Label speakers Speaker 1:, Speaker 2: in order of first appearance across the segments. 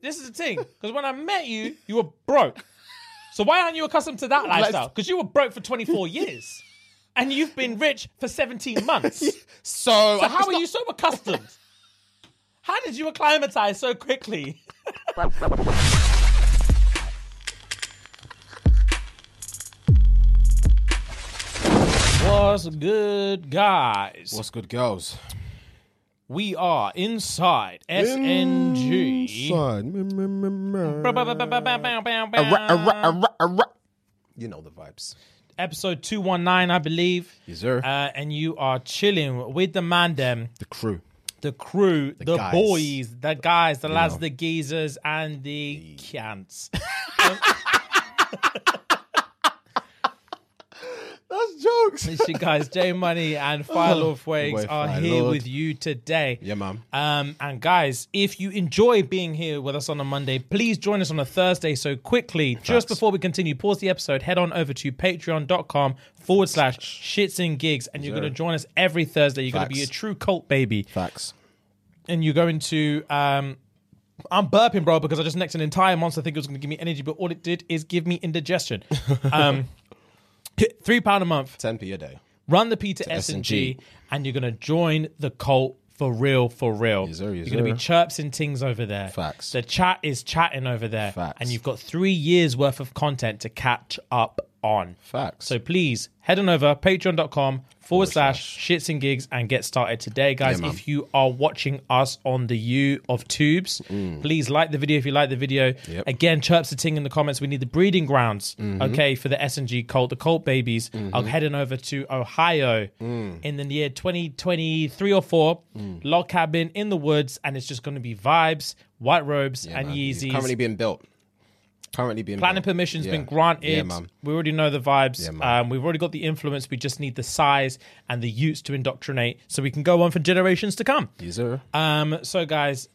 Speaker 1: This is the thing, because when I met you, you were broke. So why aren't you accustomed to that lifestyle? Because you were broke for 24 years, and you've been rich for 17 months.
Speaker 2: So,
Speaker 1: So how are you so accustomed? How did you acclimatize so quickly? What's good, guys?
Speaker 2: What's good, girls?
Speaker 1: We are inside SNG.
Speaker 2: You know the vibes.
Speaker 1: Episode 219, I believe.
Speaker 2: Yes, sir.
Speaker 1: Uh, and you are chilling with the man, them,
Speaker 2: the crew.
Speaker 1: the crew, the,
Speaker 2: guys.
Speaker 1: boys, the guys, the lads, the geezers, and the cants.
Speaker 2: That's jokes.
Speaker 1: It's your guys, J Money and Fire Lord Wakes
Speaker 2: Oh, Boy,
Speaker 1: are
Speaker 2: Fire
Speaker 1: here
Speaker 2: Lord.
Speaker 1: with you today.
Speaker 2: Yeah, man.
Speaker 1: Um, and guys, if you enjoy being here with us on a Monday, please join us on a Thursday. So quickly, just before we continue, pause the episode, head on over to patreon.com forward slash shits and gigs, and you're going to join us every Thursday. You're going to be a
Speaker 2: Facts.
Speaker 1: true cult baby.
Speaker 2: Facts.
Speaker 1: And you're going to, um, I'm burping, bro, because I just necked an entire monster. I think it was going to give me energy, but all it did is give me indigestion. Um, three pound a month
Speaker 2: 10p a day.
Speaker 1: run the P to, S and G, and you're gonna join the cult for real, for real.
Speaker 2: Yes, sir, yes,
Speaker 1: you're gonna be
Speaker 2: sir.
Speaker 1: chirps and things over there.
Speaker 2: Facts.
Speaker 1: The chat is chatting over there,
Speaker 2: Facts.
Speaker 1: and you've got three years worth of content to catch up on.
Speaker 2: Facts.
Speaker 1: So please head on over patreon.com forward slash shits and gigs and get started today, guys. if you are watching us on the U of Tubes, please like the video if you like the video. Again, chirps the ting in the comments. We need the breeding grounds, okay, for the S and G cult, the cult babies. I'm heading over to Ohio in the year 2023 or four. Log cabin in the woods, and it's just going to be vibes, white robes, and Yeezys.
Speaker 2: Uh, Currently being built. Currently being
Speaker 1: Planning
Speaker 2: built.
Speaker 1: permission's
Speaker 2: Yeah.
Speaker 1: been granted.
Speaker 2: Yeah, man.
Speaker 1: we already know the vibes.
Speaker 2: Yeah, man.
Speaker 1: um, we've already got the influence. We just need the size and the use to indoctrinate so we can go on for generations to come.
Speaker 2: Yes, sir.
Speaker 1: Um, so, guys,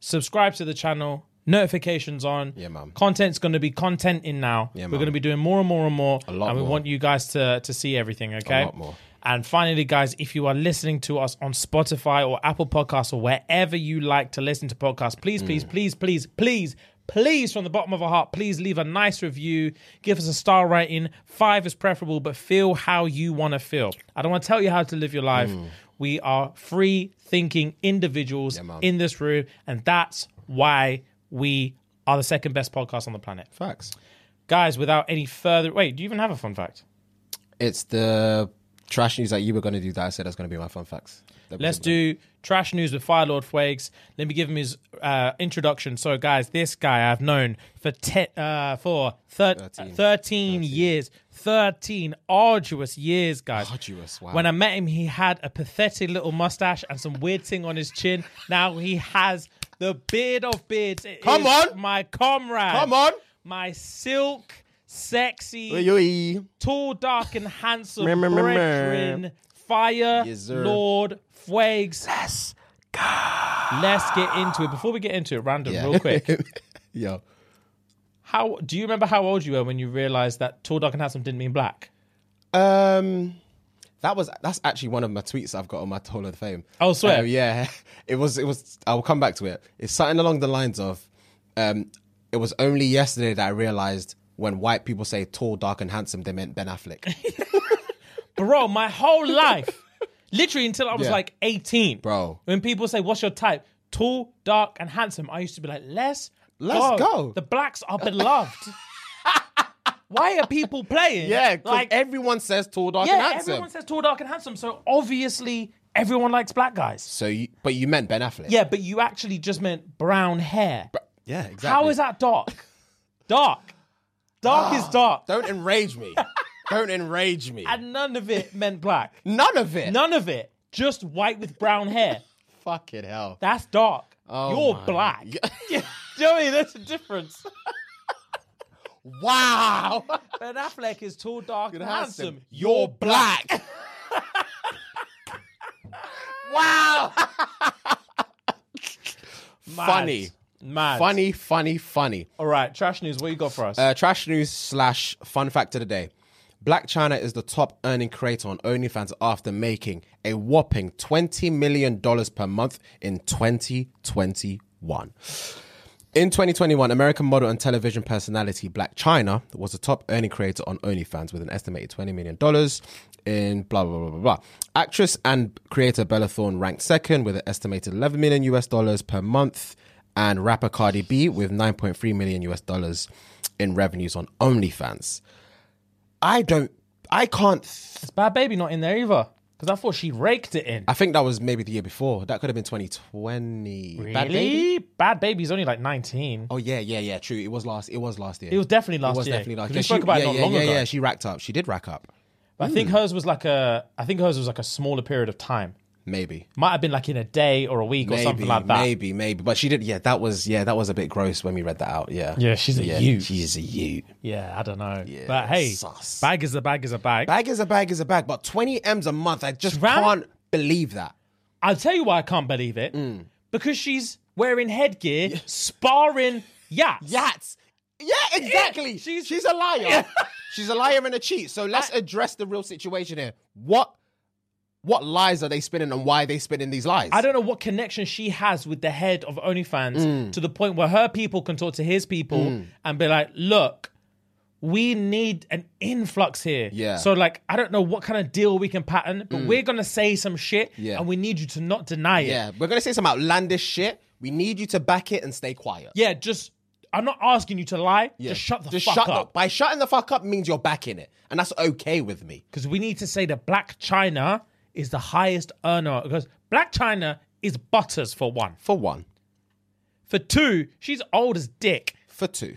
Speaker 1: subscribe to the channel. Notifications on.
Speaker 2: Yeah, man.
Speaker 1: Content's going to be content in now.
Speaker 2: Yeah,
Speaker 1: We're
Speaker 2: man.
Speaker 1: going to be doing more and more and more. A
Speaker 2: lot
Speaker 1: and we
Speaker 2: more.
Speaker 1: want you guys to to see everything. Okay.
Speaker 2: lot more.
Speaker 1: And finally, guys, if you are listening to us on Spotify or Apple Podcasts or wherever you like to listen to podcasts, please,
Speaker 2: Mm.
Speaker 1: please, please, please, please, please, from the bottom of our heart, please leave a nice review. Give us a star rating. Five is preferable, but feel how you want to feel. I don't want to tell you how to live your life.
Speaker 2: Mm.
Speaker 1: We are free thinking individuals in this room, and that's why we are the second best podcast on the planet.
Speaker 2: Facts.
Speaker 1: Guys, without any further wait, do you even have a fun fact?
Speaker 2: It's the trash news that you were going to do that I said that's going to be my fun facts. That was
Speaker 1: Let's
Speaker 2: it.
Speaker 1: do trash news with Fire Lord Fuegs. Let me give him his uh, introduction. So, guys, this guy I've known for te- uh, for thir- 13. years, thirteen arduous years, guys.
Speaker 2: Arduous, wow.
Speaker 1: When I met him, he had a pathetic little mustache and some weird thing on his chin. Now he has the beard of beards. It
Speaker 2: Come
Speaker 1: is
Speaker 2: on.
Speaker 1: my comrade.
Speaker 2: Come on.
Speaker 1: my silk, sexy
Speaker 2: Oi, oi.
Speaker 1: tall, dark, and handsome
Speaker 2: Meh, meh, meh, meh.
Speaker 1: brethren, fire
Speaker 2: Yes, sir.
Speaker 1: lord Fuegs. Let's go. Let's get into it. Before we get into it, random, real quick.
Speaker 2: Yo.
Speaker 1: How do you remember how old you were when you realized that tall, dark, and handsome didn't mean black?
Speaker 2: Um, that was that's actually one of my tweets I've got on my Toll of Fame.
Speaker 1: Oh, swear.
Speaker 2: Uh, yeah, it was. It was. I'll come back to it. It's something along the lines of, um, it was only yesterday that I realized when white people say tall, dark, and handsome, they meant Ben Affleck.
Speaker 1: Bro, my whole life, literally until I was
Speaker 2: Yeah.
Speaker 1: like 18.
Speaker 2: Bro.
Speaker 1: When people say, What's your type? Tall, dark, and handsome. I used to be like, Let's,
Speaker 2: Let's go.
Speaker 1: The blacks are beloved. Why are people playing?
Speaker 2: yeah, 'cause
Speaker 1: like
Speaker 2: everyone says tall, dark,
Speaker 1: Yeah,
Speaker 2: and handsome.
Speaker 1: everyone says tall, dark, and handsome. So obviously, everyone likes black guys.
Speaker 2: so, you, but you meant Ben Affleck.
Speaker 1: Yeah, but you actually just meant brown hair.
Speaker 2: yeah, exactly. Ah.
Speaker 1: How is that dark? Dark. Dark is dark.
Speaker 2: Don't enrage me. Don't enrage me.
Speaker 1: And none of it meant black.
Speaker 2: None of it.
Speaker 1: None of it. Just white with brown hair.
Speaker 2: Fucking hell.
Speaker 1: That's dark.
Speaker 2: Oh
Speaker 1: You're
Speaker 2: my-
Speaker 1: black. Joey, that's the difference.
Speaker 2: Wow.
Speaker 1: Ben Affleck is tall, dark, and handsome.
Speaker 2: handsome. You're black. wow.
Speaker 1: Mad.
Speaker 2: Funny.
Speaker 1: Mad.
Speaker 2: Funny, funny, funny.
Speaker 1: All right, trash news. What you got for us?
Speaker 2: Uh, trash news slash fun fact of the day. Black China is the top earning creator on OnlyFans after making a whopping $20 million per month in 2021. In 2021, American model and television personality Black China was the top earning creator on OnlyFans with an estimated $20 million in blah, blah, blah, blah, blah. Actress and creator Bella Thorne ranked second with an estimated 11 million US dollars per month, and rapper Cardi B with 9.3 million US dollars in revenues on OnlyFans. I don't, I can't, th-
Speaker 1: Is Bad Baby not in there either? Because I thought she raked it in.
Speaker 2: I think that was maybe the year before. That could have been 2020. Bad
Speaker 1: really?
Speaker 2: Baby?
Speaker 1: Bad Baby's only like 19.
Speaker 2: Oh yeah, yeah, yeah. True. It was last. It was last year.
Speaker 1: It was definitely last
Speaker 2: It was
Speaker 1: year.
Speaker 2: definitely last
Speaker 1: 'Cause
Speaker 2: year.
Speaker 1: we spoke about it
Speaker 2: yeah,
Speaker 1: not
Speaker 2: yeah,
Speaker 1: long
Speaker 2: yeah,
Speaker 1: ago.
Speaker 2: Yeah, she racked up. She did rack up.
Speaker 1: But I think hers was like a. I think hers was like a smaller period of time.
Speaker 2: Maybe.
Speaker 1: Might have been like in a day or a week
Speaker 2: Maybe,
Speaker 1: or something like that.
Speaker 2: maybe, maybe, but she did. Yeah, that was yeah, that was a bit gross when we read that out. Yeah,
Speaker 1: Yeah, she's a
Speaker 2: yeah,
Speaker 1: ute.
Speaker 2: She's a ute.
Speaker 1: Yeah, I don't know. but hey,
Speaker 2: sus.
Speaker 1: bag is a bag is a bag.
Speaker 2: Bag is a bag is a bag, but twenty m's a month. I just
Speaker 1: Right?
Speaker 2: can't believe that.
Speaker 1: I'll tell you why I can't believe it. Because she's wearing headgear, sparring yachts.
Speaker 2: Yats. Yeah, exactly.
Speaker 1: Yeah, she's-
Speaker 2: she's she's a liar. she's a liar and a cheat. So let's address the real situation here. What what lies are they spinning and why are they spinning these lies?
Speaker 1: I don't know what connection she has with the head of OnlyFans
Speaker 2: Mm.
Speaker 1: to the point where her people can talk to his people and be like, look, we need an influx here.
Speaker 2: Yeah. Mm.
Speaker 1: So like, I don't know what kind of deal we can pattern, but we're gonna say some shit,
Speaker 2: Yeah.
Speaker 1: and we need you to not deny it.
Speaker 2: Yeah, we're gonna say some outlandish shit. We need you to back it and stay quiet.
Speaker 1: Yeah, just I'm not asking you to lie.
Speaker 2: Yeah.
Speaker 1: Just shut the
Speaker 2: Just
Speaker 1: fuck
Speaker 2: shut
Speaker 1: up.
Speaker 2: by shutting the fuck up means you're backing it, and that's okay with me.
Speaker 1: Because we need to say that Black China is the highest earner. Because Black China is butters for one.
Speaker 2: For one,
Speaker 1: For two, she's old as dick.
Speaker 2: for two,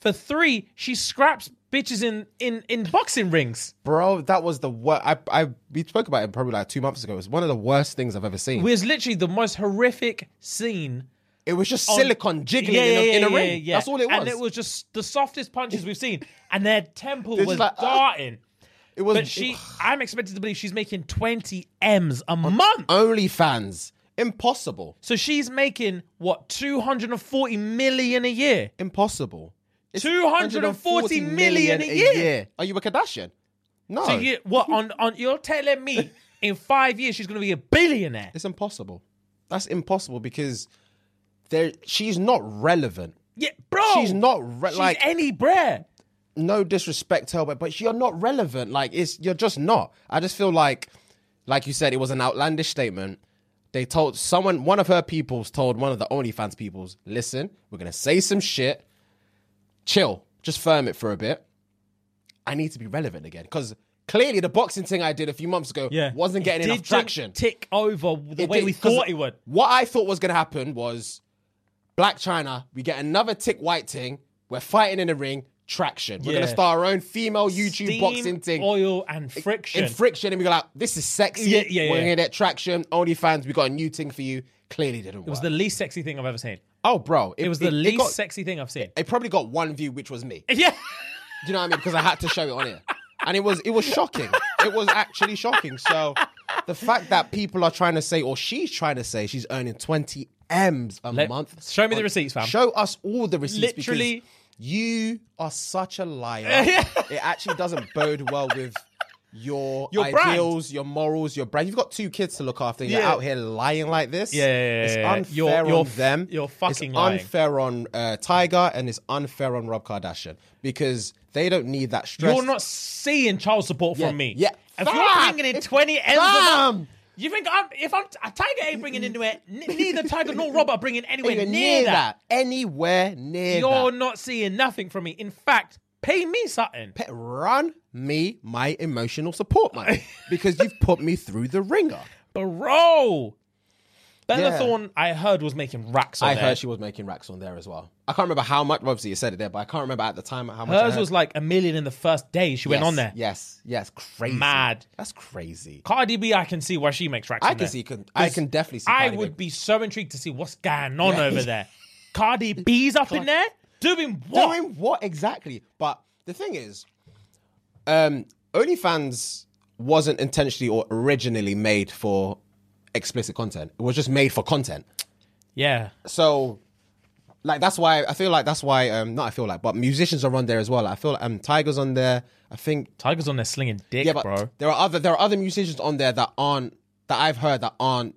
Speaker 1: For three, she scraps bitches in in in boxing rings.
Speaker 2: bro. That was the worst. I, I we spoke about it probably like two months ago. It was one of the worst things I've ever seen.
Speaker 1: It was literally the most horrific scene.
Speaker 2: it was just silicon jiggling
Speaker 1: Yeah,
Speaker 2: in, a,
Speaker 1: yeah,
Speaker 2: in a
Speaker 1: yeah,
Speaker 2: ring.
Speaker 1: yeah, yeah.
Speaker 2: That's all it was.
Speaker 1: And it was just the softest punches we've seen. And their temple
Speaker 2: It's
Speaker 1: was
Speaker 2: like, ah.
Speaker 1: darting.
Speaker 2: It was
Speaker 1: But she, I'm expected to believe she's making 20 m's a month.
Speaker 2: only fans. Impossible.
Speaker 1: So she's making what 240 million a year.
Speaker 2: Impossible. It's
Speaker 1: 240 million a year.
Speaker 2: Are you a Kardashian? No.
Speaker 1: So you, what on on you're telling me in five years she's gonna be a billionaire?
Speaker 2: It's impossible. That's impossible because there she's not relevant.
Speaker 1: Yeah, bro.
Speaker 2: She's not re-
Speaker 1: She's
Speaker 2: like
Speaker 1: any bread.
Speaker 2: no disrespect to her, but, but you're not relevant. Like it's you're just not. I just feel like, like you said, it was an outlandish statement. They told someone, one of her peoples told one of the OnlyFans peoples, listen, we're gonna say some shit. Chill, just firm it for a bit. I need to be relevant again because clearly the boxing thing I did a few months ago wasn't getting
Speaker 1: It
Speaker 2: enough
Speaker 1: didn't
Speaker 2: traction.
Speaker 1: Tick over the
Speaker 2: It
Speaker 1: way
Speaker 2: did-
Speaker 1: we
Speaker 2: 'cause
Speaker 1: thought it would.
Speaker 2: What I thought was going to happen was Black China, we get another tick white thing, we're fighting in the ring, traction. We're going
Speaker 1: Yeah.
Speaker 2: to start our own female YouTube
Speaker 1: Steam,
Speaker 2: boxing thing.
Speaker 1: oil, and friction.
Speaker 2: In friction, and we go like, this is sexy.
Speaker 1: Yeah, yeah,
Speaker 2: We're
Speaker 1: yeah.
Speaker 2: gonna get traction. OnlyFans, we got a new thing for you. Clearly didn't work.
Speaker 1: it was the least sexy thing I've ever seen.
Speaker 2: oh, bro,
Speaker 1: It was the
Speaker 2: it
Speaker 1: least
Speaker 2: got-
Speaker 1: sexy thing I've seen.
Speaker 2: It probably got one view, which was me. Do
Speaker 1: yeah.
Speaker 2: you know what I mean? Because I had to show it on here, and it was it was shocking. it was actually shocking. So the fact that people are trying to say, or she's trying to say, she's earning twenty m's a
Speaker 1: Let-
Speaker 2: month.
Speaker 1: show me the
Speaker 2: on-
Speaker 1: receipts, fam.
Speaker 2: Show us all the receipts. because
Speaker 1: Literally-
Speaker 2: you are such a liar. it actually doesn't bode well with. Your,
Speaker 1: Your brand.
Speaker 2: ideals, your morals, your brand. You've got two kids to look after. You're
Speaker 1: Yeah.
Speaker 2: out here lying like this.
Speaker 1: Yeah, yeah, yeah,
Speaker 2: It's
Speaker 1: yeah.
Speaker 2: unfair
Speaker 1: You're-
Speaker 2: on
Speaker 1: you're f-
Speaker 2: them.
Speaker 1: you're
Speaker 2: It's
Speaker 1: fucking lying.
Speaker 2: unfair on uh, Tiger and it's unfair on Rob Kardashian because they don't need that stress.
Speaker 1: You're not seeing child support
Speaker 2: Yeah,
Speaker 1: from me.
Speaker 2: yeah.
Speaker 1: If you're
Speaker 2: Fam,
Speaker 1: bringing in
Speaker 2: it's-
Speaker 1: 20 M's a
Speaker 2: Fam.
Speaker 1: month, you think I'm, if I'm, Tiger ain't bringing into it, neither Tiger nor Rob are bringing anywhere
Speaker 2: anywhere
Speaker 1: near, that.
Speaker 2: Anywhere near
Speaker 1: You're
Speaker 2: that.
Speaker 1: not seeing nothing from me. In fact, pay me something.
Speaker 2: Pe- Run me my emotional support money because you've put me through the ringer.
Speaker 1: Bro, Bella
Speaker 2: Yeah.
Speaker 1: Thorne, I heard, was making racks on
Speaker 2: I
Speaker 1: there.
Speaker 2: heard she was making racks on there as well. I can't remember how much. Obviously, you said it there, but I can't remember at the time how much. I
Speaker 1: Hers
Speaker 2: heard.
Speaker 1: was like a million in the first day she went
Speaker 2: Yes,
Speaker 1: on there.
Speaker 2: Yes, yes, crazy.
Speaker 1: Mad.
Speaker 2: That's crazy.
Speaker 1: Cardi B, I can see why she makes racks.
Speaker 2: I
Speaker 1: on
Speaker 2: can
Speaker 1: there.
Speaker 2: see- can- I
Speaker 1: 'Cause
Speaker 2: can definitely see
Speaker 1: I
Speaker 2: Cardi B.
Speaker 1: would be so intrigued to see what's going on over there. Cardi B's up in there doing what?
Speaker 2: Doing what exactly? But the thing is, um, OnlyFans wasn't intentionally or originally made for explicit content. It was just made for content.
Speaker 1: yeah,
Speaker 2: So, like that's why I feel like that's why um not I feel like, but musicians are on there as well. Like, I feel like um Tiger's on there. I think
Speaker 1: Tiger's on there slinging dick,
Speaker 2: yeah, but
Speaker 1: bro.
Speaker 2: there are other there are other musicians on there that aren't that I've heard that aren't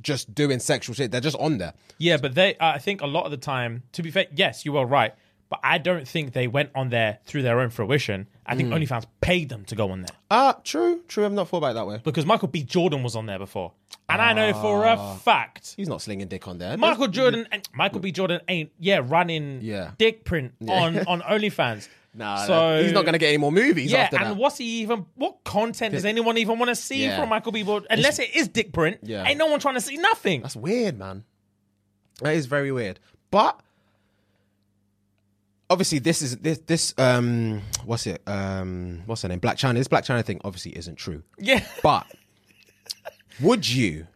Speaker 2: just doing sexual shit. They're just on there.
Speaker 1: Yeah, but they, I think a lot of the time, to be fair, yes, you are right. But I don't think they went on there through their own fruition. I
Speaker 2: Hmm.
Speaker 1: think OnlyFans paid them to go on there
Speaker 2: Ah, true, true. I'm not thought about it that way.
Speaker 1: because Michael B. Jordan was on there before. And I know for
Speaker 2: Ah.
Speaker 1: a fact
Speaker 2: He's not slinging dick on there.
Speaker 1: Michael Jordan and Michael B. Jordan ain't yeah running
Speaker 2: Yeah.
Speaker 1: dick print on on OnlyFans.
Speaker 2: Nah,
Speaker 1: so
Speaker 2: he's not going to get any more movies
Speaker 1: Yeah,
Speaker 2: after that.
Speaker 1: and what's he even? What content does anyone even want to see
Speaker 2: Yeah.
Speaker 1: from Michael B. Jordan? Unless it is dick print.
Speaker 2: Yeah.
Speaker 1: ain't no one trying to see nothing.
Speaker 2: That's weird, man. That is very weird. But obviously, this is this this um what's it um what's her name Black China. This Black China thing obviously isn't true.
Speaker 1: Yeah,
Speaker 2: But would you?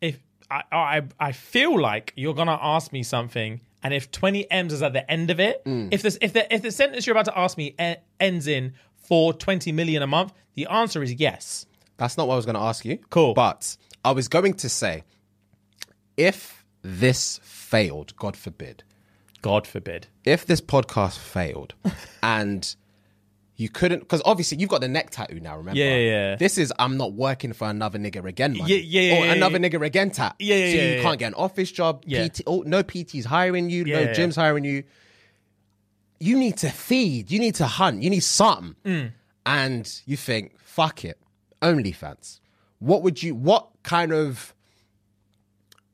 Speaker 1: if I, I I feel like you're gonna ask me something, and if 20 m's is at the end of it,
Speaker 2: Mm.
Speaker 1: if this if the if the sentence you're about to ask me e- ends in for 20 million a month, the answer is yes.
Speaker 2: That's not what I was going to ask you.
Speaker 1: Cool.
Speaker 2: But I was going to say, if this failed, God forbid,
Speaker 1: God forbid.
Speaker 2: if this podcast failed and you couldn't because obviously you've got the neck tattoo now remember
Speaker 1: Yeah, yeah, yeah.
Speaker 2: this is i'm not working for another nigger again money.
Speaker 1: Yeah, yeah, yeah,
Speaker 2: or
Speaker 1: yeah,
Speaker 2: another
Speaker 1: yeah.
Speaker 2: nigger again tat
Speaker 1: Yeah, yeah,
Speaker 2: so
Speaker 1: yeah,
Speaker 2: you
Speaker 1: yeah,
Speaker 2: can't get an office job
Speaker 1: Yeah.
Speaker 2: PT, oh, no pt's hiring you
Speaker 1: Yeah,
Speaker 2: no
Speaker 1: yeah, yeah.
Speaker 2: gym's hiring you you need to feed you need to hunt you need something
Speaker 1: Mm.
Speaker 2: and you think fuck it onlyfans what would you what kind of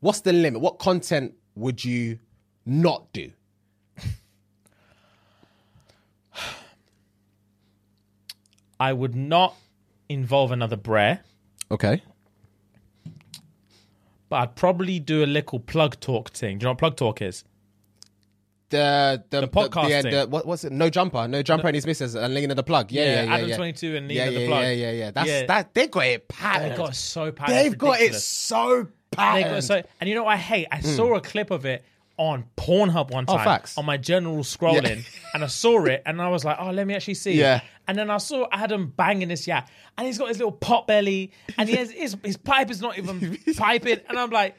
Speaker 2: what's the limit what content would you not do
Speaker 1: I would not involve another brer,
Speaker 2: okay
Speaker 1: but I'd probably do a little plug talk thing. Do you know what plug talk is?
Speaker 2: the the, the
Speaker 1: podcast
Speaker 2: yeah,
Speaker 1: thing.
Speaker 2: the, what what's it? No jumper, no jumper, and his missus and Lean in the plug. Yeah,
Speaker 1: Yeah,
Speaker 2: yeah, yeah.
Speaker 1: Adam
Speaker 2: yeah.
Speaker 1: 22 and Lean
Speaker 2: yeah,
Speaker 1: in the
Speaker 2: yeah,
Speaker 1: Plug.
Speaker 2: Yeah, yeah, yeah. That's
Speaker 1: Yeah. Oh
Speaker 2: that. They got it patterned.
Speaker 1: They got it so patterned.
Speaker 2: They've
Speaker 1: It's
Speaker 2: got it
Speaker 1: ridiculous.
Speaker 2: so
Speaker 1: They
Speaker 2: patterned.
Speaker 1: got so, and you know what I hate? I saw a clip of it on Pornhub one time
Speaker 2: Hmm. Oh, facts.
Speaker 1: on my general scrolling, and I saw it, and I was like, "Oh, let me actually see."
Speaker 2: Yeah.
Speaker 1: And then I saw Adam banging this yeah, and he's got his little pot belly, and he has his his pipe is not even piping, and I'm like,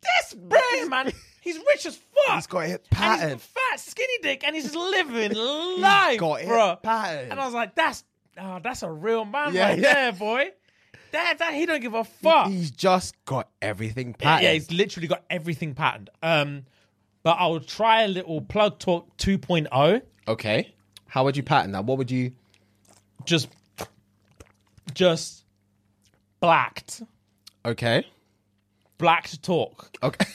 Speaker 1: "This brain man, he's rich as fuck.
Speaker 2: He's got it
Speaker 1: And he's
Speaker 2: patterned.
Speaker 1: fat, skinny dick, and he's just living life,
Speaker 2: got it
Speaker 1: bro.
Speaker 2: patterned.
Speaker 1: And I was like, "That's oh, that's a real man
Speaker 2: Yeah,
Speaker 1: right
Speaker 2: yeah.
Speaker 1: there, boy." That, that he don't give a fuck.
Speaker 2: He's just got everything
Speaker 1: Yeah,
Speaker 2: patterned.
Speaker 1: Yeah, he's literally got everything patterned. Um, but I'll try a little plug talk oh, 2.0.
Speaker 2: okay. How would you pattern that? What would you?
Speaker 1: Just, just blacked,
Speaker 2: Okay.
Speaker 1: blacked talk.
Speaker 2: Okay.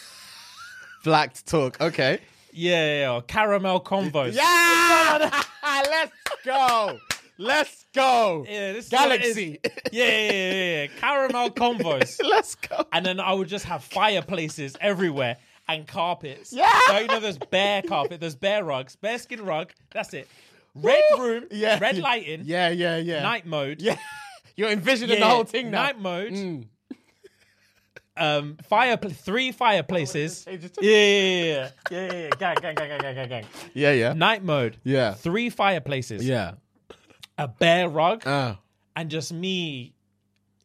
Speaker 2: Blacked talk. Okay.
Speaker 1: Yeah, yeah, yeah. or caramel convos.
Speaker 2: Yeah. Let's go. Let's go.
Speaker 1: yeah. This is what it is.
Speaker 2: Galaxy.
Speaker 1: Yeah, yeah, yeah, yeah, yeah. Caramel convos.
Speaker 2: Let's go.
Speaker 1: and then I would just have fireplaces everywhere and carpets.
Speaker 2: Yeah.
Speaker 1: So you know there's bare carpet, there's bare rugs, bare skin rug. That's it. Red
Speaker 2: Woo.
Speaker 1: room,
Speaker 2: Yeah.
Speaker 1: red lighting,
Speaker 2: Yeah, yeah, yeah.
Speaker 1: night mode.
Speaker 2: Yeah. You're envisioning
Speaker 1: Yeah,
Speaker 2: the whole thing now. Mm.
Speaker 1: Night mode. Um, fire three fireplaces. Yeah,
Speaker 2: say just-
Speaker 1: yeah, yeah, yeah, yeah, yeah, yeah. gang, gang, gang, gang, gang, gang, gang.
Speaker 2: Yeah, yeah.
Speaker 1: Night mode.
Speaker 2: Yeah.
Speaker 1: three fireplaces.
Speaker 2: Yeah.
Speaker 1: a bare rug,
Speaker 2: Uh,
Speaker 1: and just me,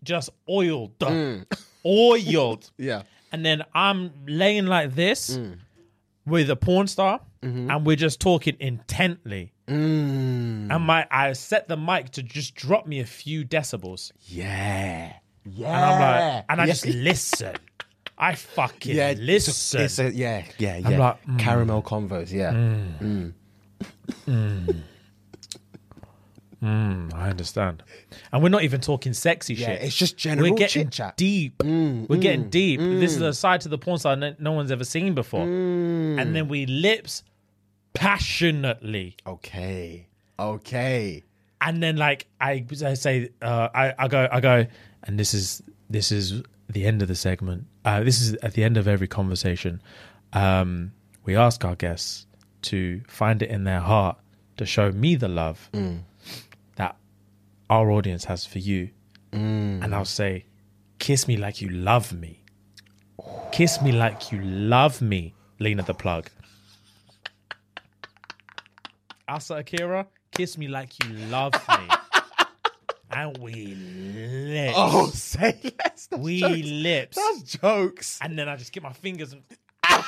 Speaker 1: just oiled,
Speaker 2: Mm.
Speaker 1: oiled,
Speaker 2: yeah.
Speaker 1: and then I'm laying like this
Speaker 2: Mm.
Speaker 1: with a porn star,
Speaker 2: Mm-hmm.
Speaker 1: and we're just talking intently.
Speaker 2: Mm.
Speaker 1: And my, I set the mic to just drop me a few decibels.
Speaker 2: Yeah. Yeah.
Speaker 1: And I'm like, and I
Speaker 2: Ah. yeah.
Speaker 1: just listen. I fucking
Speaker 2: yeah,
Speaker 1: listen.
Speaker 2: It's a, yeah, yeah, yeah.
Speaker 1: like, Mm.
Speaker 2: Caramel convos, yeah.
Speaker 1: I understand. And we're not even talking sexy
Speaker 2: Yeah,
Speaker 1: shit.
Speaker 2: it's just general
Speaker 1: We're getting
Speaker 2: chit-chat.
Speaker 1: deep.
Speaker 2: Mm,
Speaker 1: we're getting deep. This is a side to the porn star no, no one's ever seen before.
Speaker 2: Mm.
Speaker 1: And then we lips passionately.
Speaker 2: Okay. Okay.
Speaker 1: And then like I, I say, uh, I, I go, I go, and this is this is the end of the segment. Uh, this is at the end of every conversation. Um, we ask our guests to find it in their heart to show me the love
Speaker 2: Mm.
Speaker 1: that our audience has for you.
Speaker 2: Mm.
Speaker 1: And I'll say, kiss me like you love me. Kiss me like you love me, Lena the plug. Asa Akira, kiss me like you love me. and we lips.
Speaker 2: Oh, say less. That's
Speaker 1: we
Speaker 2: jokes.
Speaker 1: lips.
Speaker 2: That's jokes.
Speaker 1: And then I just get my fingers and.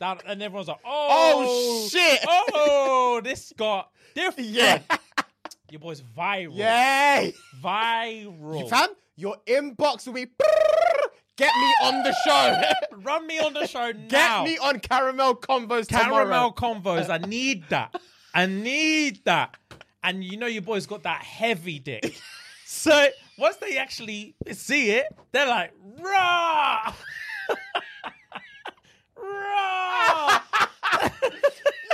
Speaker 1: That- and everyone's like,
Speaker 2: Oh,
Speaker 1: oh,
Speaker 2: shit.
Speaker 1: Oh, this got different.
Speaker 2: Yeah.
Speaker 1: Your boy's viral.
Speaker 2: Yay.
Speaker 1: Viral.
Speaker 2: Fam, your inbox will be. Get me on the show.
Speaker 1: Run me on the show
Speaker 2: Get
Speaker 1: now.
Speaker 2: me on Caramel Combos
Speaker 1: Caramel
Speaker 2: tomorrow.
Speaker 1: convos. I need that. I need that. And you know your boy's got that heavy dick. So once they actually see it, they're like, rah! rah!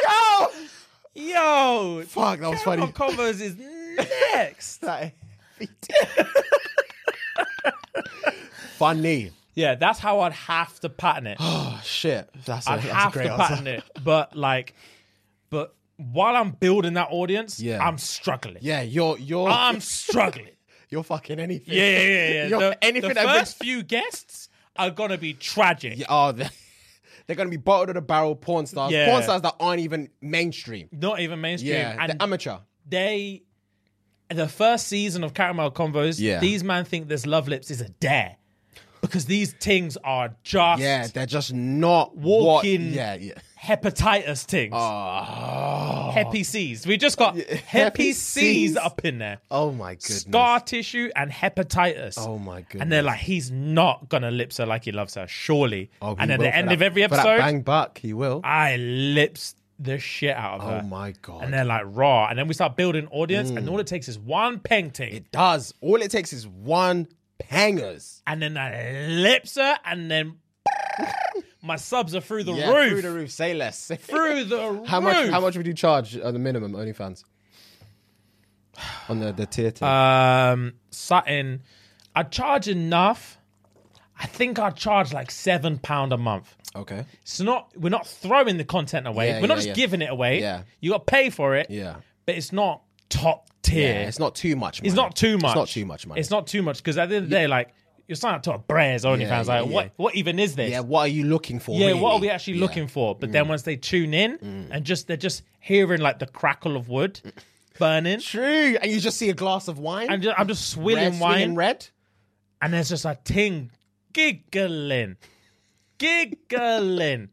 Speaker 2: Yo!
Speaker 1: Yo!
Speaker 2: Oh, Fuck, that was
Speaker 1: Caramel
Speaker 2: funny.
Speaker 1: convos is next.
Speaker 2: That- funny.
Speaker 1: Yeah, that's how I'd have to pattern it.
Speaker 2: Oh, shit. That's a,
Speaker 1: I'd
Speaker 2: that's a
Speaker 1: have to
Speaker 2: great
Speaker 1: pattern
Speaker 2: answer.
Speaker 1: it. But like, but while I'm building that audience,
Speaker 2: Yeah.
Speaker 1: I'm struggling.
Speaker 2: Yeah, you're you're
Speaker 1: I'm struggling.
Speaker 2: you're fucking anything.
Speaker 1: Um, Yeah, yeah, yeah. yeah.
Speaker 2: You're
Speaker 1: the,
Speaker 2: anything
Speaker 1: the
Speaker 2: that brings-
Speaker 1: first few guests are gonna be tragic.
Speaker 2: Yeah, oh, they're, they're gonna be bottled at a barrel porn stars.
Speaker 1: Yeah.
Speaker 2: Porn stars that aren't even mainstream.
Speaker 1: Not even mainstream.
Speaker 2: Yeah,
Speaker 1: and
Speaker 2: they're amateur.
Speaker 1: they, the first season of Caramel Convos,
Speaker 2: Yeah.
Speaker 1: these man think this love lips is a dare because these things are just
Speaker 2: Yeah, they're just not what-
Speaker 1: Walking-
Speaker 2: yeah, yeah.
Speaker 1: hepatitis things.
Speaker 2: Oh,
Speaker 1: Hepi C's. We just got
Speaker 2: Hepi
Speaker 1: Hepi
Speaker 2: Cs.
Speaker 1: C's up in there.
Speaker 2: oh my goodness.
Speaker 1: Scar tissue and hepatitis.
Speaker 2: Oh my goodness.
Speaker 1: And they're like, he's not gonna lips her like he loves her, surely.
Speaker 2: Oh, he
Speaker 1: and at
Speaker 2: will
Speaker 1: the
Speaker 2: for
Speaker 1: end
Speaker 2: that-
Speaker 1: of every
Speaker 2: for that
Speaker 1: episode, Ah.
Speaker 2: bang back, he will.
Speaker 1: I lips the shit out of
Speaker 2: Oh
Speaker 1: her.
Speaker 2: my God. Mm.
Speaker 1: And they're like raw, and then we start building audience, and all it takes is one painting,
Speaker 2: It does. All it takes is one pangers.
Speaker 1: and then I lips her, and then my subs are through the
Speaker 2: Yeah,
Speaker 1: roof,
Speaker 2: Through the roof. Say less. Say-
Speaker 1: Through the
Speaker 2: how
Speaker 1: roof.
Speaker 2: much? How much would you charge at the minimum? OnlyFans on the the tier. tier?
Speaker 1: Um, Sutton, I charge enough. I think I charge like seven pound a month.
Speaker 2: okay.
Speaker 1: It's not we're not throwing the content away.
Speaker 2: Yeah,
Speaker 1: we're not
Speaker 2: yeah,
Speaker 1: just
Speaker 2: yeah.
Speaker 1: giving it away.
Speaker 2: Yeah.
Speaker 1: You got to pay for it.
Speaker 2: Yeah.
Speaker 1: But it's not top tier.
Speaker 2: Yeah, it's not too much. Money.
Speaker 1: It's not too much.
Speaker 2: It's not too much money.
Speaker 1: It's not too much because at the end of the day, like you're signing up to a Brez OnlyFans.
Speaker 2: Yeah,
Speaker 1: fans
Speaker 2: yeah,
Speaker 1: like
Speaker 2: yeah.
Speaker 1: what? What even is this?
Speaker 2: yeah. What are you looking for?
Speaker 1: Yeah,
Speaker 2: really?
Speaker 1: what are we actually
Speaker 2: Yeah. Mm.
Speaker 1: looking for? But then once they tune in and just they're just hearing like the crackle of wood
Speaker 2: Mm.
Speaker 1: burning,
Speaker 2: True. And you just see a glass of wine.
Speaker 1: and ju- I'm just
Speaker 2: red,
Speaker 1: swilling
Speaker 2: swinging
Speaker 1: wine,
Speaker 2: red.
Speaker 1: and there's just a ting giggling, giggling,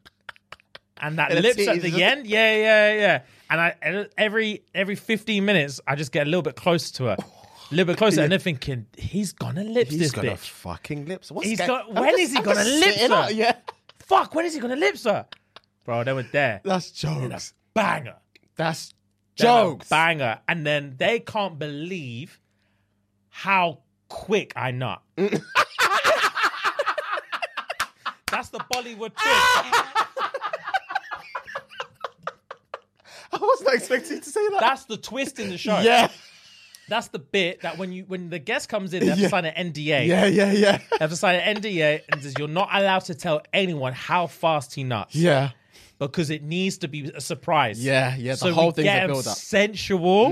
Speaker 1: and that
Speaker 2: And it's-
Speaker 1: lips at
Speaker 2: it's-
Speaker 1: the end. Yeah, yeah, yeah. And I and every every 15 minutes, I just get a little bit closer to her, a little bit closer, and they're thinking he's gonna lips
Speaker 2: Oh. He's
Speaker 1: this
Speaker 2: gonna
Speaker 1: bitch.
Speaker 2: fucking lips. What's
Speaker 1: He's
Speaker 2: going-
Speaker 1: got-
Speaker 2: I'm
Speaker 1: when
Speaker 2: just-
Speaker 1: is he
Speaker 2: I'm
Speaker 1: gonna
Speaker 2: just
Speaker 1: lips
Speaker 2: sitting
Speaker 1: her?
Speaker 2: out, Yeah.
Speaker 1: Fuck, when is he gonna lips her? Bro, they went there.
Speaker 2: That's jokes.
Speaker 1: Banger.
Speaker 2: That's
Speaker 1: They went
Speaker 2: jokes.
Speaker 1: Banger. And then they can't believe how quick I nut. That's the Bollywood trick.
Speaker 2: I was not expecting you to say that.
Speaker 1: That's the twist in the show.
Speaker 2: yeah.
Speaker 1: That's the bit that when you when the guest comes in, they have
Speaker 2: Yeah.
Speaker 1: to sign an NDA.
Speaker 2: Yeah. Yeah. Yeah.
Speaker 1: They have to sign an NDA and says you're not allowed to tell anyone how fast he nuts.
Speaker 2: Yeah.
Speaker 1: because it needs to be a surprise.
Speaker 2: Yeah, yeah, the
Speaker 1: so
Speaker 2: whole
Speaker 1: we
Speaker 2: thing's
Speaker 1: get
Speaker 2: a
Speaker 1: them
Speaker 2: build-up. Mm.
Speaker 1: Sensual.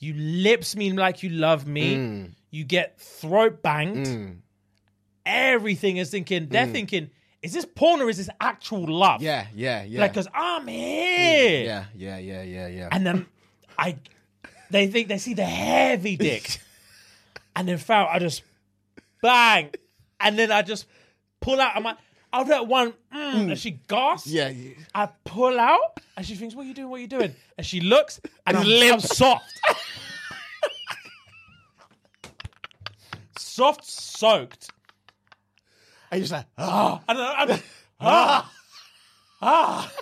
Speaker 1: You lips me like you love me. You get throat banged.
Speaker 2: Mm.
Speaker 1: Everything is thinking. They're thinking, is this porn or is this actual love?
Speaker 2: Yeah. Yeah. Yeah. Mm.
Speaker 1: Like, cause I'm here.
Speaker 2: yeah. Yeah. Yeah. Yeah. Yeah.
Speaker 1: And then I, they think they see the heavy dick, and then foul. I just bang, and then I just pull out. I'm like, I'll do that one, mm, and she gasps.
Speaker 2: Yeah, you-
Speaker 1: I pull out and she thinks, "What are you doing? What are you doing?" And she looks and I'm,
Speaker 2: limp.
Speaker 1: I'm soft, soft soaked,
Speaker 2: And you're just like, oh,
Speaker 1: and I'm, I'm ah ah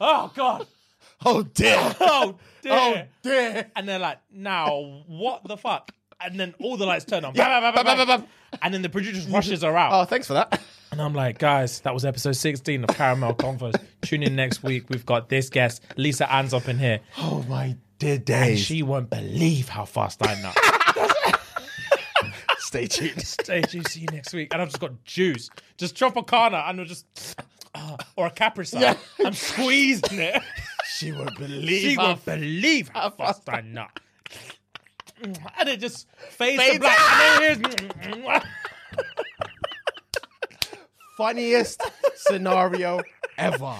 Speaker 1: oh god
Speaker 2: oh dear.
Speaker 1: oh dear
Speaker 2: Oh dear.
Speaker 1: and they're like, "Now what the fuck?" And then all the lights turn on,
Speaker 2: Yeah.
Speaker 1: Bam, bam, bam,
Speaker 2: Bam, bam,
Speaker 1: bam.
Speaker 2: bam.
Speaker 1: and then the producer just rushes her out.
Speaker 2: Oh, thanks for that.
Speaker 1: And I'm like, guys, that was episode 16 of Caramel Convos. Tune in next week. We've got this guest, Lisa Ann's up in here.
Speaker 2: Oh my dear days.
Speaker 1: She won't believe how fast I nut.
Speaker 3: Stay tuned.
Speaker 1: Stay tuned. See you next week. And I've just got juice. Just Tropicana and we're just. ah, or a Capri Sun. I'm squeezing it.
Speaker 3: She won't believe
Speaker 1: she
Speaker 3: how
Speaker 1: won't believe how fast I nut. And it just fades to
Speaker 3: Fades.
Speaker 1: black. And then it is.
Speaker 2: Funniest scenario ever.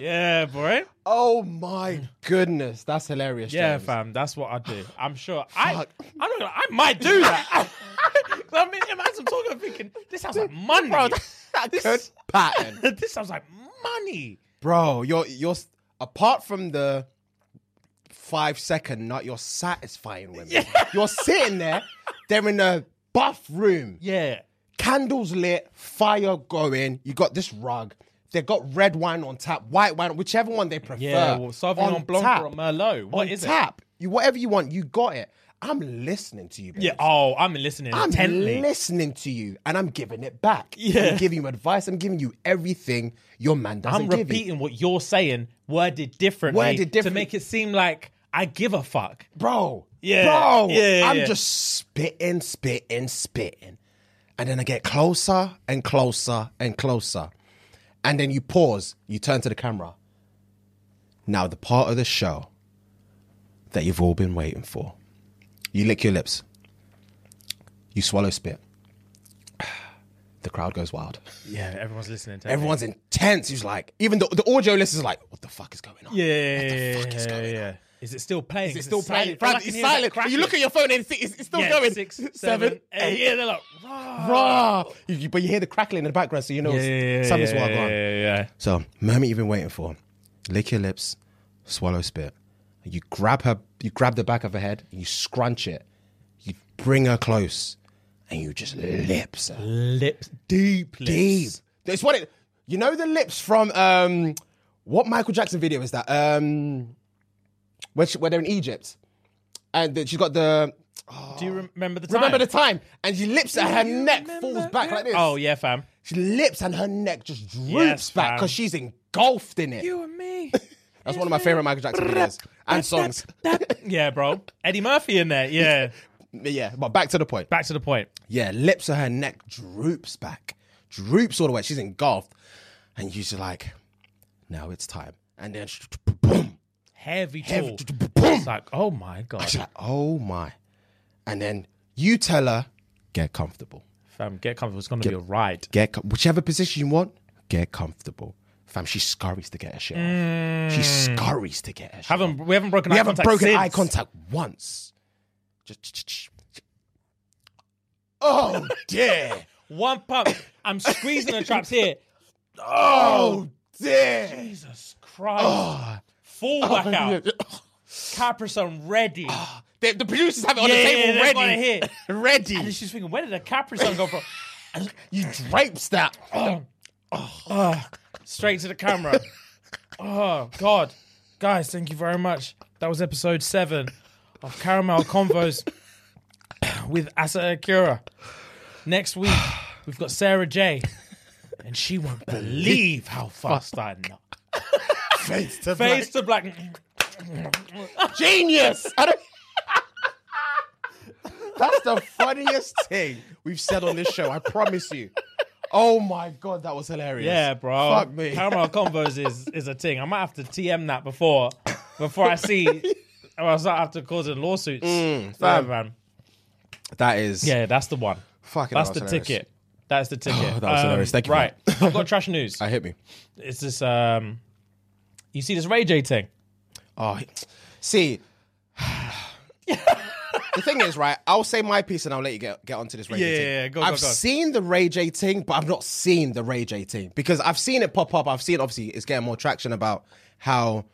Speaker 1: Yeah, boy.
Speaker 2: Oh my goodness, that's hilarious.
Speaker 1: Yeah,
Speaker 2: James.
Speaker 1: fam, that's what I do. I'm sure. I I don't know. I might do that. 'Cause I mean, as I'm talking, I'm thinking this sounds like money.
Speaker 2: Good
Speaker 1: this,
Speaker 2: pattern,
Speaker 1: this sounds like money.
Speaker 2: bro. You're you're apart from the five second nut, you're satisfying women. You're sitting there, they're in a buff room,
Speaker 1: Yeah,
Speaker 2: candles lit, fire going. You got this rug. They got red wine on tap, white wine, whichever one they prefer.
Speaker 1: yeah. Well, Sauvignon Blanc
Speaker 2: tap.
Speaker 1: or Merlot. What
Speaker 2: on
Speaker 1: is
Speaker 2: tap. You whatever you want, you got it. I'm listening to you.
Speaker 1: it?
Speaker 2: Baby.
Speaker 1: Yeah. Oh, I'm listening
Speaker 2: I'm
Speaker 1: intently.
Speaker 2: listening to you, and I'm giving it back.
Speaker 1: Yeah.
Speaker 2: I'm giving you advice. I'm giving you everything your man doesn't
Speaker 1: I'm
Speaker 2: give you,
Speaker 1: repeating what you're saying, worded differently,
Speaker 2: Worded
Speaker 1: to
Speaker 2: different-
Speaker 1: make it seem like I give a fuck.
Speaker 2: bro.
Speaker 1: Yeah,
Speaker 2: bro.
Speaker 1: yeah, yeah,
Speaker 2: I'm
Speaker 1: yeah.
Speaker 2: just spitting, spitting, spitting, and then I get closer and closer and closer, and then you pause. You turn to the camera. Now the part of the show that you've all been waiting for. You lick your lips. You swallow spit. The crowd goes wild.
Speaker 1: Yeah, everyone's listening. To
Speaker 2: Everyone's intense. He's like, even the, the audio listeners is like, what the fuck is going
Speaker 1: Yeah,
Speaker 2: on? What
Speaker 1: yeah,
Speaker 2: the
Speaker 1: yeah,
Speaker 2: fuck is
Speaker 1: yeah,
Speaker 2: going
Speaker 1: yeah.
Speaker 2: on?
Speaker 1: Is it still playing? Is
Speaker 2: It's still playing.
Speaker 1: All I
Speaker 2: Fam,
Speaker 1: can
Speaker 2: it's
Speaker 1: hear is that
Speaker 2: silent. You look at your phone and it's, it's, it's still
Speaker 1: Yeah,
Speaker 2: going.
Speaker 1: six,
Speaker 2: Seven,
Speaker 1: seven, eight. Yeah, they're like,
Speaker 2: Rah. You- you- but you hear the crackling in the background, so you know
Speaker 1: Yeah,
Speaker 2: it's-
Speaker 1: yeah, yeah,
Speaker 2: something's
Speaker 1: yeah,
Speaker 2: wild
Speaker 1: yeah,
Speaker 2: on.
Speaker 1: yeah, yeah.
Speaker 2: So, moment you've been waiting for. Lick your lips, swallow spit. You grab her, you grab the back of her head, you scrunch it, you bring her close, and you just lips her.
Speaker 1: Lips deep, lips.
Speaker 2: Deep. It's what it. You know the lips from um, what Michael Jackson video is that? Um, where she, where they're in Egypt, and that she's got the
Speaker 1: Do you remember the time?
Speaker 2: remember the time, and she lips and her neck falls back like this.
Speaker 1: Oh yeah, fam.
Speaker 2: she lips and her neck just droops
Speaker 1: Yes,
Speaker 2: back
Speaker 1: fam.
Speaker 2: because she's engulfed in it.
Speaker 1: and me.
Speaker 2: That's one of my favorite Michael Jackson videos and songs.
Speaker 1: yeah, bro. Eddie Murphy in there. Yeah.
Speaker 2: yeah, but back to the point.
Speaker 1: Back to the point.
Speaker 2: Yeah, lips of her neck droops back, droops all the way. She's engulfed, and you're just like, now it's time. And then, sh- boom,
Speaker 1: Heavy
Speaker 2: heavy,
Speaker 1: tool.
Speaker 2: boom.
Speaker 1: It's like, oh my god,
Speaker 2: She's like, oh my. And then you tell her, get comfortable.
Speaker 1: fam. Get comfortable. It's gonna be a ride.
Speaker 2: Get com- whichever position you want, get comfortable. Fam, she scurries to get her shit. off. She scurries to get her shit.
Speaker 1: Haven't we haven't broken? Mm.
Speaker 2: we
Speaker 1: eye
Speaker 2: haven't
Speaker 1: contact
Speaker 2: broken
Speaker 1: since.
Speaker 2: eye contact once. Just- Oh dear.
Speaker 1: One pump. I'm squeezing the traps here.
Speaker 2: Oh dear.
Speaker 1: Jesus Christ.
Speaker 2: Oh.
Speaker 1: Full back out. Capri Sun ready.
Speaker 2: The, the producers have it on
Speaker 1: Yeah,
Speaker 2: the
Speaker 1: yeah,
Speaker 2: table
Speaker 1: they've got
Speaker 2: ready.
Speaker 1: it
Speaker 2: Ready.
Speaker 1: and she's thinking, where did the Capri Sun go from?
Speaker 2: you drapes that.
Speaker 1: straight to the camera. oh God, guys, thank you very much. That was episode seven of Caramel Convos with Asa Akira. Next week we've got Sarah J, and she won't believe how fast I know.
Speaker 2: Face to
Speaker 1: Face to black.
Speaker 2: genius. I don't- That's the funniest thing we've said on this show. I promise you. Oh my god, that was hilarious.
Speaker 1: Yeah, bro.
Speaker 2: Fuck me.
Speaker 1: Caramel Convos is is a thing. I might have to TM that before before I see. Or else I have to cause in lawsuits. yeah,
Speaker 2: Mm, fam.
Speaker 1: man.
Speaker 2: That is.
Speaker 1: yeah, that's the one.
Speaker 2: Fucking.
Speaker 1: That's
Speaker 2: that
Speaker 1: the
Speaker 2: was hilarious. Oh,
Speaker 1: ticket. That's the ticket. Um,
Speaker 2: that was hilarious. Thank you for
Speaker 1: Right. I've got trash news.
Speaker 2: I hit me.
Speaker 1: It's this um you see this Ray J thing.
Speaker 2: Oh, he- see. the thing is, right? I'll say my piece and I'll let you get get onto this Ray
Speaker 1: Yeah,
Speaker 2: J.
Speaker 1: yeah, yeah.
Speaker 2: thing.
Speaker 1: Go, go,
Speaker 2: I've
Speaker 1: go.
Speaker 2: seen the Ray J thing, but I've not seen the Ray J thing because I've seen it pop up. I've seen obviously it's getting more traction about how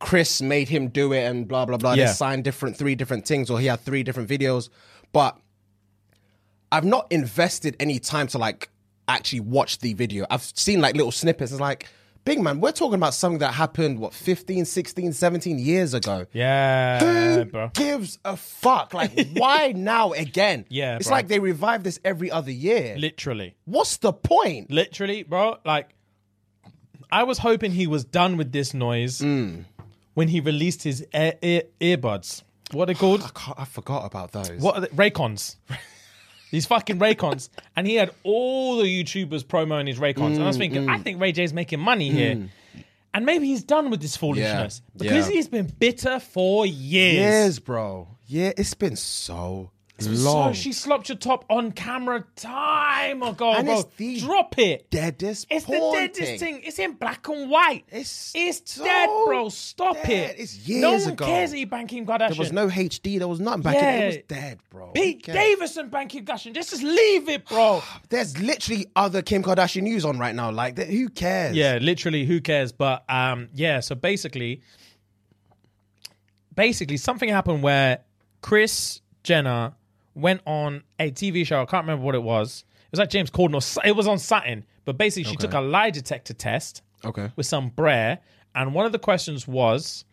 Speaker 2: Chris made him do it and blah blah blah.
Speaker 1: Yeah.
Speaker 2: They signed different three different things, or he had three different videos, but I've not invested any time to like actually watch the video. I've seen like little snippets. It's like, big man, we're talking about something that happened, what, 15, 16, 17 years ago.
Speaker 1: Yeah,
Speaker 2: Who
Speaker 1: bro.
Speaker 2: gives a fuck? Like, why now again?
Speaker 1: Yeah,
Speaker 2: It's
Speaker 1: bro.
Speaker 2: like they revive this every other year.
Speaker 1: Literally.
Speaker 2: What's the point?
Speaker 1: Literally, bro. Like I was
Speaker 2: Mm.
Speaker 1: hoping he was done with this noise when he released his ear, ear, earbuds. what are they called?
Speaker 2: I, can't, I forgot about those.
Speaker 1: What are they? Raycons. These fucking Raycons. And he had all the YouTubers promoing his Raycons. and I
Speaker 2: Mm,
Speaker 1: was thinking, I think Ray J's making money here. And maybe he's done with this foolishness
Speaker 2: Yeah,
Speaker 1: because
Speaker 2: yeah.
Speaker 1: he's been bitter for years.
Speaker 2: Years, bro. Yeah, it's been so
Speaker 1: So
Speaker 2: long.
Speaker 1: she slopped your top on camera time ago,
Speaker 2: And
Speaker 1: bro.
Speaker 2: it's the
Speaker 1: Drop it.
Speaker 2: deadest
Speaker 1: It's the
Speaker 2: porn
Speaker 1: deadest
Speaker 2: thing.
Speaker 1: thing. It's in black and white.
Speaker 2: It's
Speaker 1: it's
Speaker 2: so
Speaker 1: dead, bro. Stop
Speaker 2: dead.
Speaker 1: it.
Speaker 2: It's
Speaker 1: No
Speaker 2: years
Speaker 1: one
Speaker 2: ago.
Speaker 1: cares that you bang Kim Kardashian.
Speaker 2: There was no HD. There was nothing back then. It
Speaker 1: Yeah.
Speaker 2: was dead, bro.
Speaker 1: Pete
Speaker 2: Who cares?
Speaker 1: Davis and bang Kim Kardashian. Just, just leave it, bro.
Speaker 2: There's literally other Kim Kardashian news on right now. Like, th- who cares?
Speaker 1: Yeah, literally, who cares? But um, yeah, so basically, basically, something happened where Chris Jenner went on a TV show. I can't remember what it was. It was like James Corden or so- it was on Saturn. But basically, she took a lie detector test
Speaker 2: Okay.
Speaker 1: with some brer, and one of the questions was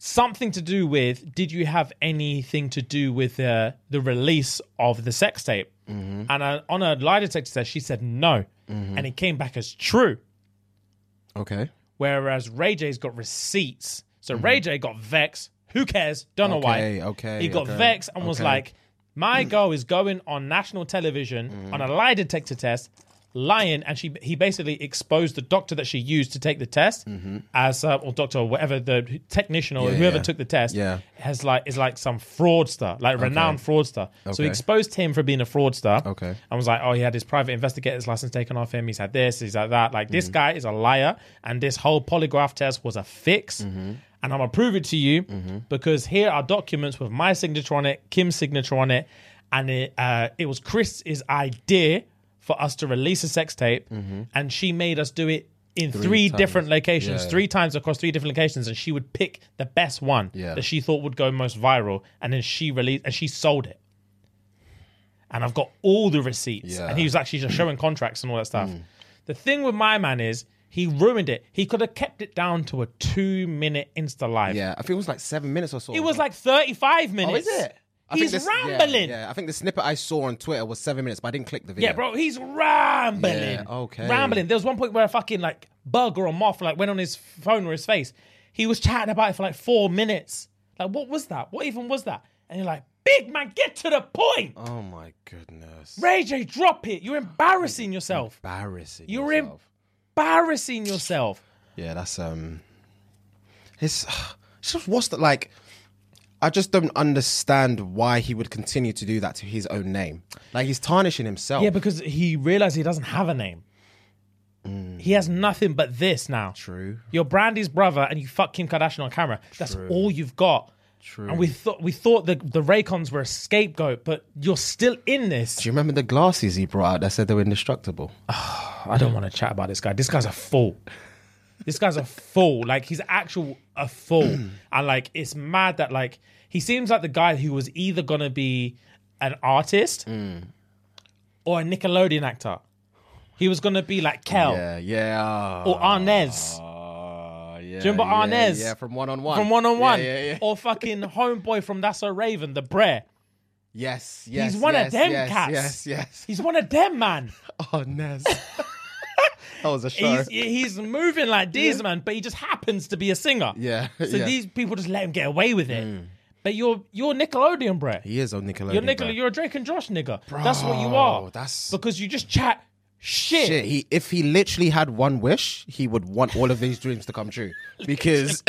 Speaker 1: something to do with did you have anything to do with uh, the release of the sex tape? And uh, on a lie detector test, she said no, and it came back as true
Speaker 2: Okay.
Speaker 1: whereas Ray J's got receipts. So Ray J got vexed. Who cares? Don't know why.
Speaker 2: Mm-hmm. Okay, okay,
Speaker 1: He got
Speaker 2: okay,
Speaker 1: vexed and was
Speaker 2: okay.
Speaker 1: like, "My girl is going on national television
Speaker 2: Mm-hmm.
Speaker 1: on a lie detector test, lying." And she he basically exposed the doctor that she used to take the test as uh, or doctor or whatever the technician or
Speaker 2: Mm-hmm. Yeah,
Speaker 1: whoever
Speaker 2: yeah.
Speaker 1: took the test
Speaker 2: Yeah.
Speaker 1: has like is like some fraudster, like renowned fraudster. So he
Speaker 2: Okay.
Speaker 1: exposed him for being a fraudster.
Speaker 2: Okay.
Speaker 1: And was like, oh, he had his private investigator's license taken off him. He's had this, he's had that. Like,
Speaker 2: Mm.
Speaker 1: this guy is a liar. And this whole polygraph test was a fix.
Speaker 2: Mm-hmm.
Speaker 1: And I'm going to prove it to you because here are documents with my signature on it, Kim's signature on it. And it, uh, it was Chris's idea for us to release a sex tape.
Speaker 2: Mm-hmm.
Speaker 1: And she made us do it in three, different locations,
Speaker 2: Yeah.
Speaker 1: three times across three different locations. And she would pick the best one
Speaker 2: Yeah.
Speaker 1: that she thought would go most viral. And then she released, and she sold it and I've got all the receipts.
Speaker 2: Yeah. Mm.
Speaker 1: And he was actually just showing contracts and all that stuff. The thing with my man is he ruined it. He could have kept it down to a two minute Insta live.
Speaker 2: Yeah, I think it was like seven minutes or so.
Speaker 1: It was like 35
Speaker 2: oh, is
Speaker 1: minutes.
Speaker 2: it? I think
Speaker 1: He's
Speaker 2: this- yeah,
Speaker 1: rambling.
Speaker 2: Yeah,
Speaker 1: Yeah,
Speaker 2: I think the snippet I saw on Twitter was seven minutes, but I didn't click the video.
Speaker 1: bro, he's rambling.
Speaker 2: Yeah, okay.
Speaker 1: Rambling. There was one point where a fucking like bug or a moth like went on his phone or his face. He was chatting about it for like four minutes. Like, what was that? What even was that? And you're like, big man, get to the point.
Speaker 2: Oh my goodness.
Speaker 1: Ray J, drop it. You're
Speaker 2: Mm.
Speaker 1: embarrassing yourself.
Speaker 2: Embarrassing.
Speaker 1: You're
Speaker 2: yourself.
Speaker 1: embarrassing yourself.
Speaker 2: Yeah, that's um. It's, it's just what's that like? I just don't understand why he would continue to do that to his own name. Like he's tarnishing himself.
Speaker 1: Yeah, because he realized he doesn't have a name. He has nothing but this now.
Speaker 2: true.
Speaker 1: You're Brandy's brother, and you fuck Kim Kardashian on camera. That's all you've got.
Speaker 2: True.
Speaker 1: And we thought we thought the the Raycons were a scapegoat, but you're still in this.
Speaker 2: Do you remember the glasses he brought out that said they were indestructible?
Speaker 1: I
Speaker 2: Hmm.
Speaker 1: don't want to chat about this guy. This guy's a fool. This guy's a fool. Like he's actual a fool. and like it's mad that like he seems like the guy who was either gonna be an artist
Speaker 2: Hmm.
Speaker 1: or a Nickelodeon actor. He was gonna be like Kel
Speaker 2: Yeah, yeah.
Speaker 1: or Arnez
Speaker 2: Uh, yeah,
Speaker 1: Oh, remember
Speaker 2: yeah,
Speaker 1: Arnez?
Speaker 2: Yeah, from one on one.
Speaker 1: from One on One,
Speaker 2: Uh,
Speaker 1: Oh,
Speaker 2: Yeah, yeah, yeah.
Speaker 1: or fucking homeboy from That's So Raven, the Brer.
Speaker 2: Yes, yes.
Speaker 1: one of
Speaker 2: yes,
Speaker 1: them
Speaker 2: yes,
Speaker 1: cats.
Speaker 2: Yes, yes.
Speaker 1: He's one of them, man.
Speaker 2: Arnez. that was a show.
Speaker 1: He's he's moving like these, man, but he just happens to be a singer.
Speaker 2: Yeah,
Speaker 1: So
Speaker 2: yeah.
Speaker 1: these people just let him get away with it. But you're you're Nickelodeon, Brett.
Speaker 2: He is on Nickelodeon.
Speaker 1: You're Nickel.
Speaker 2: bro.
Speaker 1: You're a Drake and Josh nigga. that's what you are.
Speaker 2: that's-
Speaker 1: because you just chat shit.
Speaker 2: Shit, he if he literally had one wish, he would want all of these dreams to come true because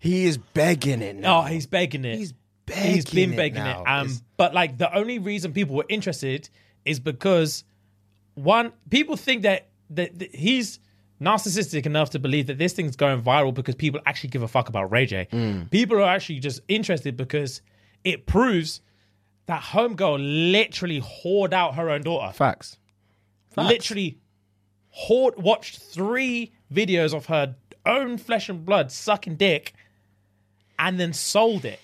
Speaker 2: he is begging it now.
Speaker 1: Oh, he's begging it.
Speaker 2: He's
Speaker 1: he's
Speaker 2: begging
Speaker 1: been
Speaker 2: it
Speaker 1: begging it.
Speaker 2: now.
Speaker 1: Um,
Speaker 2: It's-
Speaker 1: but like the only reason people were interested is because one people think that that, that he's narcissistic enough to believe that this thing's going viral because people actually give a fuck about Ray J.
Speaker 2: Mm.
Speaker 1: People are actually just interested because it proves that homegirl literally whored out her own daughter
Speaker 2: Facts.
Speaker 1: literally hoard, watched three videos of her own flesh and blood sucking dick and then sold it.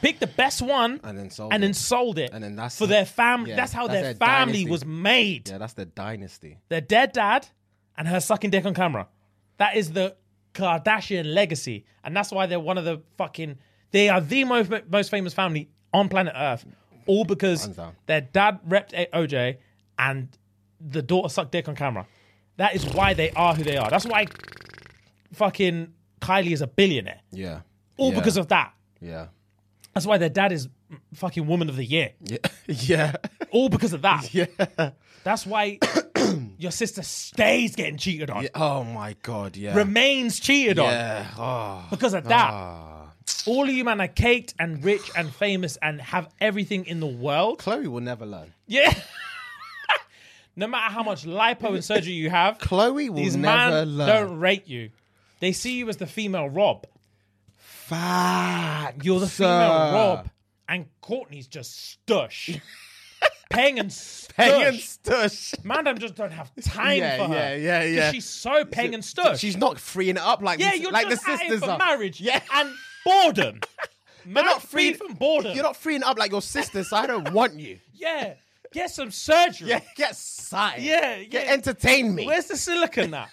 Speaker 1: Picked the best one
Speaker 2: And then sold
Speaker 1: and then
Speaker 2: it.
Speaker 1: sold it.
Speaker 2: Oh, And then that's-
Speaker 1: for their family.
Speaker 2: yeah,
Speaker 1: that's how
Speaker 2: that's
Speaker 1: their,
Speaker 2: their
Speaker 1: family
Speaker 2: dynasty.
Speaker 1: was made.
Speaker 2: Yeah, that's the dynasty.
Speaker 1: Their dead dad and her sucking dick on camera. That is the Kardashian legacy. And that's why they're one of the fucking they are the most most famous family on planet Earth. All because
Speaker 2: Hands down.
Speaker 1: their dad repped A- OJ and the daughter sucked dick on camera. That is why they are who they are. That's why fucking Kylie is a billionaire.
Speaker 2: Yeah.
Speaker 1: All
Speaker 2: Yeah.
Speaker 1: because of that.
Speaker 2: yeah.
Speaker 1: That's why their dad is fucking woman of the year.
Speaker 2: yeah.
Speaker 1: All because of that. Yeah. That's why your sister stays getting cheated on,
Speaker 2: Oh my god. Yeah.
Speaker 1: remains cheated on
Speaker 2: yeah. Ah. Oh.
Speaker 1: because of that. All of you man are caked and rich and famous and have everything in the world.
Speaker 2: Chloe will never learn.
Speaker 1: Yeah. no matter how much lipo and surgery you have,
Speaker 2: Chloe will
Speaker 1: these
Speaker 2: never
Speaker 1: man
Speaker 2: learn.
Speaker 1: don't rate you. They see you as the female Rob.
Speaker 2: Fuck.
Speaker 1: You're the female Rob, and Courtney's just stush. Peng and stush.
Speaker 2: Peng and stush.
Speaker 1: Mandam just don't have time
Speaker 2: Yeah,
Speaker 1: for her.
Speaker 2: yeah, yeah, yeah.
Speaker 1: She's so peng and stush.
Speaker 2: She's not freeing it up like
Speaker 1: yeah,
Speaker 2: the,
Speaker 1: you're
Speaker 2: like
Speaker 1: just
Speaker 2: the
Speaker 1: out here
Speaker 2: sisters
Speaker 1: for
Speaker 2: are.
Speaker 1: marriage
Speaker 2: Yeah.
Speaker 1: and boredom. Man,
Speaker 2: not
Speaker 1: free
Speaker 2: free
Speaker 1: from boredom.
Speaker 2: You're not freeing up like your sister, so I don't want you.
Speaker 1: yeah, get some surgery.
Speaker 2: Yeah, get side.
Speaker 1: Yeah,
Speaker 2: Get
Speaker 1: yeah.
Speaker 2: entertain me.
Speaker 1: Where's the silicon now?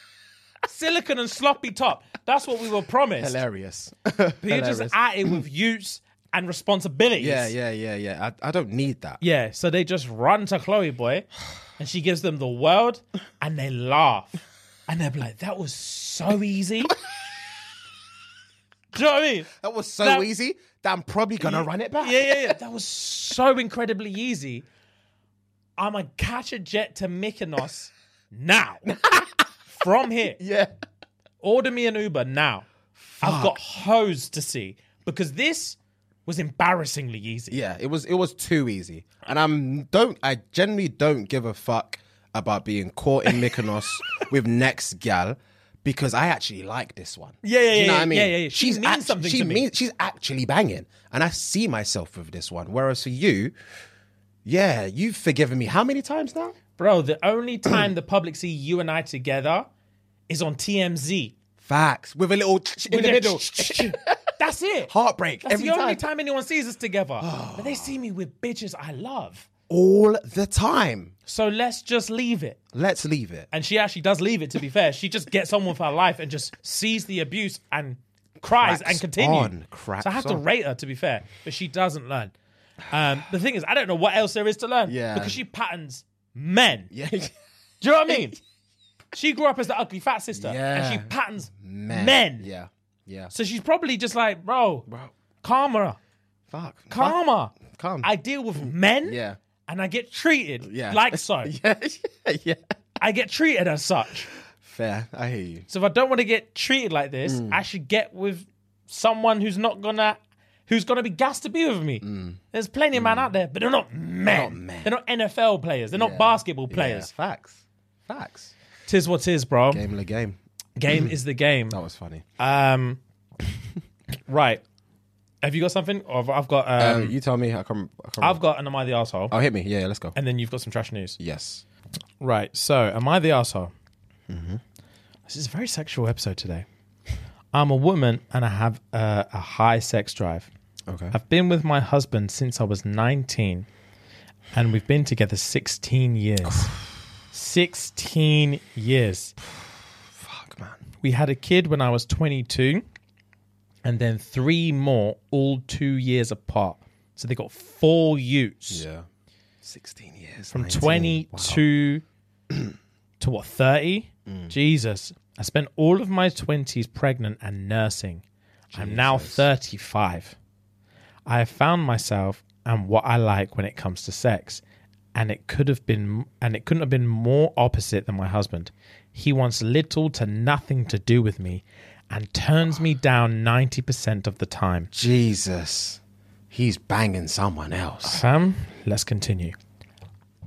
Speaker 1: silicon and sloppy top. That's what we were promised.
Speaker 2: Hilarious.
Speaker 1: But you're just at it with use and responsibilities.
Speaker 2: yeah, yeah, yeah, yeah. I, I don't need that.
Speaker 1: Yeah, so they just run to Chloe Boy and she gives them the world and they laugh. And they're like, that was so easy. Do you know what I mean?
Speaker 2: That was so
Speaker 1: That-
Speaker 2: easy that I'm probably gonna run it back.
Speaker 1: Yeah, yeah, yeah. That was so incredibly easy. I'm going to catch a jet to Mykonos now. From here.
Speaker 2: Yeah.
Speaker 1: Order me an Uber now. I've got hoes to see because this was embarrassingly easy.
Speaker 2: Yeah, it was it was too easy. And I'm don't I generally don't give a fuck about being caught in Mykonos with next gal because I actually like this one.
Speaker 1: Yeah, yeah,
Speaker 2: Do
Speaker 1: yeah,
Speaker 2: You know
Speaker 1: yeah,
Speaker 2: what I mean?
Speaker 1: yeah, yeah, yeah. She means
Speaker 2: act-
Speaker 1: something
Speaker 2: she
Speaker 1: to me.
Speaker 2: means she's actually banging. And I see myself with this one. Whereas for you, yeah, you've forgiven me how many times now?
Speaker 1: Bro, the only time the public see you and I together is on TMZ.
Speaker 2: Facts. With a little in the middle.
Speaker 1: That's it.
Speaker 2: Heartbreak
Speaker 1: That's
Speaker 2: every
Speaker 1: the only
Speaker 2: time.
Speaker 1: time anyone sees us together. but they see me with bitches I love.
Speaker 2: All the time.
Speaker 1: So let's just leave it.
Speaker 2: Let's leave it.
Speaker 1: And she actually does leave it, to be fair. She just gets on with her life and just sees the abuse and cries
Speaker 2: Cracks
Speaker 1: and continues.
Speaker 2: on, cracks
Speaker 1: so I have to
Speaker 2: on.
Speaker 1: rate her, to be fair. But she doesn't learn. Um, the thing is, I don't know what else there is to learn.
Speaker 2: Yeah.
Speaker 1: Because she patterns men.
Speaker 2: Yeah.
Speaker 1: Do you know what I mean? she grew up as the ugly fat sister, and
Speaker 2: Yeah.
Speaker 1: she patterns men.
Speaker 2: Yeah. Yeah.
Speaker 1: So she's probably just like, bro,
Speaker 2: Bro.
Speaker 1: karma,
Speaker 2: Fuck.
Speaker 1: karma.
Speaker 2: Calm.
Speaker 1: I deal with men,
Speaker 2: Yeah.
Speaker 1: and I get treated
Speaker 2: Yeah.
Speaker 1: like so.
Speaker 2: yeah. Yeah.
Speaker 1: I get treated as such.
Speaker 2: Fair. I hear you.
Speaker 1: So if I don't want to get treated like this,
Speaker 2: Mm.
Speaker 1: I should get with someone who's not gonna. Who's gonna be gassed to be with me? There's plenty of men out there, but they're not men.
Speaker 2: Mm. not men.
Speaker 1: They're not NFL players. They're not basketball players.
Speaker 2: Yeah. Facts. Facts.
Speaker 1: Tis what tis, bro. Game,
Speaker 2: Game of the game.
Speaker 1: is the game.
Speaker 2: That was funny.
Speaker 1: Um, right. Have you got something? Or have- I've got. Um,
Speaker 2: Um, you tell me. I can't. I can't
Speaker 1: I've got an Am I the asshole?
Speaker 2: oh, hit me. Yeah, yeah, let's go.
Speaker 1: and then you've got some trash news.
Speaker 2: Yes.
Speaker 1: Right. So, am I the asshole?
Speaker 2: Mm-hmm.
Speaker 1: This is a very sexual episode today. I'm a woman and I have uh, a high sex drive.
Speaker 2: Okay.
Speaker 1: I've been with my husband since I was 19 and we've been together 16 years. 16 years.
Speaker 2: Fuck, man.
Speaker 1: We had a kid when I was 22, and then three more, all two years apart. So they got four utes
Speaker 2: Yeah. 16 years.
Speaker 1: from
Speaker 2: 19.
Speaker 1: 22 to what, 30? Jesus. I spent all of my 20s pregnant and nursing. I'm now 35. I have found myself and what I like when it comes to sex. And it could have been, and it couldn't have been more opposite than my husband. He wants little to nothing to do with me, and turns me down ninety percent of the time.
Speaker 2: Jesus. He's banging someone else.
Speaker 1: Fam, let's continue.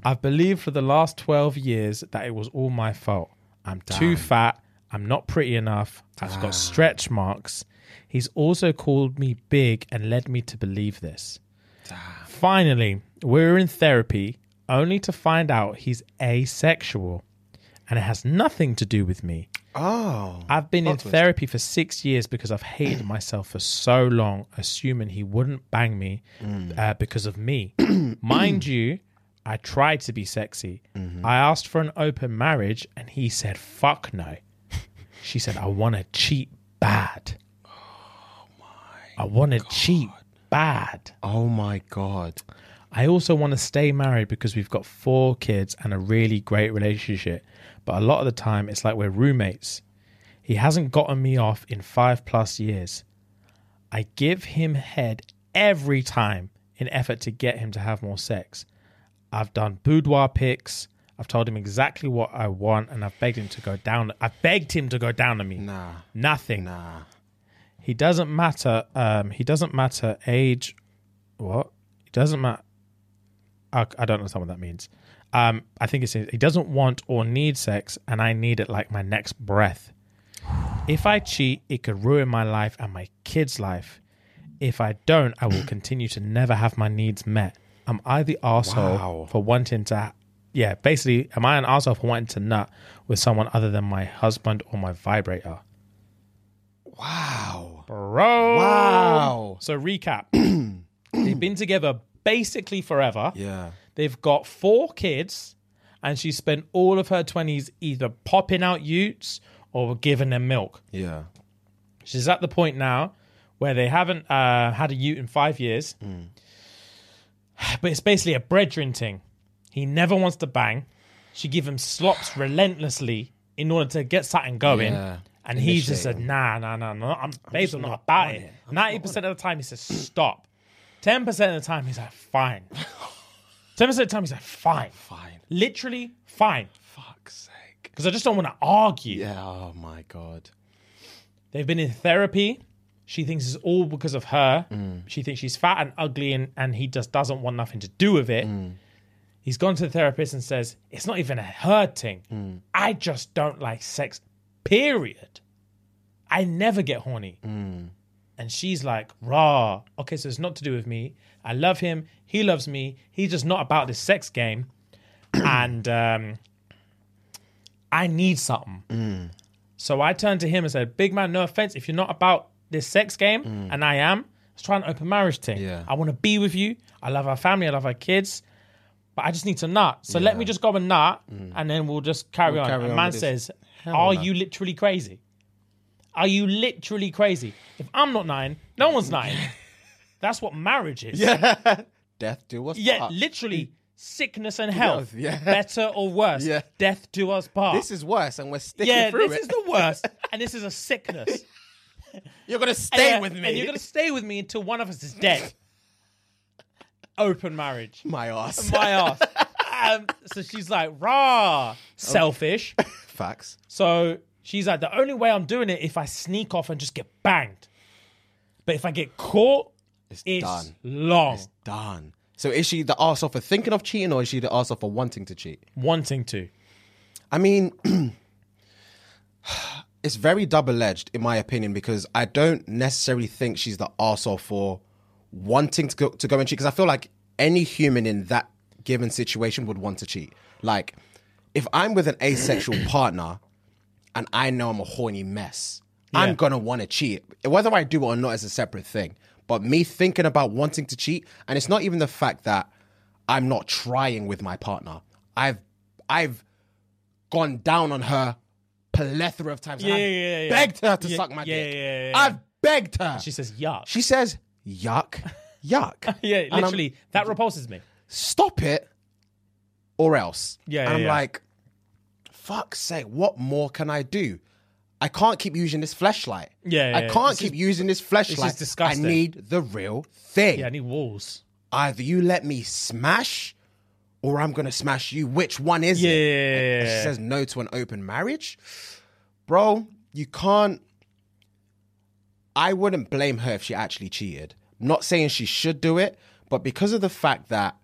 Speaker 1: I've believed for the last 12 years that it was all my fault. I'm too fat. I'm not pretty enough. I've got stretch marks. He's also called me big and led me to believe this. Finally, we're in therapy only to find out he's asexual and it has nothing to do with me.
Speaker 2: Oh.
Speaker 1: I've been in therapy for six years because I've hated myself for so long, assuming he wouldn't bang me uh, because of me. Mind you, I tried to be sexy. I asked for an open marriage and he said, fuck no. She said, I want to cheat bad. I want to cheat bad.
Speaker 2: Oh, my God.
Speaker 1: I also want to stay married because we've got four kids and a really great relationship. But a lot of the time, it's like we're roommates. He hasn't gotten me off in five plus years. I give him head every time in effort to get him to have more sex. I've done boudoir pics. I've told him exactly what I want, and I've begged him to go down. I begged him to go down on me.
Speaker 2: Nah.
Speaker 1: nothing.
Speaker 2: Nah.
Speaker 1: He doesn't matter. Um, he doesn't matter age. What? He doesn't matter. I, I don't understand what that means. Um, I think it's he doesn't want or need sex, and I need it like my next breath. If I cheat, it could ruin my life and my kid's life. If I don't, I will continue to never have my needs met. Am I the asshole
Speaker 2: Wow.
Speaker 1: for wanting to? Yeah, basically, am I an asshole for wanting to nut with someone other than my husband or my vibrator?
Speaker 2: Wow.
Speaker 1: Bro.
Speaker 2: Wow.
Speaker 1: So recap. They've been together basically forever.
Speaker 2: Yeah.
Speaker 1: They've got four kids, and she spent all of her twenties either popping out utes or giving them milk.
Speaker 2: Yeah.
Speaker 1: She's at the point now where they haven't uh, had a ute in five years, but it's basically a brethren thing. He never wants to bang. She give him slops relentlessly in order to get something going.
Speaker 2: Yeah.
Speaker 1: And he just said, nah, nah, nah, nah. I'm, babes, I'm not about it. 90% of the time, he says, stop. 10% of the time, he's like, fine. 10% of the time, he's like, fine.
Speaker 2: Fine.
Speaker 1: Literally, fine.
Speaker 2: Fuck's sake.
Speaker 1: Because I just don't want to argue.
Speaker 2: Yeah. Oh my god.
Speaker 1: They've been in therapy. She thinks it's all because of her. She thinks she's fat and ugly, and, and he just doesn't want nothing to do with it. He's gone to the therapist and says, It's not even a her thing. I just don't like sex, period. I never get horny. And she's like, Rah, okay, so it's not to do with me. I love him. He loves me. He's just not about this sex game. and um, I need something. So I turned to him and said, Big man, no offense, if you're not about this sex game, and I am, let's try an open marriage thing.
Speaker 2: Yeah.
Speaker 1: I want to be with you. I love our family. I love our kids. But I just need to nut. So let me just go and nut, and then we'll just carry on.
Speaker 2: Mm. carry
Speaker 1: and
Speaker 2: on
Speaker 1: man
Speaker 2: with this.
Speaker 1: says,
Speaker 2: Hell
Speaker 1: Are
Speaker 2: no.
Speaker 1: you literally crazy? Are you literally crazy? If I'm not nine, no one's nine. That's what marriage is. Yeah,
Speaker 2: Death do us part.
Speaker 1: literally sickness and health.
Speaker 2: Yeah.
Speaker 1: Better or worse,
Speaker 2: Yeah.
Speaker 1: death do us part.
Speaker 2: This is worse, and we're sticking
Speaker 1: Oh. yeah,
Speaker 2: through
Speaker 1: this
Speaker 2: it.
Speaker 1: is the worst, and this is a sickness.
Speaker 2: You're gonna stay
Speaker 1: Yeah,
Speaker 2: with me.
Speaker 1: and you're gonna stay with me until one of us is dead. Open marriage.
Speaker 2: my ass.
Speaker 1: My ass. Um, so she's like, rah, selfish.
Speaker 2: Facts.
Speaker 1: So she's like, the only way I'm doing it if I sneak off and just get banged. But if I get caught, it's,
Speaker 2: done.
Speaker 1: long.
Speaker 2: Done. So is she the arsehole for thinking of cheating, or is she the arsehole for wanting to cheat?
Speaker 1: Wanting to.
Speaker 2: I mean, it's very double edged, in my opinion, because I don't necessarily think she's the arsehole for wanting to go, to go and cheat. Because I feel like any human in that given situation would want to cheat. Like, if I'm with an asexual partner and I know I'm a horny mess, I'm going to want to cheat. Whether I do it or not is a separate thing. But me thinking about wanting to cheat, and it's not even the fact that I'm not trying with my partner. I've, I've, gone down on her plethora of times. and
Speaker 1: Yeah,
Speaker 2: I've
Speaker 1: yeah, yeah.
Speaker 2: Begged her to
Speaker 1: Yeah,
Speaker 2: suck my
Speaker 1: yeah,
Speaker 2: dick.
Speaker 1: yeah, yeah, yeah.
Speaker 2: I've begged her.
Speaker 1: She says, yuck.
Speaker 2: she says, yuck, yuck.
Speaker 1: yeah,
Speaker 2: I'm-
Speaker 1: literally, that repulses me.
Speaker 2: Stop it or else.
Speaker 1: Yeah,
Speaker 2: And
Speaker 1: yeah,
Speaker 2: I'm
Speaker 1: yeah.
Speaker 2: like, fuck's sake, what more can I do? I can't keep using this flashlight.
Speaker 1: Yeah, yeah,
Speaker 2: I
Speaker 1: yeah.
Speaker 2: can't
Speaker 1: This
Speaker 2: keep using this flashlight.
Speaker 1: disgusting.
Speaker 2: I need the real thing.
Speaker 1: Yeah, I need walls.
Speaker 2: Either you let me smash or I'm going to smash you. Which one is
Speaker 1: Yeah.
Speaker 2: it? and she says no to an open marriage, bro, you can't. I wouldn't blame her if she actually cheated. Not saying she should do it, but because of the fact that,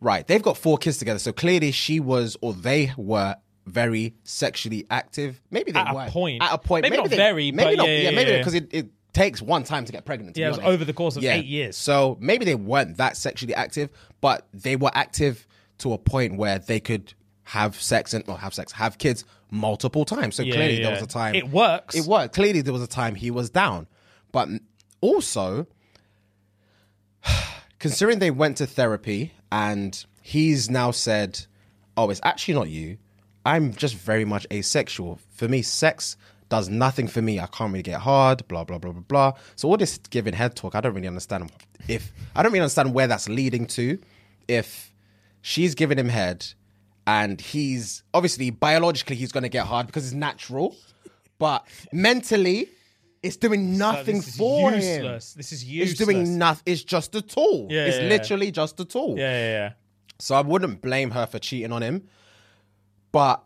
Speaker 2: right, they've got four kids together, so clearly she was or they were very sexually active. Maybe they
Speaker 1: At a
Speaker 2: were
Speaker 1: point.
Speaker 2: at a point.
Speaker 1: Maybe not
Speaker 2: they-
Speaker 1: very,
Speaker 2: Maybe
Speaker 1: but
Speaker 2: not.
Speaker 1: yeah, yeah,
Speaker 2: maybe
Speaker 1: yeah.
Speaker 2: because it, it takes one time to get pregnant. to
Speaker 1: Yeah,
Speaker 2: be
Speaker 1: it was
Speaker 2: honest.
Speaker 1: over the course of eight years.
Speaker 2: So maybe they weren't that sexually active, but they were active to a point where they could have sex and or have sex, have kids multiple times. So
Speaker 1: Yeah,
Speaker 2: clearly
Speaker 1: yeah.
Speaker 2: there was a time
Speaker 1: It works.
Speaker 2: It worked. Clearly there was a time he was down, but also considering they went to therapy and he's now said, "Oh, it's actually not you. I'm just very much asexual. For me, sex." Does nothing for me. I can't really get hard. Blah blah blah blah blah. So all this giving head talk, I don't really understand. If I don't really understand where that's leading to, if she's giving him head, and he's obviously biologically he's going to get hard because it's natural, but mentally It's doing nothing
Speaker 1: this is
Speaker 2: for
Speaker 1: useless.
Speaker 2: him.
Speaker 1: This is
Speaker 2: It's doing
Speaker 1: useless.
Speaker 2: nothing. It's just a tool.
Speaker 1: Yeah,
Speaker 2: it's
Speaker 1: yeah, yeah.
Speaker 2: literally just a tool.
Speaker 1: Yeah, yeah, yeah.
Speaker 2: So I wouldn't blame her for cheating on him. But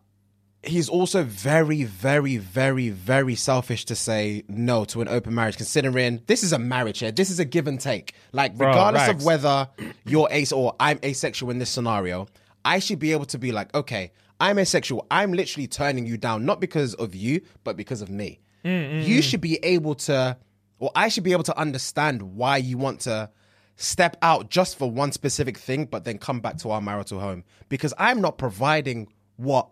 Speaker 2: he's also very, very, very, very selfish to say no to an open marriage, considering this is a marriage here. This is a give and take. Like, regardless of
Speaker 1: rags.
Speaker 2: whether you're ace or I'm asexual in this scenario, I should be able to be like, okay, I'm asexual. I'm literally turning you down, not because of you, but because of me. You should be able to, or I should be able to understand why you want to step out just for one specific thing, but then come back to our marital home because I'm not providing what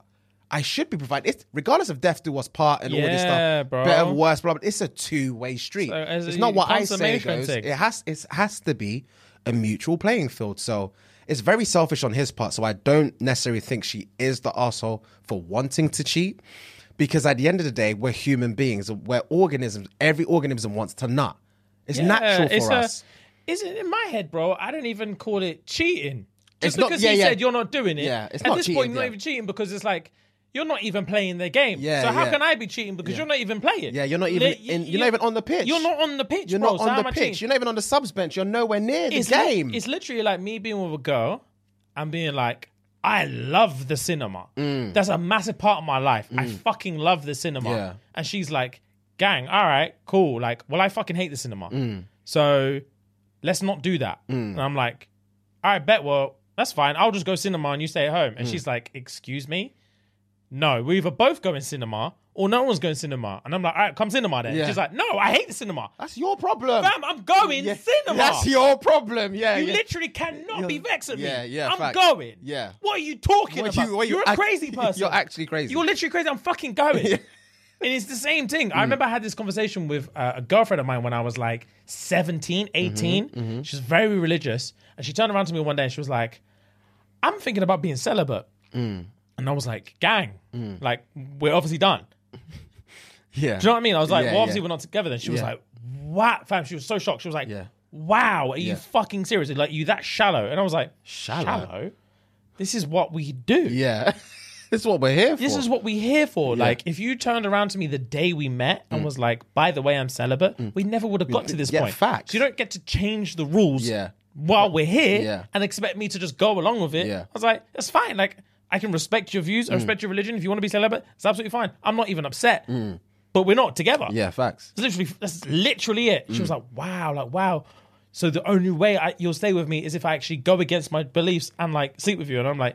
Speaker 2: I should be providing. It's regardless of death do us part and all
Speaker 1: Yeah,
Speaker 2: this stuff,
Speaker 1: bro.
Speaker 2: better, worse, blah, blah. It's a two way street.
Speaker 1: So, as
Speaker 2: it's
Speaker 1: a
Speaker 2: not what I say
Speaker 1: consummation
Speaker 2: goes.
Speaker 1: thing.
Speaker 2: It has it has to be a mutual playing field. So it's very selfish on his part. So I don't necessarily think she is the asshole for wanting to cheat. Because at the end of the day, we're human beings. We're organisms. Every organism wants to nut. It's natural for
Speaker 1: it's a-
Speaker 2: us.
Speaker 1: Is it in my head, bro? I don't even call it cheating. Just
Speaker 2: It's not-
Speaker 1: because
Speaker 2: yeah,
Speaker 1: he
Speaker 2: yeah.
Speaker 1: said you're not doing it.
Speaker 2: Yeah, it's
Speaker 1: at
Speaker 2: not
Speaker 1: this
Speaker 2: cheating,
Speaker 1: point, you're
Speaker 2: yeah.
Speaker 1: not even cheating because it's like you're not even playing their game.
Speaker 2: Yeah,
Speaker 1: so how
Speaker 2: yeah.
Speaker 1: can I be cheating because you're not even playing?
Speaker 2: Yeah, you're not even in- you're not even on the pitch.
Speaker 1: You're not on the pitch.
Speaker 2: You're
Speaker 1: bro,
Speaker 2: not
Speaker 1: so
Speaker 2: on
Speaker 1: how
Speaker 2: the
Speaker 1: am I
Speaker 2: pitch.
Speaker 1: cheating?
Speaker 2: You're not even on the subs bench. You're nowhere near the
Speaker 1: it's li-
Speaker 2: game.
Speaker 1: it's literally like me being with a girl and being like, I love the cinema. That's a massive part of my life. I fucking love the cinema.
Speaker 2: Mm. Yeah.
Speaker 1: And she's like, gang, all right, cool. Like, well, I fucking hate the cinema.
Speaker 2: Mm.
Speaker 1: So let's not do that. And I'm like, all right, bet. Well, that's fine. I'll just go cinema and you stay at home.
Speaker 2: Mm.
Speaker 1: And she's like, excuse me? No, we either both go in cinema or no one's going cinema. And I'm like, all right, come cinema then.
Speaker 2: Yeah.
Speaker 1: She's like, no, I hate the cinema.
Speaker 2: That's your problem.
Speaker 1: Fam, I'm going
Speaker 2: Yeah.
Speaker 1: cinema.
Speaker 2: That's your problem. Yeah.
Speaker 1: You
Speaker 2: yeah.
Speaker 1: literally cannot be vexed at me.
Speaker 2: yeah, yeah,
Speaker 1: I'm
Speaker 2: facts.
Speaker 1: going.
Speaker 2: Yeah.
Speaker 1: What are you talking
Speaker 2: What
Speaker 1: about?
Speaker 2: you- what you
Speaker 1: you, are a
Speaker 2: act-
Speaker 1: crazy person.
Speaker 2: You're actually crazy.
Speaker 1: You're literally crazy. I'm fucking going. and it's the same thing.
Speaker 2: Mm.
Speaker 1: I remember I had this conversation with uh, a girlfriend of mine when I was like 17,
Speaker 2: Mm-hmm,
Speaker 1: 18. She's very religious. And she turned around to me one day and she was like, I'm thinking about being celibate.
Speaker 2: Mm.
Speaker 1: And I was like, gang, like, we're obviously done.
Speaker 2: yeah.
Speaker 1: Do you know what I mean? I was like,
Speaker 2: Yeah,
Speaker 1: well, obviously
Speaker 2: yeah.
Speaker 1: we're not together. Then she was
Speaker 2: Yeah.
Speaker 1: like, wow, fam. She was so shocked. She was like,
Speaker 2: Yeah.
Speaker 1: wow, are
Speaker 2: Yeah.
Speaker 1: you fucking serious? Like, you that shallow? And I was like,
Speaker 2: Shallow?
Speaker 1: shallow. This is what we do.
Speaker 2: Yeah. this is what we're here for.
Speaker 1: This is what we here for. Like, if you turned around to me the day we met
Speaker 2: Mm.
Speaker 1: and was like, "By the way, I'm celibate," we never would have got to this
Speaker 2: yeah,
Speaker 1: point.
Speaker 2: facts.
Speaker 1: So you don't get to change the rules.
Speaker 2: Yeah.
Speaker 1: While we're here
Speaker 2: Yeah.
Speaker 1: and expect me to just go along with it.
Speaker 2: Yeah. Mm.
Speaker 1: I was like, that's fine. Like, I can respect your views. I respect your religion. If you want to be celibate, it's absolutely fine. I'm not even upset.
Speaker 2: Mm.
Speaker 1: But we're not together.
Speaker 2: yeah. Facts.
Speaker 1: It's literally, that's literally it. She was
Speaker 2: Mm.
Speaker 1: like, wow, like, wow. So the only way I, you'll stay with me is if I actually go against my beliefs and like sleep with you. And I'm like,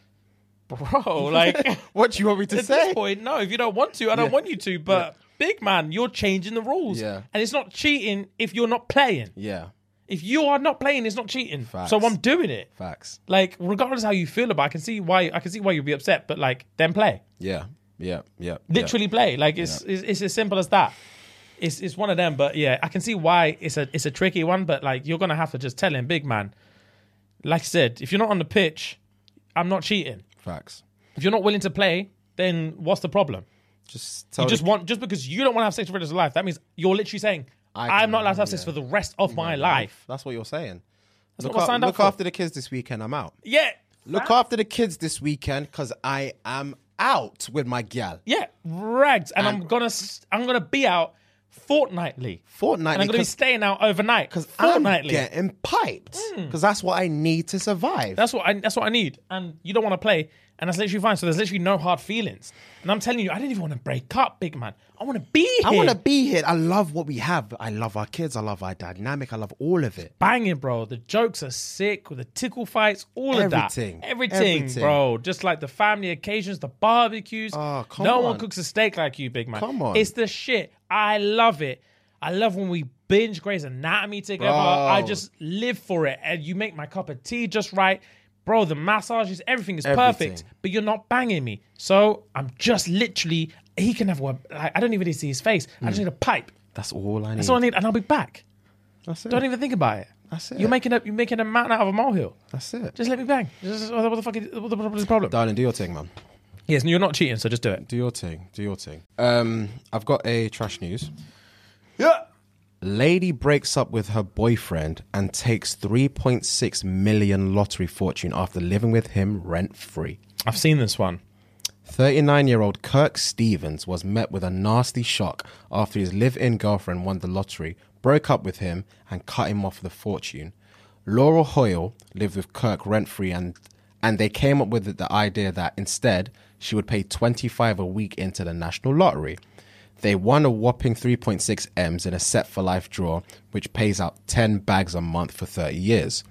Speaker 1: bro, like at
Speaker 2: What do you want me to say?
Speaker 1: this point, no, if you don't want to, I don't want you to. But big man, you're changing the rules.
Speaker 2: Yeah.
Speaker 1: And it's not cheating if you're not playing.
Speaker 2: Yeah.
Speaker 1: If you are not playing, it's not cheating. So I'm doing it.
Speaker 2: Facts.
Speaker 1: Like, regardless how you feel about it, I can see why I can see why you'll be upset, but like then play
Speaker 2: Yeah. Yeah. Yeah.
Speaker 1: literally play. Like it's, it's it's as simple as that. It's it's one of them, but yeah, I can see why it's a it's a tricky one. But like you're gonna have to just tell him, big man. Like I said, if you're not on the pitch, I'm not cheating.
Speaker 2: Yeah. Facts.
Speaker 1: If you're not willing to play, then what's the problem?
Speaker 2: Just tell
Speaker 1: You just
Speaker 2: the-
Speaker 1: want just because you don't want to have sex for the rest of your life, that means you're literally saying
Speaker 2: I
Speaker 1: I'm not allowed to have sex for the rest of my life.
Speaker 2: That's what you're saying. look
Speaker 1: what I
Speaker 2: af-
Speaker 1: signed up
Speaker 2: look
Speaker 1: for.
Speaker 2: after the kids this weekend. I'm out.
Speaker 1: Yeah.
Speaker 2: Look after the kids this weekend because I am out with my gal.
Speaker 1: Yeah, rags, and I'm gonna s- I'm gonna be out fortnightly, and
Speaker 2: Fortnightly,
Speaker 1: I'm gonna be
Speaker 2: 'cause-
Speaker 1: staying out overnight because
Speaker 2: I'm
Speaker 1: fortnightly. Hmm.
Speaker 2: getting piped because that's what I need to survive.
Speaker 1: That's what I that's what I need. And you don't want to play, and that's literally fine. So there's literally no hard feelings. And I'm telling you, I didn't even want to break up, big man. I want to be here.
Speaker 2: I want to be here. I love what we have. I love our kids. I love our dynamic. I love all of it.
Speaker 1: banging, bro. The jokes are sick with the tickle fights, all
Speaker 2: Everything.
Speaker 1: of that. Everything.
Speaker 2: Everything.
Speaker 1: bro. Just like the family occasions, the barbecues.
Speaker 2: Oh, come
Speaker 1: no
Speaker 2: on.
Speaker 1: one cooks a steak like you, big man.
Speaker 2: Come on.
Speaker 1: It's the shit. I love it. I love when we binge Grey's Anatomy together.
Speaker 2: Bro.
Speaker 1: I just live for it. And you make my cup of tea just right. Bro, the massages, everything is perfect,
Speaker 2: Everything.
Speaker 1: but you're not banging me. So I'm just literally, he can have one. Like, I don't even need to see his face. I
Speaker 2: Mm.
Speaker 1: just need a pipe.
Speaker 2: That's all I need.
Speaker 1: That's all I need, and I'll be back.
Speaker 2: That's it.
Speaker 1: Don't even think about it.
Speaker 2: That's it.
Speaker 1: You're making a you're making a mountain out of a molehill.
Speaker 2: That's it.
Speaker 1: Just let me bang. Just, what, the, what the fuck? Is, what the, what is the problem?
Speaker 2: Darling, do your thing, man.
Speaker 1: Yes, and you're not cheating, so just do it.
Speaker 2: Do your thing. Do your thing. Um, I've got a trash news.
Speaker 1: Yeah.
Speaker 2: Lady breaks up with her boyfriend and takes 3.6 million lottery fortune after living with him rent free.
Speaker 1: I've seen this one.
Speaker 2: 39 year old Kirk Stevens was met with a nasty shock after his live in girlfriend won the lottery, broke up with him, and cut him off with a fortune. Laura Hoyle lived with Kirk rent free, and, and they came up with the idea that instead she would pay 25 a week into the national lottery. They won a whopping 3.6 M's in a set for life draw, which pays out 10 bags a month for 30 years.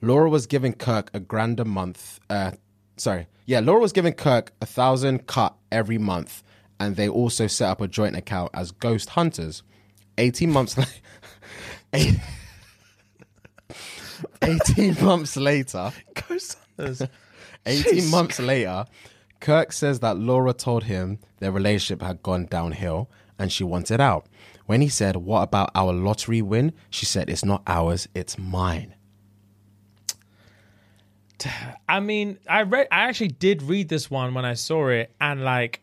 Speaker 2: Laura was giving Kirk a grand a month. Uh, sorry, yeah, Laura was giving Kirk a thousand cut every month, and they also set up a joint account as ghost hunters. Eighteen months later, eighteen months later,
Speaker 1: Ghost Hunters.
Speaker 2: 18 months later, Kirk says that Laura told him their relationship had gone downhill and she wanted out. When he said, What about our lottery win? She said, It's not ours, it's mine.
Speaker 1: I mean, I read, I actually did read this one when I saw it, and like,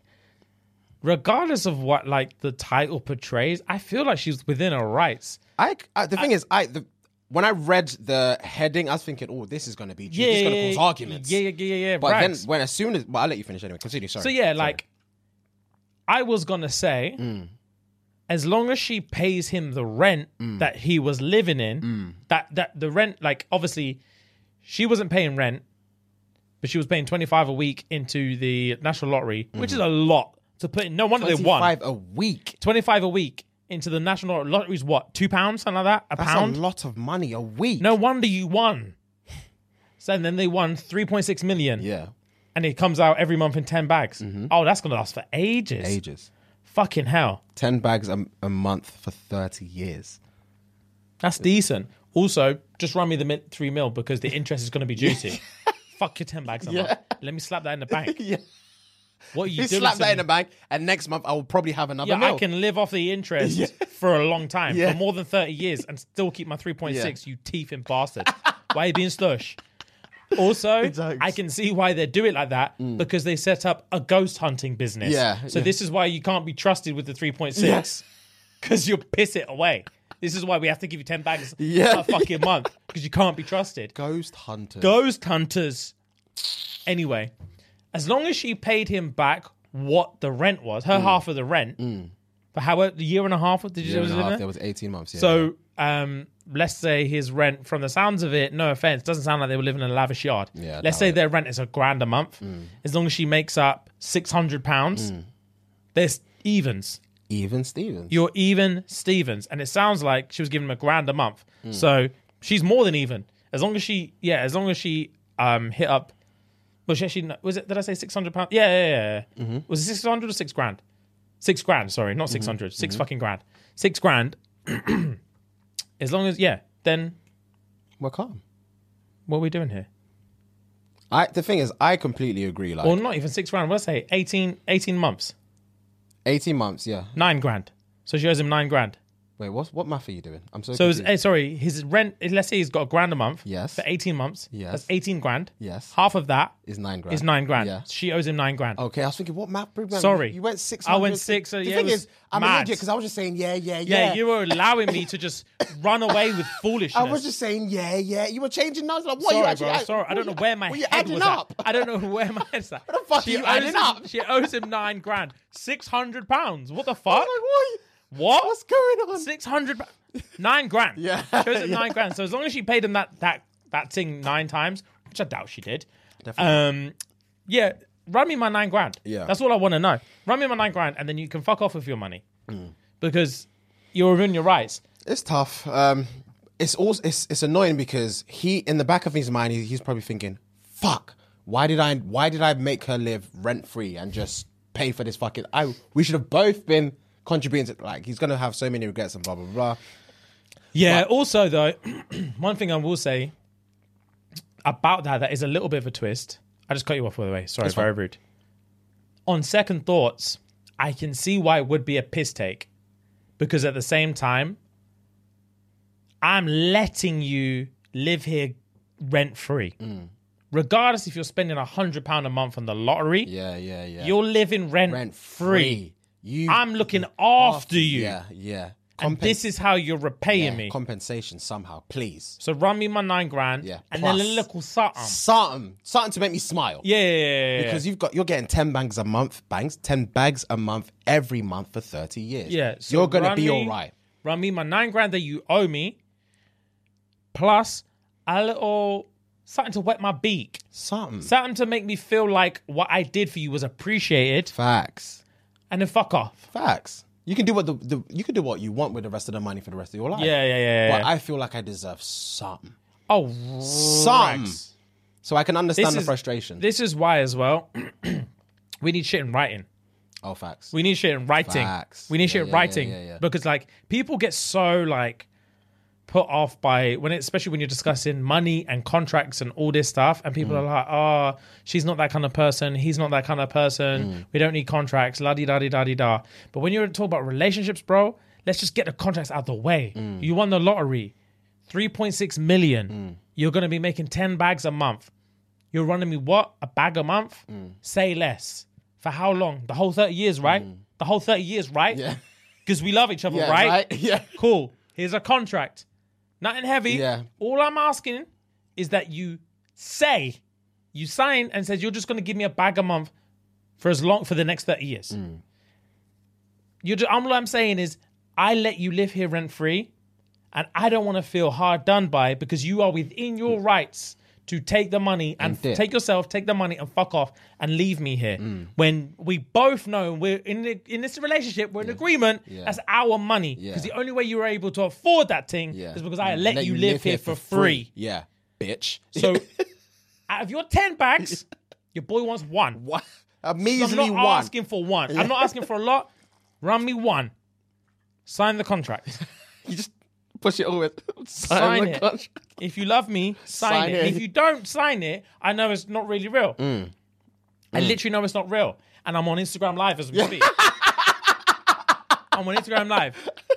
Speaker 1: regardless of what like the title portrays, I feel like she's within her rights.
Speaker 2: I, I the thing is, I the, when I read the heading, I was thinking, Oh, this is going to be,
Speaker 1: Yeah,
Speaker 2: this is going
Speaker 1: yeah,
Speaker 2: to cause
Speaker 1: yeah.
Speaker 2: arguments.
Speaker 1: Yeah, yeah, yeah, yeah. yeah,
Speaker 2: But
Speaker 1: right.
Speaker 2: then, when as soon as, well, I'll let you finish anyway. Continue, sorry.
Speaker 1: So Mm. yeah, like I was gonna say, as long as she pays him the rent that he was living in, that that the rent, like obviously, she wasn't paying rent, but she was paying twenty five a week into the national lottery, which is a lot to put in. No wonder they won
Speaker 2: 25 a week.
Speaker 1: twenty five a week into the national lottery is what two pounds, something like that, a
Speaker 2: That's
Speaker 1: pound.
Speaker 2: a lot of money a week.
Speaker 1: no wonder you won. So and then they won three point six million,
Speaker 2: Yeah.
Speaker 1: and it comes out every month in ten bags. Oh, that's gonna last for ages.
Speaker 2: Ages.
Speaker 1: Fucking hell.
Speaker 2: 10 bags a, a month for 30 years.
Speaker 1: That's decent. Also, just run me the mi- three mil because the interest is going to be juicy. Fuck your 10 bags a month. Let me slap that in the bank.
Speaker 2: Yeah.
Speaker 1: What are you
Speaker 2: You
Speaker 1: doing?
Speaker 2: slap
Speaker 1: to
Speaker 2: that in
Speaker 1: me?
Speaker 2: the bank, and next month I will probably have another
Speaker 1: yeah,
Speaker 2: meal.
Speaker 1: I can live off the interest for a long time,
Speaker 2: Yeah.
Speaker 1: for more than 30 years, and still keep my 3.6, you teething bastard. why are you being slush? Also,
Speaker 2: Exact.
Speaker 1: I can see why they do it like that because they set up a ghost hunting business.
Speaker 2: Mm. Yeah,
Speaker 1: So
Speaker 2: yeah.
Speaker 1: this is why you can't be trusted with the 3.6.
Speaker 2: Yes.
Speaker 1: because you'll piss it away. This is why we have to give you 10 bags
Speaker 2: Yeah.
Speaker 1: a fucking month because you can't be trusted.
Speaker 2: Ghost hunter.
Speaker 1: Ghost hunters. Anyway, as long as she paid him back what the rent was, her half of the rent, for how a year and a half did you
Speaker 2: Mm. Year
Speaker 1: say
Speaker 2: and
Speaker 1: was
Speaker 2: a
Speaker 1: it in
Speaker 2: half,
Speaker 1: there?
Speaker 2: there was 18 months. Yeah,
Speaker 1: So um, let's say his rent, from the sounds of it, no offense, doesn't sound like they were living in a lavish yard.
Speaker 2: Yeah, I
Speaker 1: let's
Speaker 2: doubt
Speaker 1: say
Speaker 2: it. Mm.
Speaker 1: their rent is a grand a month. As long as she makes up six hundred pounds, there's evens.
Speaker 2: yeah. even Stevens.
Speaker 1: You're even Stevens, and it sounds like she was giving him a grand a month.
Speaker 2: Hmm.
Speaker 1: So she's more than even. As long as she, yeah, as long as she um hit up. Well, she actually was it? Did I say six hundred pounds? Yeah, yeah, yeah. yeah.
Speaker 2: Mm-hmm.
Speaker 1: Was it six hundred or six grand? Six grand. Sorry, not six hundred, Six
Speaker 2: Mm-hmm.
Speaker 1: fucking grand. Six grand. as long as yeah, then
Speaker 2: We're calm.
Speaker 1: what are we doing here?
Speaker 2: I, the thing is, I completely agree. Like
Speaker 1: Or not even six grand. What did I say? 18, 18 months.
Speaker 2: 18 months, yeah.
Speaker 1: Nine grand. So she owes him nine grand.
Speaker 2: Wait, what what math are you doing? I'm so.
Speaker 1: So it's,
Speaker 2: confused.
Speaker 1: eh, sorry, his rent. Let's say he's got a grand a month.
Speaker 2: Yes.
Speaker 1: For eighteen months.
Speaker 2: Yes.
Speaker 1: That's eighteen grand.
Speaker 2: Yes.
Speaker 1: Half of that
Speaker 2: is nine grand.
Speaker 1: is nine grand.
Speaker 2: Uh, Yeah. Oh.
Speaker 1: She owes him nine grand.
Speaker 2: Okay, I was thinking, what math? program?
Speaker 1: Sorry.
Speaker 2: you went six.
Speaker 1: I went six, so
Speaker 2: the
Speaker 1: yeah,
Speaker 2: thing
Speaker 1: it was
Speaker 2: is, I'm an
Speaker 1: mad.
Speaker 2: idiot because I was just saying, yeah, yeah,
Speaker 1: yeah.
Speaker 2: yeah.
Speaker 1: you were allowing me to just run away with foolishness.
Speaker 2: I was just saying, yeah, yeah. You were changing numbers. Like, what
Speaker 1: sorry,
Speaker 2: are you actually?
Speaker 1: bro.
Speaker 2: I-
Speaker 1: sorry, I
Speaker 2: what
Speaker 1: don't
Speaker 2: you-
Speaker 1: know where my
Speaker 2: what you
Speaker 1: head
Speaker 2: adding
Speaker 1: was
Speaker 2: up?
Speaker 1: at. I don't know where my head's at. What
Speaker 2: the fuck are you adding
Speaker 1: owes him,
Speaker 2: up?
Speaker 1: She owes him nine grand, six hundred pounds. What the
Speaker 2: I
Speaker 1: fuck?
Speaker 2: was like, what?
Speaker 1: What?
Speaker 2: What's going on?
Speaker 1: Six hundred, nine grand.
Speaker 2: Yeah.
Speaker 1: she owes him nine grand. So as long as she paid him that that that thing nine times, which I doubt she did. Um, yeah, run me my nine grand.
Speaker 2: Yeah.
Speaker 1: that's all I want to know. Run me my nine grand, and then you can fuck off with your money
Speaker 2: Hmm.
Speaker 1: because you're within your rights.
Speaker 2: It's tough. Um, it's also it's it's annoying because he in the back of his mind he, he's probably thinking, "Fuck, why did I why did I make her live rent free and just pay for this fucking? I we should have both been contributing to like he's gonna have so many regrets and blah blah blah.
Speaker 1: Yeah. Also, though, one thing I will say about that that is a little bit of a twist. I just cut you off by the way. Sorry, very rude. On second thoughts, I can see why it would be a piss take, because at the same time, I'm letting you live here rent free,
Speaker 2: Mm.
Speaker 1: regardless if you're spending a hundred pound a month on the lottery.
Speaker 2: Yeah, yeah, yeah.
Speaker 1: You're living rent,
Speaker 2: rent
Speaker 1: free.
Speaker 2: free. You
Speaker 1: I'm looking after you.
Speaker 2: Yeah, yeah.
Speaker 1: and
Speaker 2: Compen-
Speaker 1: this is how you're repaying
Speaker 2: Yeah,
Speaker 1: me.
Speaker 2: Compensation somehow, please.
Speaker 1: so run me my nine grand,
Speaker 2: Yeah.
Speaker 1: and
Speaker 2: Plus.
Speaker 1: then a little something.
Speaker 2: Something, something to make me smile.
Speaker 1: Yeah, yeah, yeah, yeah.
Speaker 2: Because you've got you're getting ten bags a month, bangs ten bags a month every month for thirty years.
Speaker 1: yeah. so
Speaker 2: you're gonna
Speaker 1: run
Speaker 2: be
Speaker 1: me-
Speaker 2: all right.
Speaker 1: Run me my nine grand that you owe me, plus a little something to wet my beak,
Speaker 2: Something
Speaker 1: something to make me feel like what I did for you was appreciated,
Speaker 2: facts,
Speaker 1: and then fuck off.
Speaker 2: facts. You can do what the, the you can do what you want with the rest of the money for the rest of your life.
Speaker 1: Yeah, yeah, yeah. yeah.
Speaker 2: But I feel like I deserve something,
Speaker 1: oh,
Speaker 2: something.
Speaker 1: rags.
Speaker 2: So I can understand
Speaker 1: This
Speaker 2: the
Speaker 1: is-
Speaker 2: frustration.
Speaker 1: This is why, as well, we need shit in writing.
Speaker 2: oh, facts.
Speaker 1: We need shit in writing.
Speaker 2: Facts.
Speaker 1: We need
Speaker 2: Yeah,
Speaker 1: shit in
Speaker 2: yeah, yeah,
Speaker 1: writing
Speaker 2: yeah, yeah.
Speaker 1: because like people get so like put off by when it, especially when you're discussing money and contracts and all this stuff and
Speaker 2: Mm.
Speaker 1: people are like oh she's not that kind of person he's not that kind of
Speaker 2: Mm.
Speaker 1: person we don't need contracts la di da di da di da but when you're talking about relationships bro let's just get the contracts out the way
Speaker 2: Mm.
Speaker 1: you won the lottery 3.6 million
Speaker 2: Mm.
Speaker 1: you're going to be making 10 bags a month you're running me what? A bag a month?
Speaker 2: Mm.
Speaker 1: Say less. For how long? The whole 30 years, right? The whole 30 years, right?
Speaker 2: Mm. Yeah.
Speaker 1: Because we love each other,
Speaker 2: Yeah,
Speaker 1: right?
Speaker 2: right? Yeah.
Speaker 1: Cool. Here's a contract. Nothing heavy.
Speaker 2: Yeah.
Speaker 1: All I'm asking is that you say, you sign and says you're just going to give me a bag a month for as long for the next 30 years.
Speaker 2: Mm.
Speaker 1: You're just, I'm, all I'm saying is I let you live here rent free and I don't want to feel hard done by because you are within your rights to take the money and
Speaker 2: Mm. dip. Mm.
Speaker 1: take yourself, take the money and fuck off and leave me here. When we both know we're in the, in this relationship, we're in agreement.
Speaker 2: Yeah.
Speaker 1: That's our money because
Speaker 2: Yeah.
Speaker 1: the only way you were able to afford that thing
Speaker 2: Yeah.
Speaker 1: is because I let, you, live, here for free.
Speaker 2: Yeah, bitch.
Speaker 1: So out of your ten bags, your boy wants one.
Speaker 2: What? A
Speaker 1: I'm not
Speaker 2: measly one.
Speaker 1: asking for one. I'm not asking for a lot. Run me one. Sign the contract.
Speaker 2: You just push it over.
Speaker 1: Sign it. If you love me, sign,
Speaker 2: Sign
Speaker 1: it.
Speaker 2: it. Mm.
Speaker 1: If you don't sign it, I know it's not really real. I literally know it's not real. And I'm on Instagram Live as we speak. I'm on Instagram Live.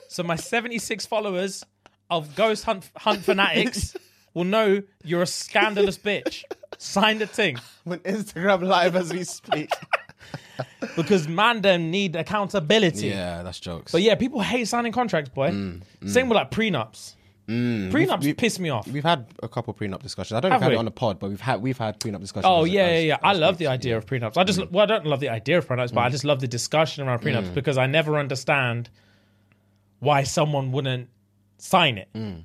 Speaker 1: So my 76 followers of Ghost Hunt, Hunt Fanatics will know you're a scandalous bitch. Sign the thing.
Speaker 2: on Instagram live as we speak.
Speaker 1: Because man, them need accountability.
Speaker 2: yeah, Mm, that's jokes.
Speaker 1: But yeah, people hate signing contracts, boy. Same with like prenups.
Speaker 2: Mm.
Speaker 1: Prenups piss me off.
Speaker 2: We've had a couple prenup discussions. I don't know
Speaker 1: Have
Speaker 2: if we had
Speaker 1: we?
Speaker 2: it on the pod, but we've had we've had prenup discussions.
Speaker 1: Oh
Speaker 2: as-
Speaker 1: yeah, yeah,
Speaker 2: as-
Speaker 1: yeah.
Speaker 2: as Mm.
Speaker 1: I love the
Speaker 2: groups.
Speaker 1: idea of prenups. I just well, I don't love the idea of prenups,
Speaker 2: Mm.
Speaker 1: but I just love the discussion around prenups because I never understand why someone wouldn't sign it.
Speaker 2: Mm.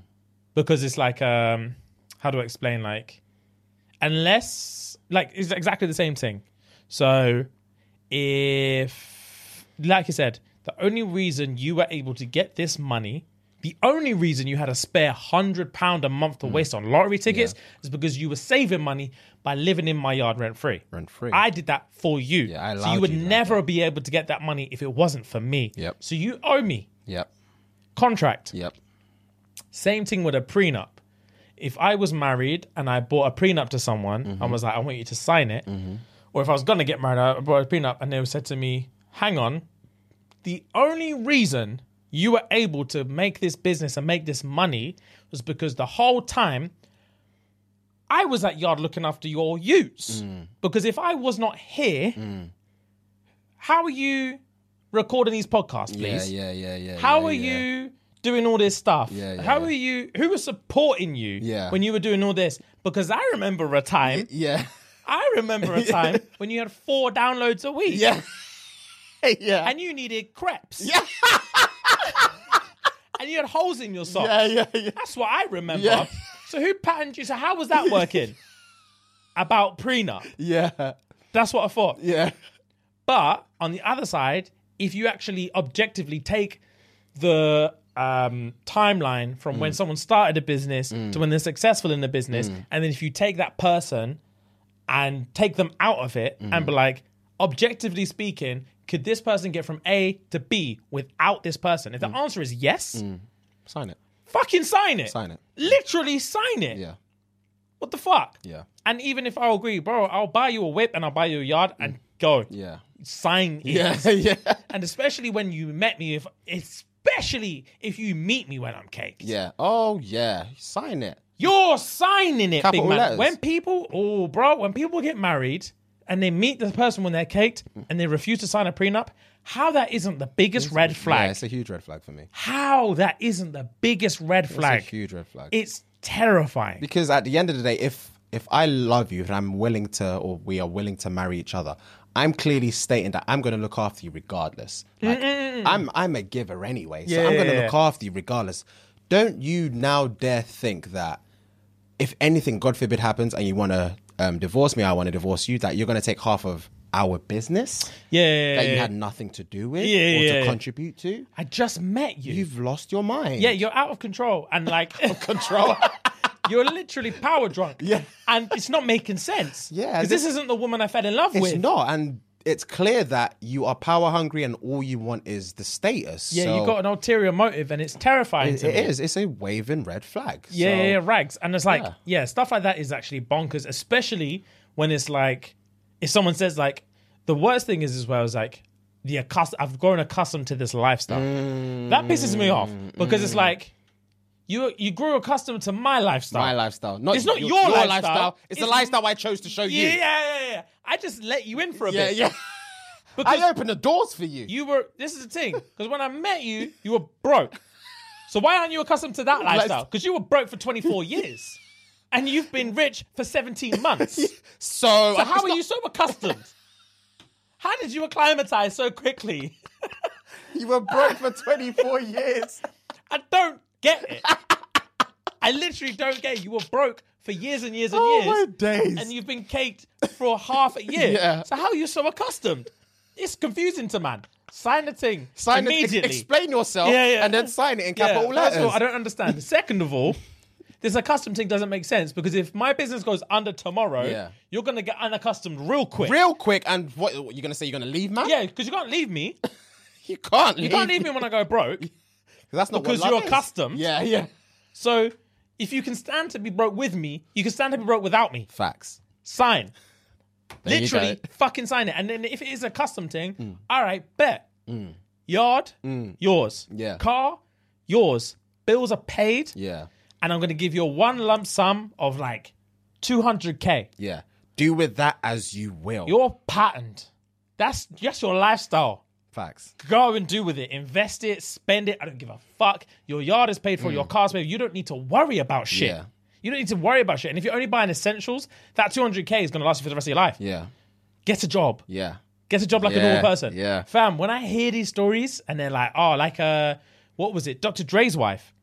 Speaker 1: Because it's like, um, how do I explain? Like, unless like it's exactly the same thing. So if like you said, the only reason you were able to get this money. The only reason you had a spare hundred pound a month
Speaker 2: Hmm.
Speaker 1: to waste on lottery tickets is because you were saving money by living in my yard rent free.
Speaker 2: Rent-free.
Speaker 1: I did that for you.
Speaker 2: I
Speaker 1: so
Speaker 2: allowed
Speaker 1: you would
Speaker 2: you that,
Speaker 1: never be able to get that money if it wasn't for me.
Speaker 2: Yep.
Speaker 1: So you owe me
Speaker 2: Yep,
Speaker 1: contract.
Speaker 2: yep.
Speaker 1: Same thing with a prenup. If I was married and I bought a prenup to someone and was like, I want you to sign it, or if I was going to get married, I bought a prenup and they said to me, Hang on, the only reason you were able to make this business and make this money was because the whole time I was at yard looking after your use. Because if I was not here, how are you recording these podcasts,
Speaker 2: Yeah,
Speaker 1: please?
Speaker 2: yeah, yeah, yeah.
Speaker 1: How
Speaker 2: yeah,
Speaker 1: are
Speaker 2: yeah.
Speaker 1: you doing all this stuff?
Speaker 2: Yeah, yeah,
Speaker 1: How
Speaker 2: yeah.
Speaker 1: are you? Who was supporting you
Speaker 2: Yeah.
Speaker 1: when you were doing all this? Because I remember a time.
Speaker 2: Yeah,
Speaker 1: I remember a time when you had four downloads a week,
Speaker 2: yeah, yeah,
Speaker 1: and you needed crepes. and you had holes in your socks.
Speaker 2: yeah, yeah, yeah.
Speaker 1: That's what I remember.
Speaker 2: Yeah.
Speaker 1: So who patterned you? So how was that working? About prenup.
Speaker 2: Yeah,
Speaker 1: That's what I thought.
Speaker 2: yeah.
Speaker 1: But on the other side, if you actually objectively take the um, timeline from
Speaker 2: Mm.
Speaker 1: when someone started a business to when they're successful in the business, and then if you take that person and take them out of it
Speaker 2: Mm.
Speaker 1: and be like, objectively speaking, could this person get from A to B without this person? If the
Speaker 2: Mm.
Speaker 1: answer is yes,
Speaker 2: Sign it.
Speaker 1: fucking sign it.
Speaker 2: Sign it.
Speaker 1: Literally sign it.
Speaker 2: Yeah,
Speaker 1: What the fuck?
Speaker 2: yeah,
Speaker 1: And even if I agree, bro, I'll buy you a whip and I'll buy you a yard and go.
Speaker 2: Mm. yeah,
Speaker 1: Sign it
Speaker 2: yeah, yeah,
Speaker 1: and especially when you met me if especially if you meet me when i'm caked
Speaker 2: yeah. Oh yeah, sign it.
Speaker 1: you're signing it
Speaker 2: Capital
Speaker 1: big man
Speaker 2: letters.
Speaker 1: when people oh bro when people get married and they meet the person when they're caked and they refuse to sign a prenup, how that isn't the biggest red flag?
Speaker 2: Yeah, it's a huge red flag for me.
Speaker 1: How that isn't the biggest red flag?
Speaker 2: huge red flag.
Speaker 1: It's terrifying.
Speaker 2: Because at the end of the day, if if I love you and I'm willing to, or we are willing to marry each other, I'm clearly stating that I'm going to look after you regardless. Like, I'm I'm a giver anyway, so I'm going to
Speaker 1: Yeah.
Speaker 2: look after you regardless. Don't you now dare think that if anything, God forbid, happens and you want to um, divorce me, I want to divorce you, that you're going to take half of our business
Speaker 1: yeah,
Speaker 2: that you
Speaker 1: yeah.
Speaker 2: had nothing to do with
Speaker 1: Yeah,
Speaker 2: or
Speaker 1: yeah,
Speaker 2: to
Speaker 1: yeah.
Speaker 2: contribute to.
Speaker 1: I just met you.
Speaker 2: You've lost your mind.
Speaker 1: yeah, you're out of control and like control. You're literally power drunk.
Speaker 2: Yeah.
Speaker 1: And it's not making sense.
Speaker 2: Yeah,
Speaker 1: Because
Speaker 2: this-
Speaker 1: this, isn't the woman I fell in love
Speaker 2: It's
Speaker 1: with.
Speaker 2: not, and it's clear that you are power hungry, and all you want is the status.
Speaker 1: Yeah,
Speaker 2: so
Speaker 1: you got an ulterior motive and it's terrifying
Speaker 2: It
Speaker 1: to me.
Speaker 2: it is. It's a waving red flag.
Speaker 1: Yeah,
Speaker 2: So-
Speaker 1: yeah, yeah, rags. And it's like,
Speaker 2: Yeah.
Speaker 1: yeah. stuff like that is actually bonkers, especially when it's like, if someone says like, the worst thing is as well is like, the accus- I've grown accustomed to this lifestyle. that pisses me off
Speaker 2: Mm,
Speaker 1: because it's like, you you grew accustomed to my lifestyle.
Speaker 2: My lifestyle. Not,
Speaker 1: It's not your lifestyle.
Speaker 2: It's, the
Speaker 1: It's-
Speaker 2: lifestyle I chose to show
Speaker 1: Yeah,
Speaker 2: you.
Speaker 1: yeah, yeah, yeah. I just let you in for a
Speaker 2: yeah,
Speaker 1: bit.
Speaker 2: yeah.
Speaker 1: Because
Speaker 2: I opened the doors for you.
Speaker 1: you were, this is the thing, because when I met you, you were broke. So why aren't you accustomed to that lifestyle? Because you were broke for 24 years. And you've been rich for 17 months.
Speaker 2: so
Speaker 1: So how are you so accustomed? How did you acclimatize so quickly?
Speaker 2: You were broke for 24 years.
Speaker 1: I don't get it. I literally don't get it. You were broke for years and years and
Speaker 2: Oh
Speaker 1: years.
Speaker 2: my days.
Speaker 1: And you've been caked for half a year.
Speaker 2: Yeah.
Speaker 1: So how are you so accustomed? It's confusing to man. Sign the thing
Speaker 2: Sign it. ex-
Speaker 1: immediately.
Speaker 2: Explain yourself
Speaker 1: Yeah, yeah.
Speaker 2: and then sign it in
Speaker 1: Yeah,
Speaker 2: capital
Speaker 1: first
Speaker 2: letters.
Speaker 1: of all, I don't understand. Second of all, this accustomed thing doesn't make sense because if my business goes under tomorrow,
Speaker 2: Yeah.
Speaker 1: you're gonna get unaccustomed real quick.
Speaker 2: Real quick, and what you're going to say you're going to leave, man?
Speaker 1: yeah, because you can't leave me.
Speaker 2: You can't leave.
Speaker 1: You can't leave me when I go broke.
Speaker 2: That's not what
Speaker 1: because
Speaker 2: love
Speaker 1: you're
Speaker 2: is.
Speaker 1: accustomed.
Speaker 2: Yeah, yeah.
Speaker 1: So if you can stand to be broke with me, you can stand to be broke without me.
Speaker 2: Facts.
Speaker 1: Sign.
Speaker 2: you
Speaker 1: Literally
Speaker 2: go.
Speaker 1: fucking sign it. And then if it is a custom thing,
Speaker 2: Hmm.
Speaker 1: all right, bet. Yard, yours.
Speaker 2: Yeah.
Speaker 1: Car, yours. Bills are paid.
Speaker 2: Yeah,
Speaker 1: And I'm going to give you a one lump sum of like 200K.
Speaker 2: yeah. Do with that as you will.
Speaker 1: You're patterned. That's just your lifestyle.
Speaker 2: Facts.
Speaker 1: Go and do with it. Invest it, spend it. I don't give a fuck. Your yard is paid for, your car's paid. You don't need to worry about shit.
Speaker 2: Mm. Yeah.
Speaker 1: You don't need to worry about shit. And if you're only buying essentials, that 200K is going to last you for the rest of your life.
Speaker 2: Yeah,
Speaker 1: Get a job.
Speaker 2: yeah.
Speaker 1: Get a job like a
Speaker 2: Yeah,
Speaker 1: normal person.
Speaker 2: yeah.
Speaker 1: Fam, when I hear these stories and they're like, oh, like, uh, what was it? Dr. Dre's wife.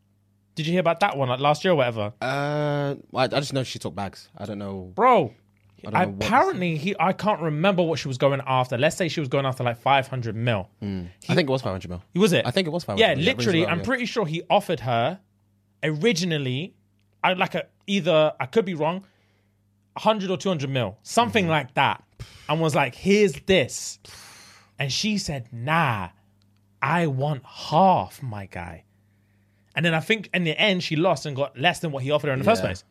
Speaker 1: Did you hear about that one like last year or whatever?
Speaker 2: Uh, I, I just know she took bags. I don't know.
Speaker 1: Bro,
Speaker 2: don't know what this
Speaker 1: apparently he, I can't remember what she was going after. Let's say she was going after like 500 mil.
Speaker 2: Hmm. I think it was 500 mil.
Speaker 1: Was it?
Speaker 2: I think it was 500
Speaker 1: Yeah,
Speaker 2: mil. Yeah,
Speaker 1: literally,
Speaker 2: rings a bell,
Speaker 1: I'm
Speaker 2: yeah.
Speaker 1: pretty sure he offered her originally, I like a either I could be wrong, 100 or 200 mil,
Speaker 2: Mm-hmm.
Speaker 1: something like that, and was like, "Here's this," and she said, "Nah, I want half, my guy." And then I think in the end she lost and got less than what he offered her in the first
Speaker 2: Yeah.
Speaker 1: place,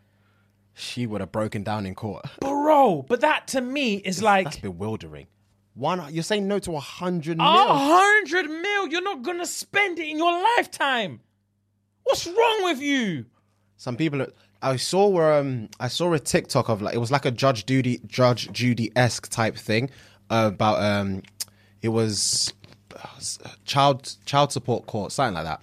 Speaker 2: She would have broken down in court.
Speaker 1: bro. But that to me is like
Speaker 2: That's bewildering. One, you're saying no to 100 mil.
Speaker 1: A hundred mil. You're not gonna spend it in your lifetime. What's wrong with you?
Speaker 2: Some people. Are, I saw where um I saw a TikTok of like it was like a Judge Judy Judge Judy esque type thing about um it was uh, child child support court something like that.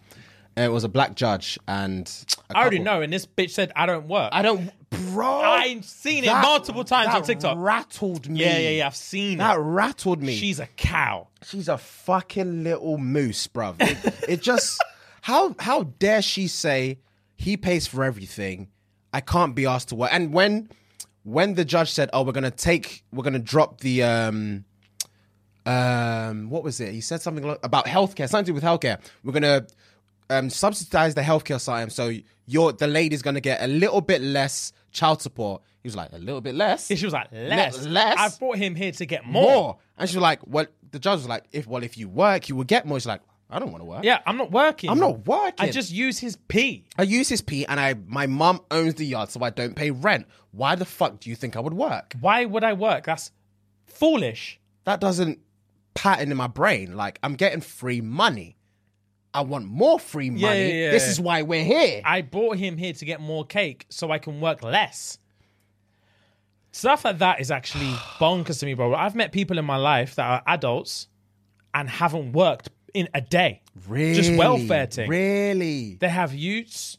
Speaker 2: And it was a black judge and a
Speaker 1: I already
Speaker 2: couple-
Speaker 1: know, and this bitch said I don't work.
Speaker 2: I don't, bro.
Speaker 1: I've seen it multiple times
Speaker 2: that
Speaker 1: on TikTok.
Speaker 2: Rattled me.
Speaker 1: yeah, yeah, yeah. I've seen
Speaker 2: That
Speaker 1: that.
Speaker 2: rattled me.
Speaker 1: She's a cow.
Speaker 2: She's a fucking little moose, bruv. It, it just how how dare she say he pays for everything? I can't be asked to work. And when when the judge said, "Oh, we're gonna take, we're gonna drop the um." Um, what was it? He said something lo- about healthcare, something to do with healthcare. We're gonna um, subsidize the healthcare system, so you're the lady's gonna get a little bit less child support. He was like, a little bit less.
Speaker 1: Yeah, She was like less.
Speaker 2: less?
Speaker 1: I brought him here to get more.
Speaker 2: more. And she was like, "Well," the judge was like, "If well, if you work, you will get more." She's like, "I don't want to work.
Speaker 1: Yeah, I'm not working.
Speaker 2: I'm not working.
Speaker 1: I just use his pee.
Speaker 2: I use his pee, and I my mum owns the yard, so I don't pay rent. Why the fuck do you think I would work?
Speaker 1: Why would I work? That's foolish.
Speaker 2: That doesn't pattern in my brain. Like I'm getting free money. I want more free money.
Speaker 1: yeah, yeah,
Speaker 2: this
Speaker 1: yeah.
Speaker 2: is why we're here.
Speaker 1: I brought him here to get more cake so I can work less. Stuff like that is actually bonkers to me, bro. I've met people in my life that are adults and haven't worked in a day.
Speaker 2: Really?
Speaker 1: Just welfare thing.
Speaker 2: Really?
Speaker 1: They have utes.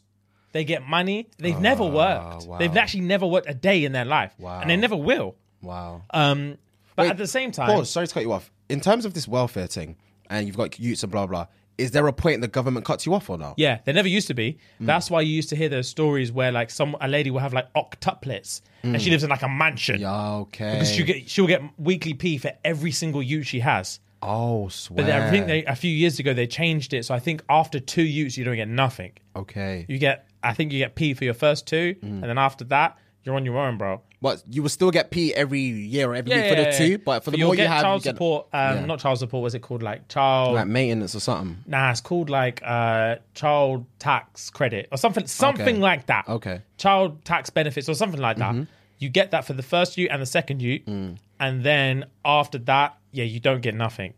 Speaker 1: They get money. They've never worked.
Speaker 2: Ah, wow.
Speaker 1: They've actually never worked a day in their life, wow. and they never will.
Speaker 2: Wow.
Speaker 1: Um, but at the same time,
Speaker 2: Pause, sorry to cut you off. In terms of this welfare thing, and you've got utes and blah blah, is there a point the government cuts you off or not?
Speaker 1: Yeah, they never used to be.
Speaker 2: Mm.
Speaker 1: That's why you used to hear those stories where like some a lady will have like octuplets and she
Speaker 2: Mm.
Speaker 1: lives in like a mansion.
Speaker 2: Okay.
Speaker 1: Because she get she'll get weekly P for every single ute she has.
Speaker 2: oh, swear.
Speaker 1: But then I think they, a few years ago they changed it. So I think after two utes you don't get nothing.
Speaker 2: okay.
Speaker 1: You get I think you get P for your first two,
Speaker 2: Mm.
Speaker 1: and then after that you're on your own, bro.
Speaker 2: But you will still get P every year or every week for the two, but for the
Speaker 1: you'll
Speaker 2: more
Speaker 1: get
Speaker 2: you have,
Speaker 1: child
Speaker 2: you get
Speaker 1: support. Um, Not child support. Was it called like child?
Speaker 2: like maintenance or something.
Speaker 1: Nah, it's called like uh child tax credit or something something
Speaker 2: Okay.
Speaker 1: like that.
Speaker 2: Okay. Mm-hmm.
Speaker 1: Child tax benefits or something like that. You get that for the first year and the second year.
Speaker 2: Mm.
Speaker 1: And then after that, yeah, you don't get nothing.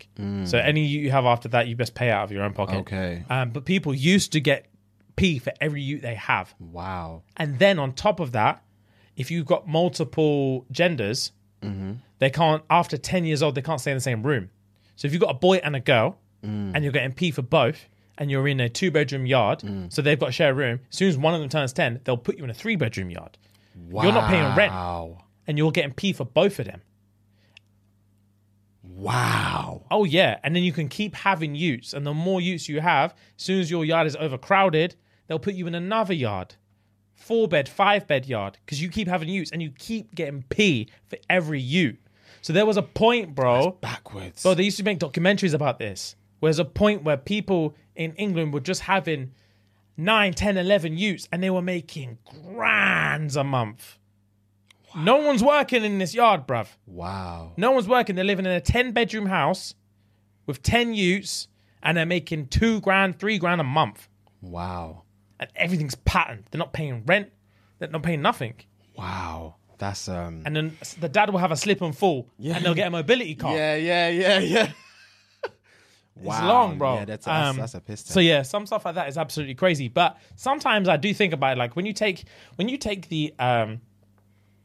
Speaker 1: So any you have after that, you best pay out of your own pocket.
Speaker 2: Mm. Okay.
Speaker 1: Um, but people used to get P for every ute they have.
Speaker 2: Wow.
Speaker 1: And then on top of that, if you've got multiple genders, they can't, after 10 years old, they can't stay in the same room. So if you've got a boy and a girl and you're getting P for both and you're in a two bedroom yard, so they've got to share a room, as soon as one of them turns 10, they'll put you in a three bedroom yard.
Speaker 2: Wow.
Speaker 1: You're not paying rent
Speaker 2: Wow.
Speaker 1: and you're getting P for both of them.
Speaker 2: Wow.
Speaker 1: Oh, yeah. And then you can keep having utes. And the more utes you have, as soon as your yard is overcrowded, they'll put you in another yard. Four bed, five bed yard. Because you keep having utes and you keep getting P for every ute. So there was a point, bro.
Speaker 2: Backwards.
Speaker 1: Bro, they used to make documentaries about this. Where there's a point where people in England were just having 9, 10, 11 utes and they were making grands a month. No one's working in this yard, bruv.
Speaker 2: wow.
Speaker 1: No one's working. They're living in a 10 bedroom house with 10 utes and they're making two grand, three grand a month.
Speaker 2: Wow.
Speaker 1: And everything's patterned. They're not paying rent. They're not paying nothing.
Speaker 2: Wow. That's um.
Speaker 1: And then the dad will have a slip and fall and they'll get a mobility car.
Speaker 2: Yeah. Yeah. Yeah. Yeah.
Speaker 1: It's long, bro.
Speaker 2: Yeah, that's, that's,
Speaker 1: Um,
Speaker 2: that's a piston.
Speaker 1: So yeah, some stuff like that is absolutely crazy. But sometimes I do think about it, like when you take when you take the um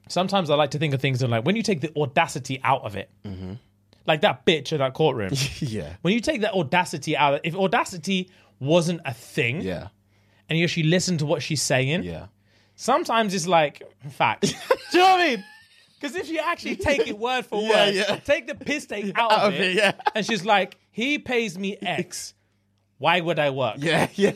Speaker 1: sometimes I like to think of things in like when you take the audacity out of it.
Speaker 2: Mm-hmm.
Speaker 1: Like that bitch in that courtroom.
Speaker 2: yeah.
Speaker 1: when you take that audacity out, if audacity wasn't a thing,
Speaker 2: Yeah.
Speaker 1: and you actually listen to what she's saying,
Speaker 2: Yeah.
Speaker 1: sometimes it's like fact. Do you know what I mean? Because if you actually take it word for
Speaker 2: Yeah,
Speaker 1: word,
Speaker 2: yeah.
Speaker 1: take the piss take out, of it,
Speaker 2: yeah.
Speaker 1: and she's like, he pays me X. Why would I work?
Speaker 2: Yeah. Yeah.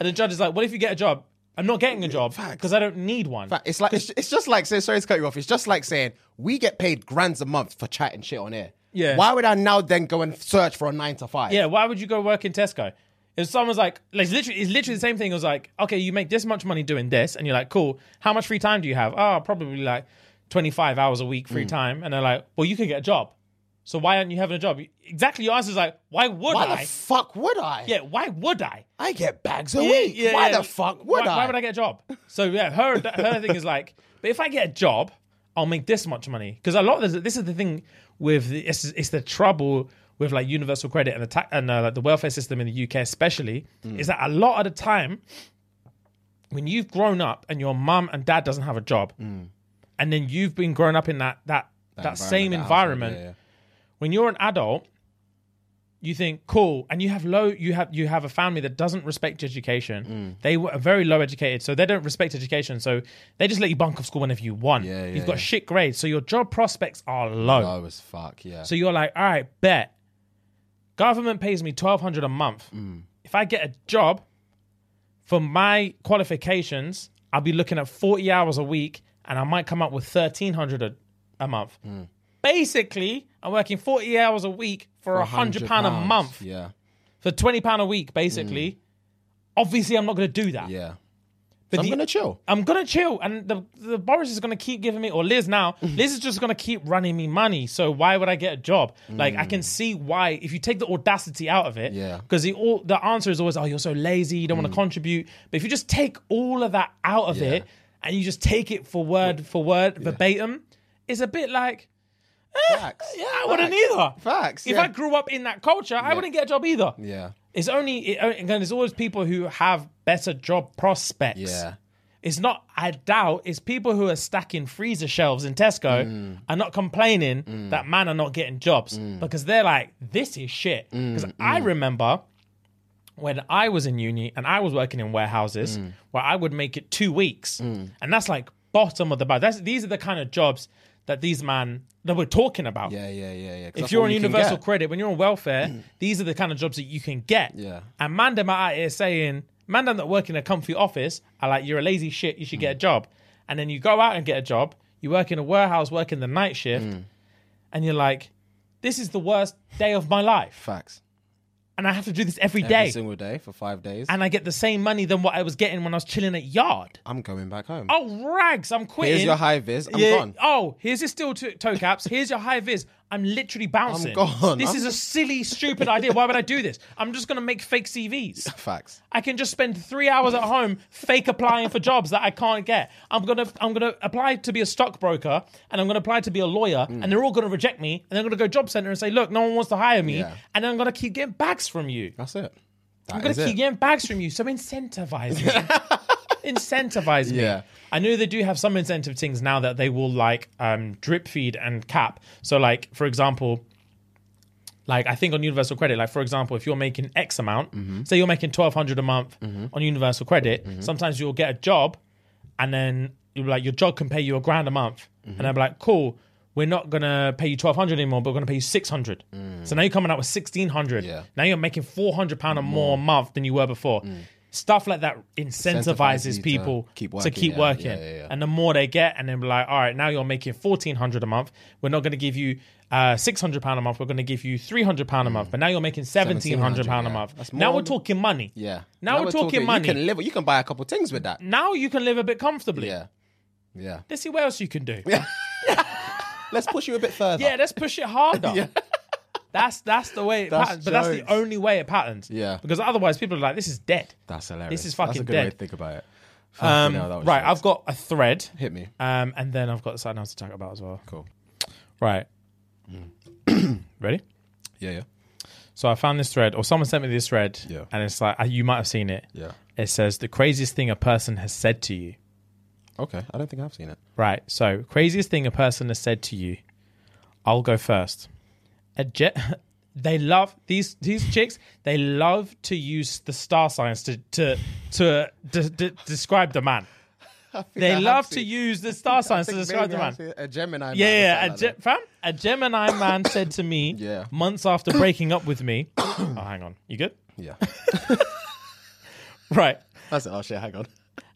Speaker 1: And the judge is like, what if you get a job? I'm not getting a job because I don't need one.
Speaker 2: It's like it's, it's just like saying sorry to cut you off. It's just like saying we get paid grands a month for chatting shit on air.
Speaker 1: Yeah.
Speaker 2: Why would I now then go and search for a nine to five?
Speaker 1: Yeah, why would you go work in Tesco? If someone's like, like it's literally, it's literally the same thing. It was like, okay, you make this much money doing this, and you're like, cool. How much free time do you have? Oh, probably like 25 hours a week
Speaker 2: Hmm.
Speaker 1: free time. And they're like, well, you could get a job. So why aren't you having a job? Exactly. Your answer is like, why would
Speaker 2: Why
Speaker 1: I?
Speaker 2: the fuck would I?
Speaker 1: yeah, why would I?
Speaker 2: I get bags a week.
Speaker 1: Yeah,
Speaker 2: why
Speaker 1: yeah.
Speaker 2: the fuck would
Speaker 1: why,
Speaker 2: I?
Speaker 1: Why would I get a job? So yeah, her her thing is like, but if I get a job, I'll make this much money because a lot of this, this is the thing with the, it's, it's the trouble with like universal credit and the ta- and uh, like the welfare system in the UK especially
Speaker 2: Hmm.
Speaker 1: is that a lot of the time when you've grown up and your mum and dad doesn't have a job
Speaker 2: Hmm.
Speaker 1: and then you've been grown up in that that that, same environment when you're an adult you think cool and you have low you have you have a family that doesn't respect education
Speaker 2: Mm.
Speaker 1: they were very low educated so they don't respect education so they just let you bunk off school whenever you want
Speaker 2: Yeah, yeah,
Speaker 1: you've got
Speaker 2: yeah.
Speaker 1: shit grades so your job prospects are low
Speaker 2: Low as Oh, fuck. Yeah.
Speaker 1: so you're like all right bet government pays me 1200 a month if i get a job for my qualifications i'll be looking at 40 hours a week and i might come up with 1300 a, a month basically i'm working 40 hours a week for, a 100 pound a
Speaker 2: £100.
Speaker 1: month
Speaker 2: Yeah.
Speaker 1: for 20 pound a week basically obviously i'm not going to do that
Speaker 2: Yeah.
Speaker 1: But
Speaker 2: I'm
Speaker 1: the-
Speaker 2: gonna chill.
Speaker 1: i'm going to chill and the, the boris is going to keep giving me or liz now
Speaker 2: Mm-hmm.
Speaker 1: liz is just going to keep running me money so why would i get a job like i can see why if you take the audacity out of it
Speaker 2: Mm. Yeah. Mm.
Speaker 1: because the all the answer is always oh you're so lazy you don't want to contribute but if you just take all of that out of it and you just take it for word for word verbatim it's a bit like Eh,
Speaker 2: Facts.
Speaker 1: yeah i wouldn't either
Speaker 2: Facts,
Speaker 1: if
Speaker 2: yeah.
Speaker 1: i grew up in that culture i wouldn't get a job either
Speaker 2: Yeah.
Speaker 1: it's only it, again. There's always people who have better job prospects.
Speaker 2: Yeah.
Speaker 1: It's not, I doubt, it's people who are stacking freezer shelves in Tesco are not complaining that man are not getting jobs because they're like, this is shit. Because I remember when I was in uni and I was working in warehouses where I would make it two weeks. And that's like bottom of the bag. That's, these are the kind of jobs that these man that we're talking about.
Speaker 2: Yeah, yeah, yeah, yeah. 'Cause
Speaker 1: If
Speaker 2: that's
Speaker 1: you're
Speaker 2: all
Speaker 1: on
Speaker 2: you can
Speaker 1: universal
Speaker 2: get.
Speaker 1: credit, when you're on welfare, these are the kind of jobs that you can get.
Speaker 2: Yeah.
Speaker 1: And man them out here saying, man them that work in a comfy office are like, you're a lazy shit, you should
Speaker 2: Mm.
Speaker 1: get a job. And then you go out and get a job, you work in a warehouse, working the night shift,
Speaker 2: Mm.
Speaker 1: and you're like, this is the worst day of my life.
Speaker 2: facts
Speaker 1: And I have to do this every
Speaker 2: every
Speaker 1: day.
Speaker 2: single day for five days.
Speaker 1: and I get the same money than what I was getting when I was chilling at yard.
Speaker 2: I'm going back home.
Speaker 1: Oh, rags, I'm quitting.
Speaker 2: Here's your high vis. I'm
Speaker 1: Yeah.
Speaker 2: gone.
Speaker 1: Oh, here's your steel to- toe caps. Here's your high vis. I'm literally bouncing.
Speaker 2: I'm gone.
Speaker 1: This
Speaker 2: I'm
Speaker 1: is a silly, stupid idea. Why would I do this? I'm just gonna make fake CVs.
Speaker 2: Facts.
Speaker 1: I can just spend three hours at home fake applying for jobs that I can't get. I'm gonna I'm gonna apply to be a stockbroker and I'm gonna apply to be a lawyer
Speaker 2: Hmm.
Speaker 1: and they're all gonna reject me and they're gonna go job center and say, look, no one wants to hire me
Speaker 2: Yeah.
Speaker 1: and I'm gonna keep getting bags from you.
Speaker 2: That's it. That
Speaker 1: I'm gonna
Speaker 2: is it.
Speaker 1: keep getting bags from you. So incentivize me. incentivize me.
Speaker 2: Yeah.
Speaker 1: I know they do have some incentive things now that they will like um, drip feed and cap. So like for example, like I think on Universal Credit, like for example, if you're making X amount,
Speaker 2: Mm-hmm.
Speaker 1: say you're making twelve hundred a month on Universal Credit, sometimes you'll get a job, and then you'll be like your job can pay you a grand a month, and they'll be like, cool, we're not gonna pay you twelve hundred anymore, but we're gonna pay you six hundred. So now you're coming out with sixteen hundred.
Speaker 2: Mm. Yeah. Mm.
Speaker 1: Now you're making four hundred pound or more a month than you were before. Stuff like that
Speaker 2: you
Speaker 1: incentivizes
Speaker 2: to
Speaker 1: people
Speaker 2: keep
Speaker 1: to
Speaker 2: working,
Speaker 1: keep
Speaker 2: yeah,
Speaker 1: working.
Speaker 2: yeah, yeah, yeah.
Speaker 1: And the more they get, and then be like, all right, now you're making fourteen hundred a month. We're not going to give you uh, six hundred pound a month. We're going to give you three hundred pound a month. But now you're making seventeen hundred pound a
Speaker 2: Mm. yeah.
Speaker 1: month.
Speaker 2: That's
Speaker 1: now
Speaker 2: more-
Speaker 1: we're talking money.
Speaker 2: Yeah.
Speaker 1: Now, we're, talking, money. Mm.
Speaker 2: You can live. You can buy a couple things with that.
Speaker 1: now you can live a bit comfortably.
Speaker 2: Yeah. Yeah.
Speaker 1: Let's see what else you can do.
Speaker 2: Let's push you a bit further.
Speaker 1: Yeah, let's push it harder. That's that's the way it
Speaker 2: That's
Speaker 1: patterns, but that's the
Speaker 2: jokes.
Speaker 1: only way it patterns.
Speaker 2: Yeah.
Speaker 1: Because otherwise, people are like, "This is dead."
Speaker 2: That's hilarious.
Speaker 1: This is
Speaker 2: That's a
Speaker 1: fucking
Speaker 2: good way
Speaker 1: dead.
Speaker 2: to think about it.
Speaker 1: Um,
Speaker 2: Fucking hell, that was
Speaker 1: right,
Speaker 2: jokes.
Speaker 1: I've got a thread,
Speaker 2: Oh, hit me.
Speaker 1: um, and then I've got something else to talk about as well.
Speaker 2: Cool.
Speaker 1: Right, ready?
Speaker 2: Yeah, yeah,
Speaker 1: So I found this thread, or someone sent me this thread,
Speaker 2: Yeah.
Speaker 1: and it's like uh, you might have seen it.
Speaker 2: yeah.
Speaker 1: It says the craziest thing a person has said to you.
Speaker 2: Okay, I don't think I've seen it.
Speaker 1: Right. So craziest thing a person has said to you. I'll go first. A jet. They love these these chicks. They love to use the star signs to to to, to, to describe the man. They love to use the star signs to describe the man.
Speaker 2: A Gemini.
Speaker 1: Yeah, yeah, a Ge- fam, a Gemini man said to me
Speaker 2: Yeah.
Speaker 1: months after breaking up with me. oh, hang on. You good?
Speaker 2: yeah.
Speaker 1: Right.
Speaker 2: That's it. Oh shit, hang on.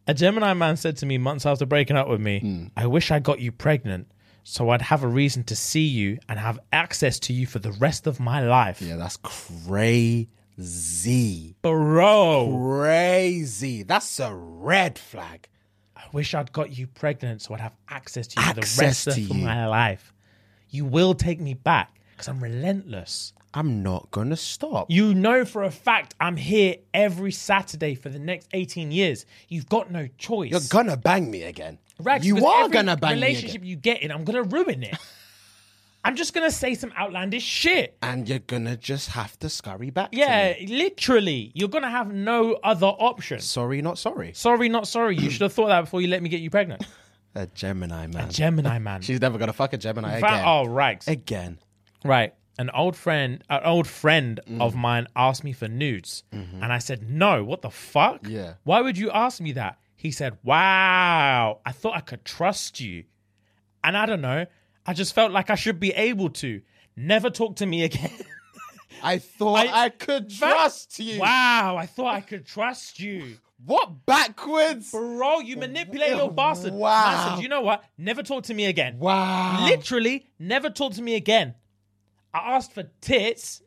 Speaker 1: A Gemini man said to me months after breaking up with me,
Speaker 2: Hmm.
Speaker 1: I wish I got you pregnant so I'd have a reason to see you and have access to you for the rest of my life.
Speaker 2: Yeah, that's crazy.
Speaker 1: Bro,
Speaker 2: Crazy. That's a red flag.
Speaker 1: I wish I'd got you pregnant so I'd have access to you for the
Speaker 2: Access
Speaker 1: rest of
Speaker 2: to you.
Speaker 1: my life. You will take me back because I'm relentless.
Speaker 2: I'm not gonna stop.
Speaker 1: You know for a fact I'm here every Saturday for the next 18 years. You've got no choice.
Speaker 2: You're gonna bang me again.
Speaker 1: Rags,
Speaker 2: you
Speaker 1: because
Speaker 2: are
Speaker 1: every
Speaker 2: gonna bang me
Speaker 1: relationship
Speaker 2: again.
Speaker 1: you get in, I'm gonna ruin it. I'm just gonna say some outlandish shit.
Speaker 2: and you're gonna just have to scurry back. to
Speaker 1: Yeah,
Speaker 2: me.
Speaker 1: literally. You're going to have no other option.
Speaker 2: Sorry, not sorry.
Speaker 1: Sorry, not sorry. You should have thought that before you let me get you pregnant.
Speaker 2: A Gemini man.
Speaker 1: Gemini man.
Speaker 2: She's never gonna fuck a Gemini
Speaker 1: Fa-
Speaker 2: again.
Speaker 1: oh, rags.
Speaker 2: Again.
Speaker 1: Right. An old friend, an old friend
Speaker 2: Mm.
Speaker 1: of mine asked me for nudes, and I said, "No, what the fuck?
Speaker 2: Mm-hmm. Yeah.
Speaker 1: Why would you ask me that?" He said, "Wow, I thought I could trust you." And I don't know, I just felt like I should be able to. Never talk to me again.
Speaker 2: I thought
Speaker 1: I-
Speaker 2: I, could trust you.
Speaker 1: wow, I thought I could trust you.
Speaker 2: What backwards?
Speaker 1: Bro, you manipulate little bastard. Man
Speaker 2: Wow.
Speaker 1: said, you know what? Never talk to me again.
Speaker 2: Wow.
Speaker 1: Literally, never talk to me again. I asked for tits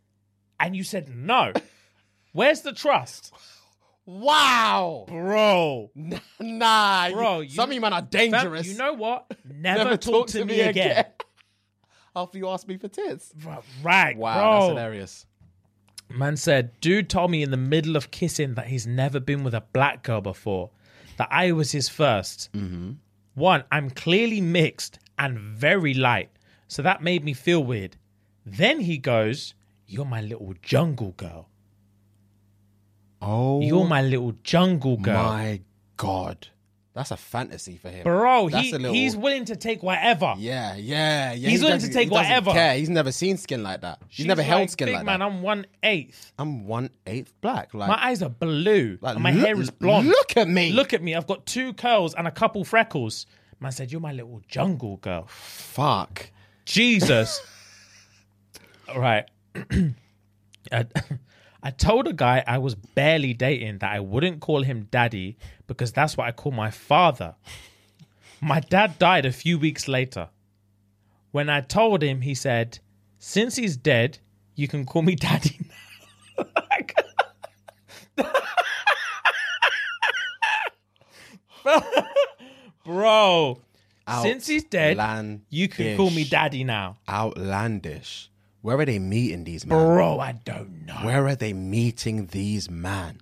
Speaker 1: and you said no. Where's the trust?
Speaker 2: Wow.
Speaker 1: Bro.
Speaker 2: Nah. you-
Speaker 1: Bro, you-
Speaker 2: some of you man are
Speaker 1: Fam,
Speaker 2: dangerous.
Speaker 1: you know what? Never, talk, to, me, again.
Speaker 2: After you asked me for tits.
Speaker 1: Bro, right.
Speaker 2: Wow,
Speaker 1: bro.
Speaker 2: that's hilarious.
Speaker 1: Man said, dude told me in the middle of kissing that he's never been with a black girl before, that I was his 1st Mm-hmm. One, I'm clearly mixed and very light, so that made me feel weird. Then he goes, You're my little jungle girl.
Speaker 2: Oh
Speaker 1: Oh. You're my little jungle girl.
Speaker 2: my god. That's a fantasy for him,
Speaker 1: Bro,
Speaker 2: That's
Speaker 1: he,
Speaker 2: a little-
Speaker 1: he's willing to take whatever.
Speaker 2: Yeah, yeah, yeah.
Speaker 1: He's
Speaker 2: he
Speaker 1: willing
Speaker 2: doesn't-
Speaker 1: to take
Speaker 2: he doesn't
Speaker 1: whatever.
Speaker 2: Care. He's never seen skin like that. He's never held skin
Speaker 1: big
Speaker 2: like
Speaker 1: man,
Speaker 2: that.
Speaker 1: I'm one eighth.
Speaker 2: I'm one eighth black. Like
Speaker 1: My eyes are blue.
Speaker 2: Like,
Speaker 1: and my
Speaker 2: look-
Speaker 1: hair is blonde.
Speaker 2: look at me.
Speaker 1: Look at me. I've got two curls and a couple freckles. Man said, You're my little jungle girl.
Speaker 2: fuck.
Speaker 1: Jesus. All right. I, I told a guy I was barely dating that I wouldn't call him daddy because that's what I call my father. My dad died a few weeks later. When I told him, he said, Since he's dead, you can call me daddy now. Like- Bro, since he's dead,
Speaker 2: Outlandish.
Speaker 1: you can call me daddy now.
Speaker 2: Outlandish. Where are they meeting these men?
Speaker 1: Bro, I don't know.
Speaker 2: Where are they meeting these man?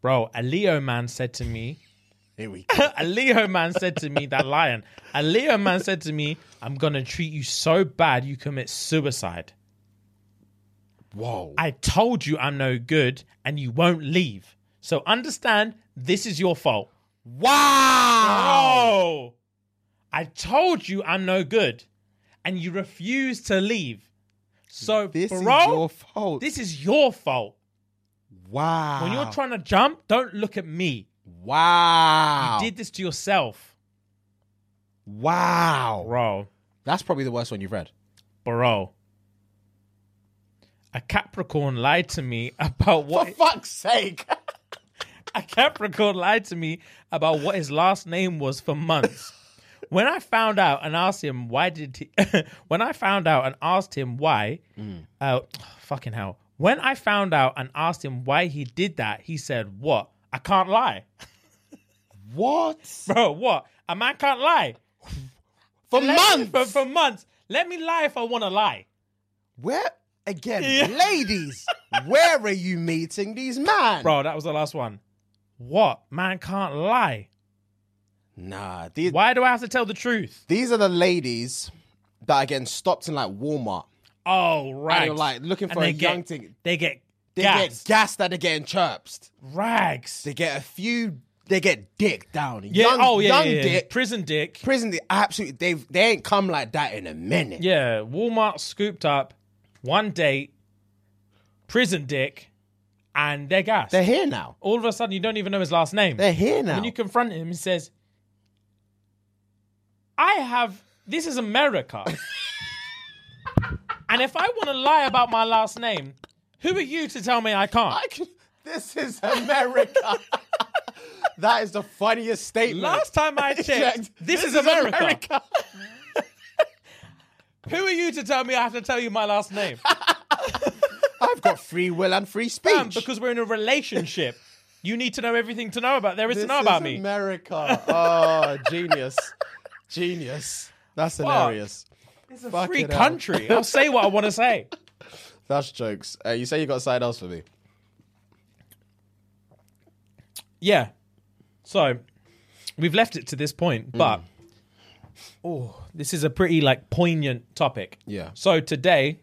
Speaker 1: Bro, a Leo man said to me,
Speaker 2: Here we go.
Speaker 1: a Leo man said to me, that lion, a Leo man said to me, I'm going to treat you so bad you commit suicide.
Speaker 2: Whoa.
Speaker 1: I told you I'm no good and you won't leave. So understand this is your fault.
Speaker 2: wow.
Speaker 1: Oh, I told you I'm no good and you refuse to leave. So,
Speaker 2: This
Speaker 1: bro,
Speaker 2: is your fault.
Speaker 1: this is your fault.
Speaker 2: wow.
Speaker 1: When you're trying to jump, don't look at me.
Speaker 2: wow.
Speaker 1: Did this to yourself,
Speaker 2: wow.
Speaker 1: bro.
Speaker 2: That's probably the worst one you've read.
Speaker 1: Bro. A Capricorn lied to me about what
Speaker 2: fuck's sake.
Speaker 1: a Capricorn lied to me about what his last name was for months. When I found out and asked him why did he when I found out and asked him why
Speaker 2: Mm.
Speaker 1: uh fucking hell. When I found out and asked him why he did that, he said, "What? I can't lie."
Speaker 2: what?
Speaker 1: Bro, what? A man can't lie.
Speaker 2: For
Speaker 1: Let-
Speaker 2: months.
Speaker 1: for, for months. Let me lie if I want to lie.
Speaker 2: Where again, ladies? Where are you meeting these man?
Speaker 1: Bro, that was the last one. What? Man can't lie.
Speaker 2: Nah, these,
Speaker 1: Why do I have to tell the truth?
Speaker 2: these are the ladies that are getting stopped in like Walmart.
Speaker 1: Oh, right.
Speaker 2: And you're like looking
Speaker 1: And
Speaker 2: for a
Speaker 1: they get-
Speaker 2: young thing.
Speaker 1: They get
Speaker 2: They
Speaker 1: gassed.
Speaker 2: get gassed that they're getting chirped.
Speaker 1: rags.
Speaker 2: They get a few. They get dick down.
Speaker 1: Yeah.
Speaker 2: Young,
Speaker 1: oh, yeah.
Speaker 2: young
Speaker 1: yeah, yeah.
Speaker 2: dick.
Speaker 1: Prison dick.
Speaker 2: Prison. They absolutely. They they ain't come like that in a minute.
Speaker 1: yeah. Walmart scooped up one date, prison dick, and they're gassed.
Speaker 2: They're here now.
Speaker 1: All of a sudden, you don't even know his last name.
Speaker 2: They're here now.
Speaker 1: When you confront him, he says, I have, this is America. and if I want to lie about my last name, who are you to tell me I can't?
Speaker 2: I can- this is America. that is the funniest statement.
Speaker 1: last time I checked, this, is, America. Who are you to tell me I have to tell you my last name?
Speaker 2: I've got free will and free speech.
Speaker 1: Damn, because we're in a relationship. You need to know everything to know about there is
Speaker 2: this
Speaker 1: to know
Speaker 2: is
Speaker 1: about me.
Speaker 2: America. Oh, genius. Genius. That's hilarious.
Speaker 1: It's a
Speaker 2: Fucking
Speaker 1: free
Speaker 2: hell.
Speaker 1: country. I'll say what I want to say.
Speaker 2: That's jokes. Uh, you say you got something else for me.
Speaker 1: Yeah. So we've left it to this point,
Speaker 2: Mm.
Speaker 1: but oh, this is a pretty like poignant topic.
Speaker 2: Yeah.
Speaker 1: So today,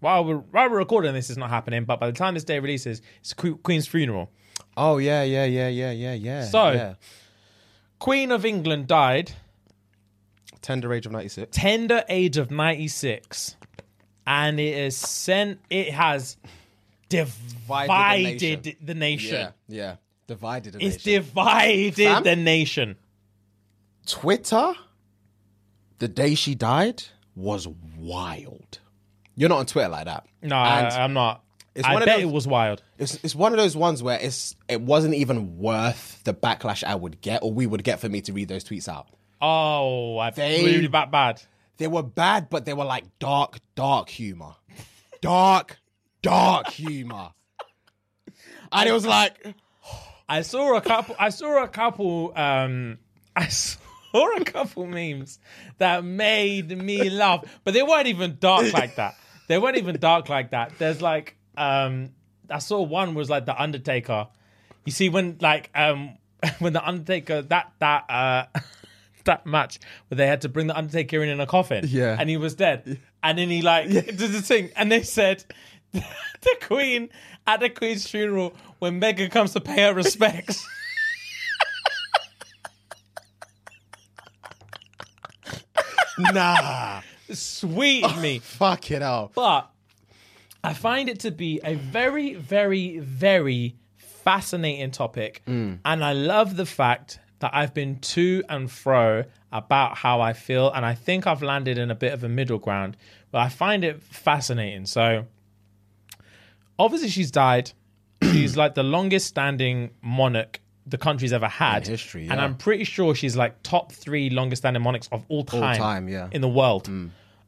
Speaker 1: while we're while we're recording this, it's not happening. But by the time this day releases, it's Que- Queen's funeral.
Speaker 2: Oh, yeah, yeah, yeah, yeah, yeah, yeah.
Speaker 1: So- Queen of England died
Speaker 2: tender age of 96.
Speaker 1: tender age of ninety six, and it is sent. It has divided the nation.
Speaker 2: Yeah, yeah. Divided a
Speaker 1: It's
Speaker 2: nation.
Speaker 1: divided
Speaker 2: Fam?
Speaker 1: the nation.
Speaker 2: Twitter, the day she died, was wild. You're not on Twitter like that.
Speaker 1: No,
Speaker 2: And
Speaker 1: I, am not.
Speaker 2: it's
Speaker 1: I
Speaker 2: one of
Speaker 1: bet
Speaker 2: those-
Speaker 1: it was wild.
Speaker 2: It's, it's one of those ones where it's it wasn't even worth the backlash I would get or we would get for me to read those tweets out.
Speaker 1: Oh, I
Speaker 2: They-
Speaker 1: really that bad.
Speaker 2: They were bad, but they were like dark, dark humor. Dark, dark humor. And it was like,
Speaker 1: I saw a couple. I saw a couple. Um, I saw a couple memes that made me laugh, but they weren't even dark like that. They weren't even dark like that. There's like, um, I saw one was like the Undertaker. You see, when like um, when the Undertaker that that uh, that match where they had to bring the Undertaker in in a coffin,
Speaker 2: Yeah.
Speaker 1: and he was dead, and then he like did the thing, and they said. The Queen at the Queen's funeral when Meghan comes to pay her respects.
Speaker 2: nah,
Speaker 1: Sweet me.
Speaker 2: fuck it out.
Speaker 1: But I find it to be a very, very, very fascinating topic.
Speaker 2: Mm.
Speaker 1: And I love the fact that I've been to and fro about how I feel. And I think I've landed in a bit of a middle ground, but I find it fascinating. So obviously, she's died. she's like the longest standing monarch the country's ever had.
Speaker 2: In history,
Speaker 1: And
Speaker 2: yeah.
Speaker 1: I'm pretty sure she's like top three longest standing monarchs of all time,
Speaker 2: time, yeah. Mm.
Speaker 1: in the world.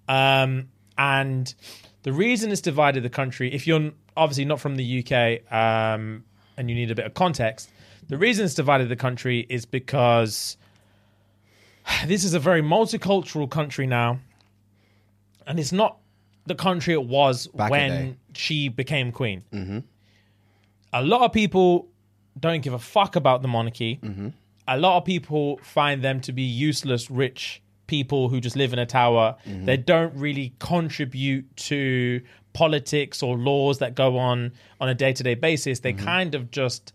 Speaker 1: Um, and the reason it's divided the country, if you're n- obviously not from the UK um, and you need a bit of context, the reason it's divided the country is because this is a very multicultural country now. And it's not the country it was
Speaker 2: Back in the day. Mm-hmm.
Speaker 1: when she became queen. A lot of people don't give a fuck about the monarchy. A lot of people find them to be useless, rich people who just live in a tower.
Speaker 2: Mm-hmm.
Speaker 1: They don't really contribute to politics or laws that go on on a day to day basis. They
Speaker 2: Mm-hmm.
Speaker 1: kind of just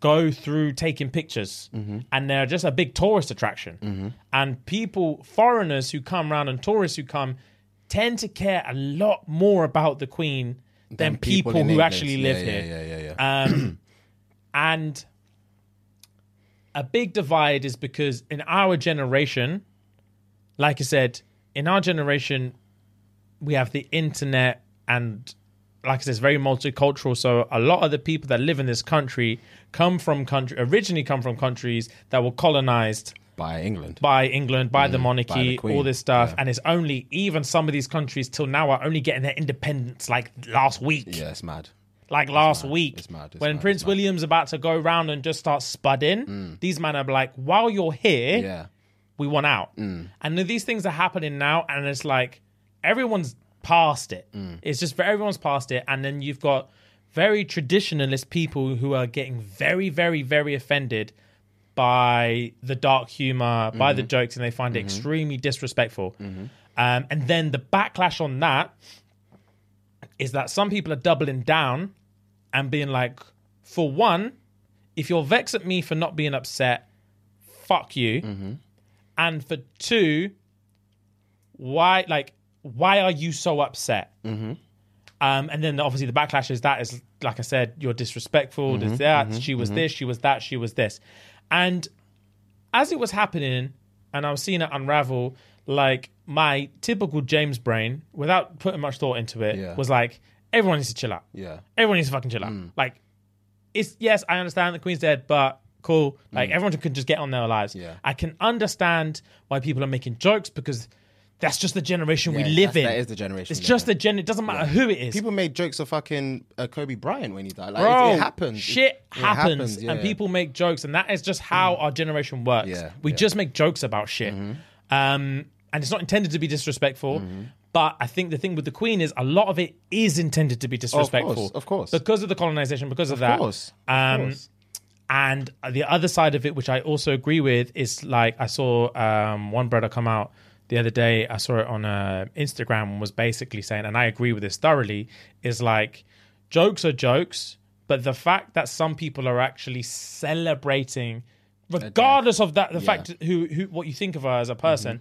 Speaker 1: go through taking pictures
Speaker 2: Mm-hmm.
Speaker 1: and they're just a big tourist attraction. And people, foreigners who come round and tourists who come, tend to care a lot more about the Queen than, people,
Speaker 2: in
Speaker 1: who
Speaker 2: England.
Speaker 1: actually live
Speaker 2: yeah,
Speaker 1: here
Speaker 2: Yeah, yeah, yeah, yeah.
Speaker 1: and a big divide is because in our generation like i said in our generation we have the internet and like i said it's very multicultural so a lot of the people that live in this country come from country originally come from countries that were colonized
Speaker 2: By England.
Speaker 1: by England, Mm, by the
Speaker 2: by the
Speaker 1: monarchy,
Speaker 2: Queen,
Speaker 1: all this stuff. And it's only even some of these countries till now are only getting their independence like last week
Speaker 2: yeah, it's mad.
Speaker 1: like last week
Speaker 2: It's mad, it's
Speaker 1: when
Speaker 2: mad,
Speaker 1: Prince
Speaker 2: it's mad. Mm.
Speaker 1: William's about to go round and just start spudding. These men are like, while you're here,
Speaker 2: Yeah. Mm.
Speaker 1: we want out. And then these things are happening now, and it's like everyone's past it.
Speaker 2: Mm.
Speaker 1: It's just everyone's past it, and then you've got very traditionalist people who are getting very, very, very offended by the dark humor, by
Speaker 2: Mm-hmm.
Speaker 1: the jokes, and they find it extremely disrespectful. Um, and then the backlash on that is that some people are doubling down and being like, for one, if you're vexed at me for not being upset, fuck you. And for two, why like why are you so upset? Um, and then obviously the backlash is that is like I said, you're disrespectful. This that she was this, she was that, she was this, and as it was happening, and I was seeing it unravel, like my typical James brain, without putting much thought into it,
Speaker 2: Yeah.
Speaker 1: was like, everyone needs to chill out.
Speaker 2: Yeah.
Speaker 1: Everyone needs to fucking chill out.
Speaker 2: Mm.
Speaker 1: Like, it's yes, I understand the Queen's dead, but cool. Like everyone can just get on their lives.
Speaker 2: Mm. Yeah.
Speaker 1: I can understand why people are making jokes because that's just the generation we
Speaker 2: Yeah,
Speaker 1: live
Speaker 2: that's-
Speaker 1: in.
Speaker 2: that is the generation
Speaker 1: It's
Speaker 2: we live
Speaker 1: just the gen. It doesn't matter who it is.
Speaker 2: People made jokes of fucking uh, Kobe Bryant when he died. Like,
Speaker 1: Bro,
Speaker 2: it, it happens.
Speaker 1: Shit
Speaker 2: It- it
Speaker 1: happens,
Speaker 2: yeah. Mm.
Speaker 1: and people make jokes, and that is just how our generation works.
Speaker 2: Yeah,
Speaker 1: we
Speaker 2: yeah. Mm-hmm.
Speaker 1: just make jokes about shit, um, and it's not intended to be disrespectful. But I think the thing with the Queen is a lot of it is intended to be disrespectful,
Speaker 2: of course.
Speaker 1: because of the colonization, because of,
Speaker 2: Of
Speaker 1: that.
Speaker 2: course. Of
Speaker 1: Um,
Speaker 2: course.
Speaker 1: And the other side of it, which I also agree with, is like I saw um, one brother come out the other day. I saw it on uh, Instagram and was basically saying, and I agree with this thoroughly, is like jokes are jokes, but the fact that some people are actually celebrating, regardless of that, the fact who, who what you think of her as a person,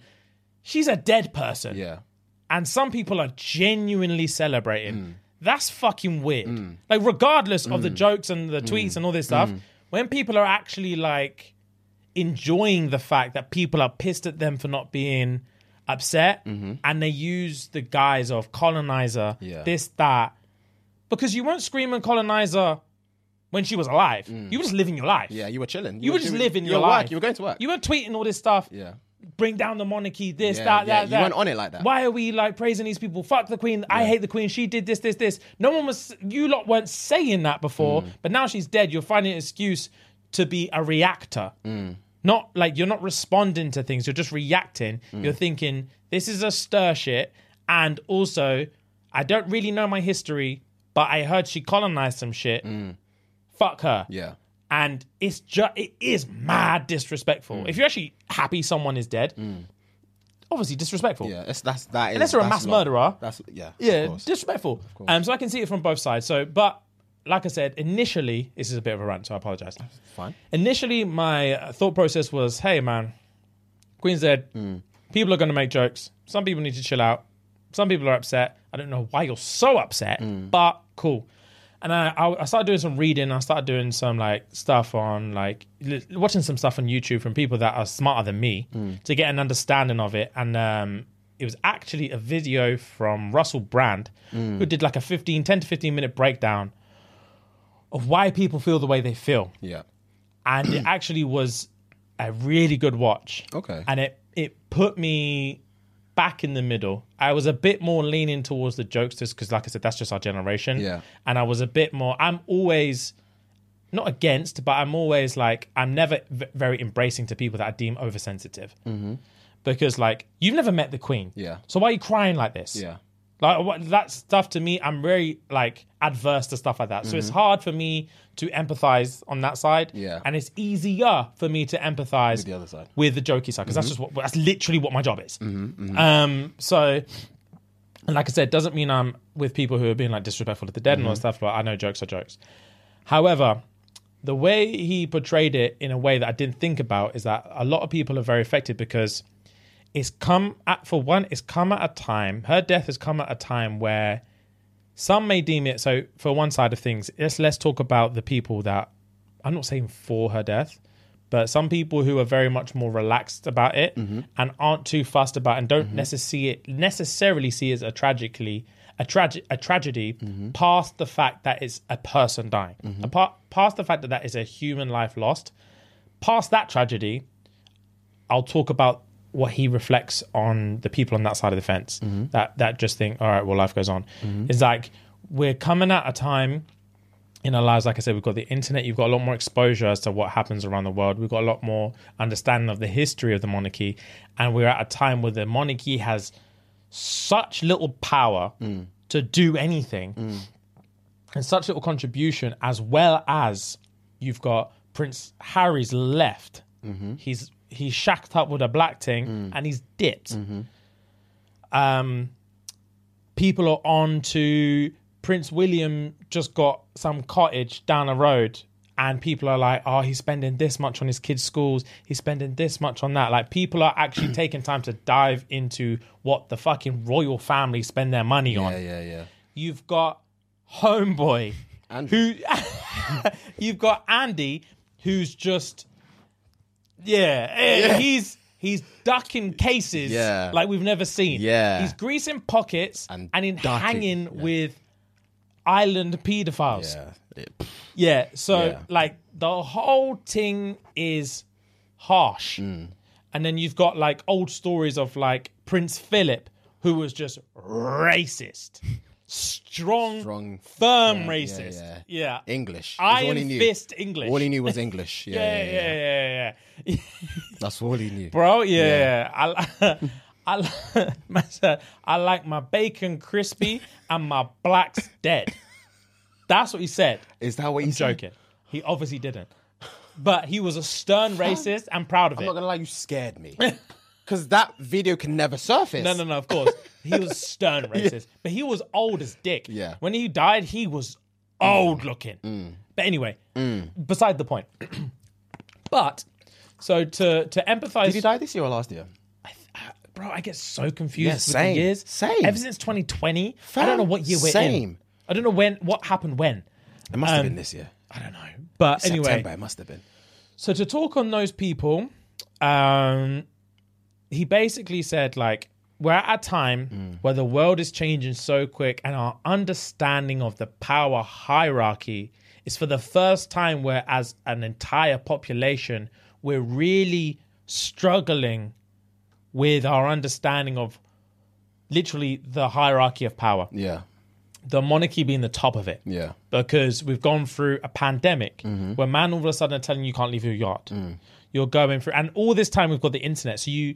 Speaker 1: she's a dead person
Speaker 2: Yeah.
Speaker 1: and some people are genuinely celebrating.
Speaker 2: Mm.
Speaker 1: That's fucking weird. Like, regardless of the jokes and
Speaker 2: Mm.
Speaker 1: the tweets and all this stuff, when people are actually like enjoying the fact that people are pissed at them for not being upset and they use the guise of colonizer,
Speaker 2: Mm-hmm. Yeah.
Speaker 1: this, that, because you weren't screaming colonizer when she was alive. You were just living your life.
Speaker 2: Mm. Yeah, you were chilling.
Speaker 1: You were just
Speaker 2: doing-
Speaker 1: living
Speaker 2: you
Speaker 1: your
Speaker 2: were
Speaker 1: life.
Speaker 2: Work. You were going to work.
Speaker 1: You weren't tweeting all this stuff
Speaker 2: yeah.
Speaker 1: bring down the monarchy, this,
Speaker 2: Yeah,
Speaker 1: that,
Speaker 2: yeah,
Speaker 1: that,
Speaker 2: you
Speaker 1: that.
Speaker 2: weren't on it like that.
Speaker 1: Why are we like praising these people? Fuck the queen. I hate the queen. She did this, this, this. No one was, you lot weren't saying that before,
Speaker 2: Mm.
Speaker 1: but now she's dead. You're finding an excuse to be a reactor.
Speaker 2: Mm.
Speaker 1: Not like you're not responding to things, you're just reacting.
Speaker 2: Mm.
Speaker 1: You're thinking, this is a stir shit. And also, I don't really know my history, but I heard she colonized some shit.
Speaker 2: Mm.
Speaker 1: Fuck her
Speaker 2: Yeah.
Speaker 1: and it's just it is mad disrespectful.
Speaker 2: Hmm.
Speaker 1: If you're actually happy someone is dead, obviously disrespectful.
Speaker 2: Yeah. That's, that's, that is-
Speaker 1: Unless they're a
Speaker 2: that's
Speaker 1: mass
Speaker 2: lot.
Speaker 1: murderer.
Speaker 2: That's, yeah. of
Speaker 1: Yeah,
Speaker 2: course.
Speaker 1: disrespectful. Um, so I can see it from both sides. So, but like I said, initially this is a bit of a rant, so I apologize.
Speaker 2: Fine.
Speaker 1: Initially, my uh, thought process was, "Hey, man, Queen's dead. People are going to make jokes. Some people need to chill out. Some people are upset. I don't know why you're so upset, but cool. And I, I, I started doing some reading. I started doing some like stuff on like li- watching some stuff on YouTube from people that are smarter than me to get an understanding of it. And um, it was actually a video from Russell Brand who did like a 15, 10 to 15 minute breakdown of why people feel the way they feel
Speaker 2: Yeah.
Speaker 1: and it actually was a really good watch.
Speaker 2: Okay.
Speaker 1: And it it put me back in the middle. I was a bit more leaning towards the jokesters because, like I said, that's just our generation.
Speaker 2: Yeah.
Speaker 1: And I was a bit more. I'm always not against, but I'm always like I'm never v- very embracing to people that I deem oversensitive. Mm-hmm. Because like you've never met the Queen.
Speaker 2: Yeah.
Speaker 1: So why are you crying like this?
Speaker 2: Yeah.
Speaker 1: Like what, that stuff to me, I'm very like adverse to stuff like that. So it's hard for me to empathize on that side.
Speaker 2: Mm-hmm. Yeah.
Speaker 1: And it's easier for me to empathize with
Speaker 2: the other side.
Speaker 1: with the jokey side because that's just what that's literally what my job is. Um. So, and like I said, doesn't mean I'm with people who are being like disrespectful to the dead and all that stuff. But I know jokes are jokes. However, the way he portrayed it in a way that I didn't think about is that a lot of people are very affected because it's come at for one, it's come at a time. Her death has come at a time where some may deem it. So for one side of things, let's let's talk about the people that I'm not saying for her death, but some people who are very much more relaxed about it and aren't too fussed about and don't necessarily it necessarily see it as a tragically a tragic a tragedy past the fact that it's a person dying, apart past the fact that that is a human life lost. Past that tragedy, I'll talk about what he reflects on the people on that side of the fence that that just think, all right, well, life goes on. It's like we're coming at a time in our lives. Like I said, we've got the internet. You've got a lot more exposure as to what happens around the world. We've got a lot more understanding of the history of the monarchy, and we're at a time where the monarchy has such little power to do anything and such little contribution, as well as you've got Prince Harry's left. He's he's shacked up with a black thing and he's dipped. Um, people are on to Prince William just got some cottage down the road, and people are like, "Oh, he's spending this much on his kids' schools. He's spending this much on that." Like people are actually taking time to dive into what the fucking royal family spend their money on
Speaker 2: Yeah, yeah, yeah.
Speaker 1: you've got homeboy who you've got Andy who's just yeah, eh, he's he's ducking cases
Speaker 2: Yeah.
Speaker 1: like we've never seen
Speaker 2: Yeah.
Speaker 1: he's greasing pockets
Speaker 2: And
Speaker 1: and, in
Speaker 2: ducking,
Speaker 1: hanging with island pedophiles
Speaker 2: Yeah. It-
Speaker 1: yeah. So
Speaker 2: Yeah.
Speaker 1: like the whole thing is harsh.
Speaker 2: Mm.
Speaker 1: And then you've got like old stories of like Prince Philip, who was just racist, strong,
Speaker 2: Strong,
Speaker 1: firm
Speaker 2: yeah,
Speaker 1: racist.
Speaker 2: yeah,
Speaker 1: Yeah.
Speaker 2: English. That's all he
Speaker 1: Iron
Speaker 2: knew.
Speaker 1: fist English.
Speaker 2: All he knew was English. Yeah,
Speaker 1: yeah,
Speaker 2: yeah,
Speaker 1: yeah, yeah, yeah, yeah,
Speaker 2: That's all he knew.
Speaker 1: bro. Yeah, I, li- I, li- man said, I like my bacon crispy and my blacks dead. That's what he said.
Speaker 2: Is that what you said?
Speaker 1: joking. He obviously didn't. But he was a stern racist and proud of
Speaker 2: I'm
Speaker 1: it.
Speaker 2: not gonna lie, you scared me. Because that video can never surface.
Speaker 1: No, no, no, of course. He was stern racist. But he was old as dick.
Speaker 2: Yeah. Mm.
Speaker 1: When he died, he was old looking. But anyway, beside the point. but so to to empathize
Speaker 2: Did he die this year or last year?
Speaker 1: bro, I get so confused
Speaker 2: Yeah,
Speaker 1: with
Speaker 2: same,
Speaker 1: the years.
Speaker 2: same.
Speaker 1: Ever since 2020, I don't know what year we're
Speaker 2: same.
Speaker 1: in. I don't know when what happened when.
Speaker 2: It must have been this year.
Speaker 1: I don't know. But Um, anyway,
Speaker 2: September, it must have been.
Speaker 1: So to talk on those people, um, he basically said like we're at a time where the world is changing so quick, and our understanding of the power hierarchy is for the first time where, as an entire population, we're really struggling with our understanding of literally the hierarchy of power,
Speaker 2: Yeah,
Speaker 1: the monarchy being the top of it
Speaker 2: yeah,
Speaker 1: because we've gone through a pandemic
Speaker 2: Mm-hmm.
Speaker 1: where man all of a sudden are telling you you can't leave your yard.
Speaker 2: Mm.
Speaker 1: You're going through, and all this time we've got the internet. So you,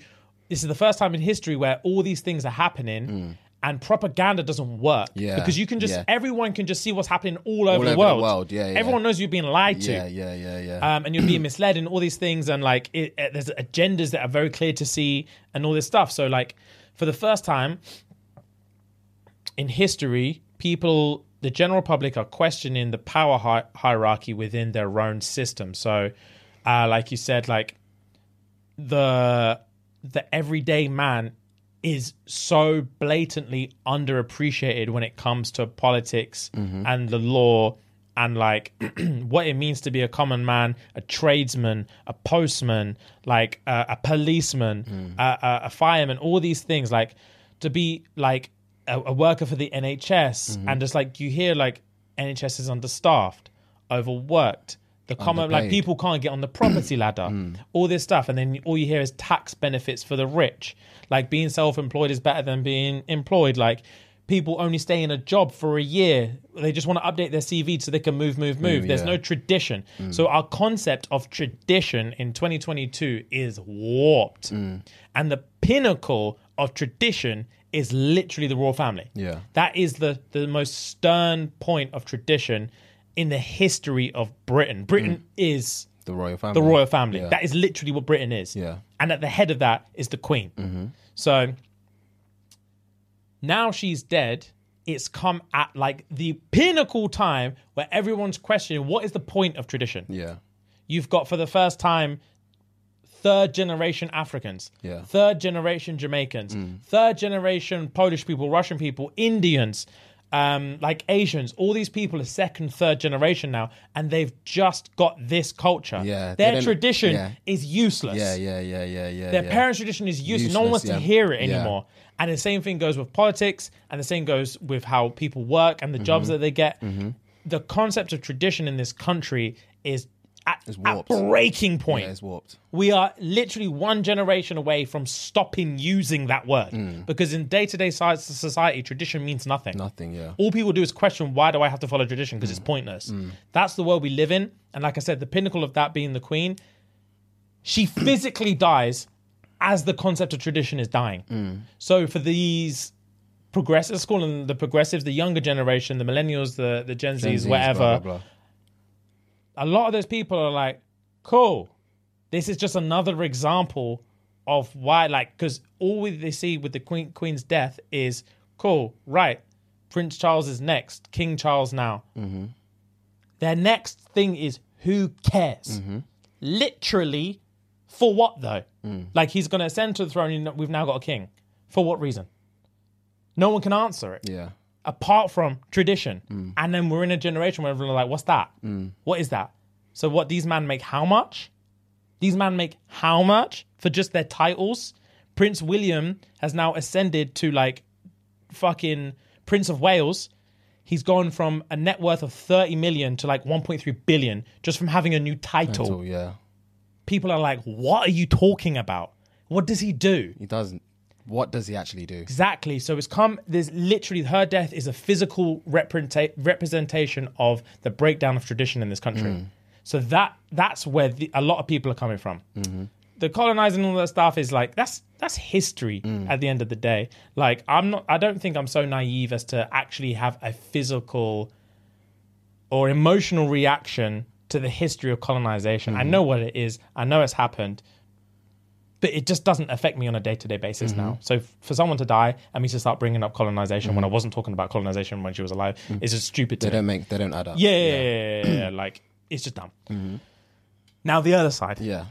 Speaker 1: this is the first time in history where all these things are happening. And propaganda doesn't work
Speaker 2: Mm. Yeah,
Speaker 1: because you can just
Speaker 2: yeah.
Speaker 1: everyone can just see what's happening all over,
Speaker 2: over
Speaker 1: the,
Speaker 2: the
Speaker 1: world.
Speaker 2: world, yeah, yeah.
Speaker 1: Everyone knows you're being lied to
Speaker 2: yeah, yeah, yeah, yeah.
Speaker 1: um, and you're being misled and all these things and like it, it- there's agendas that are very clear to see and all this stuff so like for the first time in history people the general public are questioning the power hi- hierarchy within their own system so uh, like you said like the the everyday man is so blatantly underappreciated when it comes to politics and the law and like what it means to be a common man, a tradesman, a postman, like uh, a policeman, a, a, a fireman, all these things. Like to be like a, a worker for the NHS and just like you hear like NHS is understaffed, overworked. The common like
Speaker 2: Underpaid.
Speaker 1: people can't get on the property ladder, all this stuff, and then all you hear is tax benefits for the rich. Like being self-employed is better than being employed. Like people only stay in a job for a year; they just want to update their CV so they can move, move, move. There's no tradition. So our concept of tradition in 2022 is warped, and the pinnacle of tradition is literally the royal family.
Speaker 2: Yeah.
Speaker 1: That is the the most stern point of tradition in the history of Britain. Britain is
Speaker 2: The royal family.
Speaker 1: the royal family. That is literally what Britain is.
Speaker 2: Yeah.
Speaker 1: And at the head of that is the Queen. So now she's dead. It's come at like the pinnacle time where everyone's questioning what is the point of tradition?
Speaker 2: Yeah.
Speaker 1: you've got for the first time third generation Africans,
Speaker 2: Yeah. Mm.
Speaker 1: third generation Jamaicans, third generation Polish people, Russian people, Indians, um, like Asians. All these people are second, third generation now, and they've just got this culture.
Speaker 2: Yeah, they
Speaker 1: Their
Speaker 2: don't-
Speaker 1: tradition
Speaker 2: yeah.
Speaker 1: is useless.
Speaker 2: Yeah, yeah, yeah, yeah, yeah.
Speaker 1: Their
Speaker 2: yeah.
Speaker 1: parents' tradition is useless. No one wants
Speaker 2: Useless,
Speaker 1: to
Speaker 2: yeah.
Speaker 1: hear it
Speaker 2: Yeah.
Speaker 1: anymore. And the same thing goes with politics, and the same goes with how people work and the jobs
Speaker 2: Mm-hmm.
Speaker 1: that they get. The concept of tradition in this country is at, at
Speaker 2: warped.
Speaker 1: breaking point.
Speaker 2: Yeah, it's warped.
Speaker 1: we are literally one generation away from stopping using that word
Speaker 2: Mm.
Speaker 1: because in day to day society, tradition means nothing.
Speaker 2: Nothing, yeah. Mm.
Speaker 1: All people do is question why do I have to follow tradition because it's pointless. That's the world we live in. And like I said, the pinnacle of that being the queen, she physically dies as the concept of tradition is dying.
Speaker 2: Mm.
Speaker 1: So for these progressives, let's call them the progressives, the younger generation, the millennials, the, the Gen, Zs,
Speaker 2: Zs, blah,
Speaker 1: whatever,
Speaker 2: blah, blah.
Speaker 1: a lot of those people are like, cool, this is just another example of why, like, because all we- they see with the Queen Queen's death is, cool, right, Prince Charles is next, King Charles now. Their next thing is, who cares? Literally, for what though? Like, he's going to ascend to the throne, and we've now got a king. For what reason? No one can answer it
Speaker 2: Yeah.
Speaker 1: apart from tradition. And then we're in a generation where everyone's like, what's that? What is that? So what these men make how much? These men make how much for just their titles? Prince William has now ascended to like fucking Prince of Wales. He's gone from a net worth of 30 million to like 1.3 billion just from having a new title.
Speaker 2: So, Oh, yeah.
Speaker 1: People are like, what are you talking about? What does he do?
Speaker 2: He doesn't. What does he actually do?
Speaker 1: Exactly. So it's come. There's literally her death is a physical representa- representation of the breakdown of tradition in this country. So that that's where the, a lot of people are coming from. The colonizing and all that stuff is like that's that's history
Speaker 2: Mm.
Speaker 1: at the end of the day. Like I'm not. I don't think I'm so naive as to actually have a physical or emotional reaction to the history of colonization.
Speaker 2: Mm-hmm.
Speaker 1: I know what it is. I know it's happened but it just doesn't affect me on a day-to-day basis now.
Speaker 2: Mm-hmm.
Speaker 1: So f- for someone to die and me to start bringing up colonization when I wasn't talking about colonization when she was alive is just stupid
Speaker 2: Mm. They
Speaker 1: to me.
Speaker 2: don't make. They don't Mm-hmm. add up.
Speaker 1: Yeah, yeah, yeah, yeah, yeah, like it's just dumb. Now the other side,
Speaker 2: Yeah.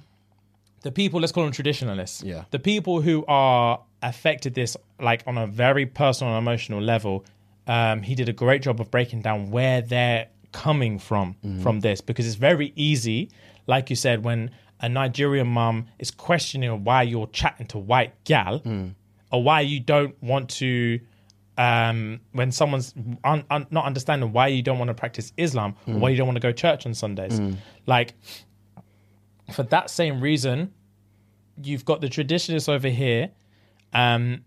Speaker 1: the people let's call them traditionalists.
Speaker 2: Yeah.
Speaker 1: the people who are affected this like on a very personal and emotional level. Um, he did a great job of breaking down where they're coming from from this because it's very easy, like you said, when a Nigerian mum is questioning why you're chatting to white gal or why you don't want to um, when someone's un- un- not understanding why you don't want to practice Islam or why you don't want to go church on Sundays. Like for that same reason, you've got the traditionalists over here um,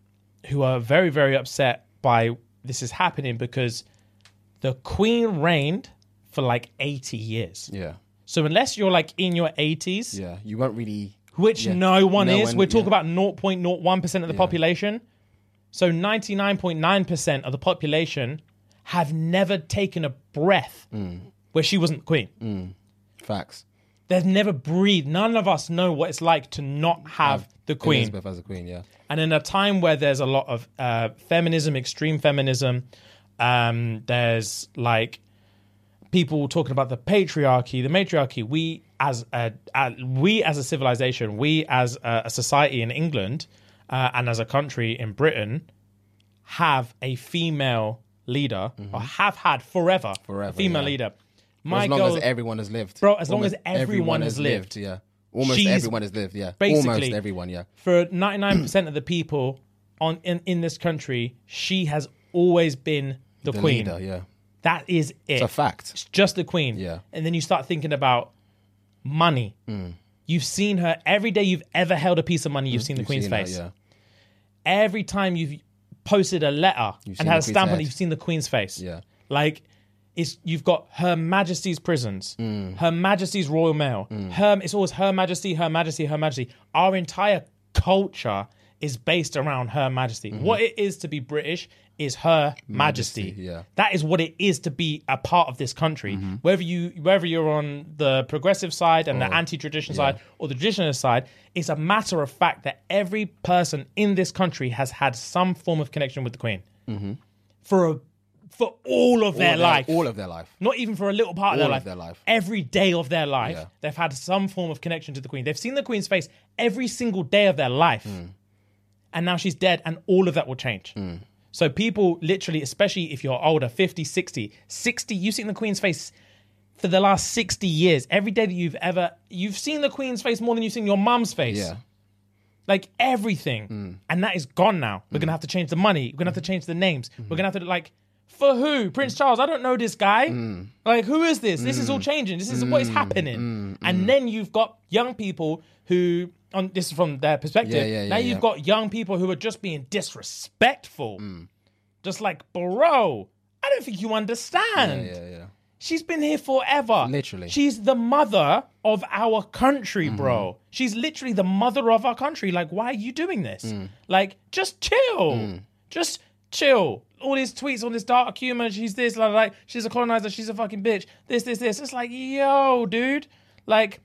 Speaker 1: who are very, very upset by this is happening because the queen reigned for like 80 years.
Speaker 2: Yeah.
Speaker 1: So unless you're like in your 80s,
Speaker 2: Yeah. You won't really.
Speaker 1: which
Speaker 2: Yeah.
Speaker 1: no one
Speaker 2: No
Speaker 1: is.
Speaker 2: one-
Speaker 1: We're talking
Speaker 2: yeah.
Speaker 1: about 0.01% of the population. So 99.9% of the population have never taken a breath
Speaker 2: Mm.
Speaker 1: where she wasn't queen.
Speaker 2: Facts.
Speaker 1: They've never breathed. None of us know what it's like to not have the queen
Speaker 2: Elizabeth as a queen. Yeah.
Speaker 1: and in a time where there's a lot of uh, feminism, extreme feminism, um, there's like people talking about the patriarchy, the matriarchy. We as a, a we as a civilization, we as a, a society in England uh, and as a country in Britain have a female leader or have had forever,
Speaker 2: Mm-hmm. Forever,
Speaker 1: female
Speaker 2: yeah.
Speaker 1: leader. My
Speaker 2: as long
Speaker 1: goal,
Speaker 2: as everyone has lived,
Speaker 1: Bro, as long
Speaker 2: Almost
Speaker 1: as everyone has lived,
Speaker 2: yeah, almost
Speaker 1: she's
Speaker 2: everyone has lived, yeah, almost
Speaker 1: basically-
Speaker 2: everyone, yeah.
Speaker 1: for 99% of the people on in, in this country, she has always been the,
Speaker 2: The
Speaker 1: queen.
Speaker 2: leader, yeah,
Speaker 1: That is it.
Speaker 2: it's a fact.
Speaker 1: It's just the queen.
Speaker 2: Yeah. Mm.
Speaker 1: And then you start thinking about money. You've seen her every day you've ever held a piece of money, you've seen the
Speaker 2: You've
Speaker 1: queen's
Speaker 2: seen that,
Speaker 1: face.
Speaker 2: yeah.
Speaker 1: Every time you've posted a letter
Speaker 2: seen
Speaker 1: and had a
Speaker 2: the queen's
Speaker 1: stamp on
Speaker 2: head.
Speaker 1: it, you've seen the queen's face.
Speaker 2: Yeah.
Speaker 1: Like it's you've got Her Majesty's prisons, Her Majesty's Royal Mail, her it's always Her Majesty, Her Majesty, Her Majesty. Our entire culture is based around Her Majesty. What it is to be British is Her Majesty.
Speaker 2: yeah.
Speaker 1: That is what it is to be a part of this country. Whether you whether you're on the progressive side and the anti-tradition side or the traditionalist side, it's a matter of fact that every person in this country has had some form of connection with the Queen for a for all of their
Speaker 2: all
Speaker 1: life.
Speaker 2: all of their life.
Speaker 1: not even for a little part of their
Speaker 2: All of
Speaker 1: life.
Speaker 2: their life.
Speaker 1: Every day of their life,
Speaker 2: Yeah.
Speaker 1: they've had some form of connection to the Queen. They've seen the Queen's face every single day of their life.
Speaker 2: Hmm.
Speaker 1: And now she's dead, and all of that will change. So, people literally, especially if you're older 50, 60, 60, you've seen the Queen's face for the last 60 years. Every day that you've ever, you've seen the Queen's face more than you've seen your mum's face
Speaker 2: Yeah, Mm.
Speaker 1: like everything and that is gone now we're gonna have to change the money we're gonna have to change the names
Speaker 2: Mm.
Speaker 1: we're gonna have to like for who prince charles i don't know this guy
Speaker 2: Mm.
Speaker 1: like who is this this is all changing this is what is happening
Speaker 2: Mm.
Speaker 1: and then you've got young people who on this is from their perspective
Speaker 2: Yeah, yeah, yeah,
Speaker 1: now you've
Speaker 2: yeah.
Speaker 1: got young people who are just being disrespectful
Speaker 2: Mm.
Speaker 1: just like bro i don't think you understand
Speaker 2: yeah, yeah.
Speaker 1: She's been here forever.
Speaker 2: Literally.
Speaker 1: She's the mother of our country, bro. She's literally the mother of our country. Like, why are you doing this? Like, just chill. Just chill. All these tweets on this dark humor, she's this, like, like, she's a colonizer, she's a fucking bitch. This, this, this. It's like, yo, dude. Like,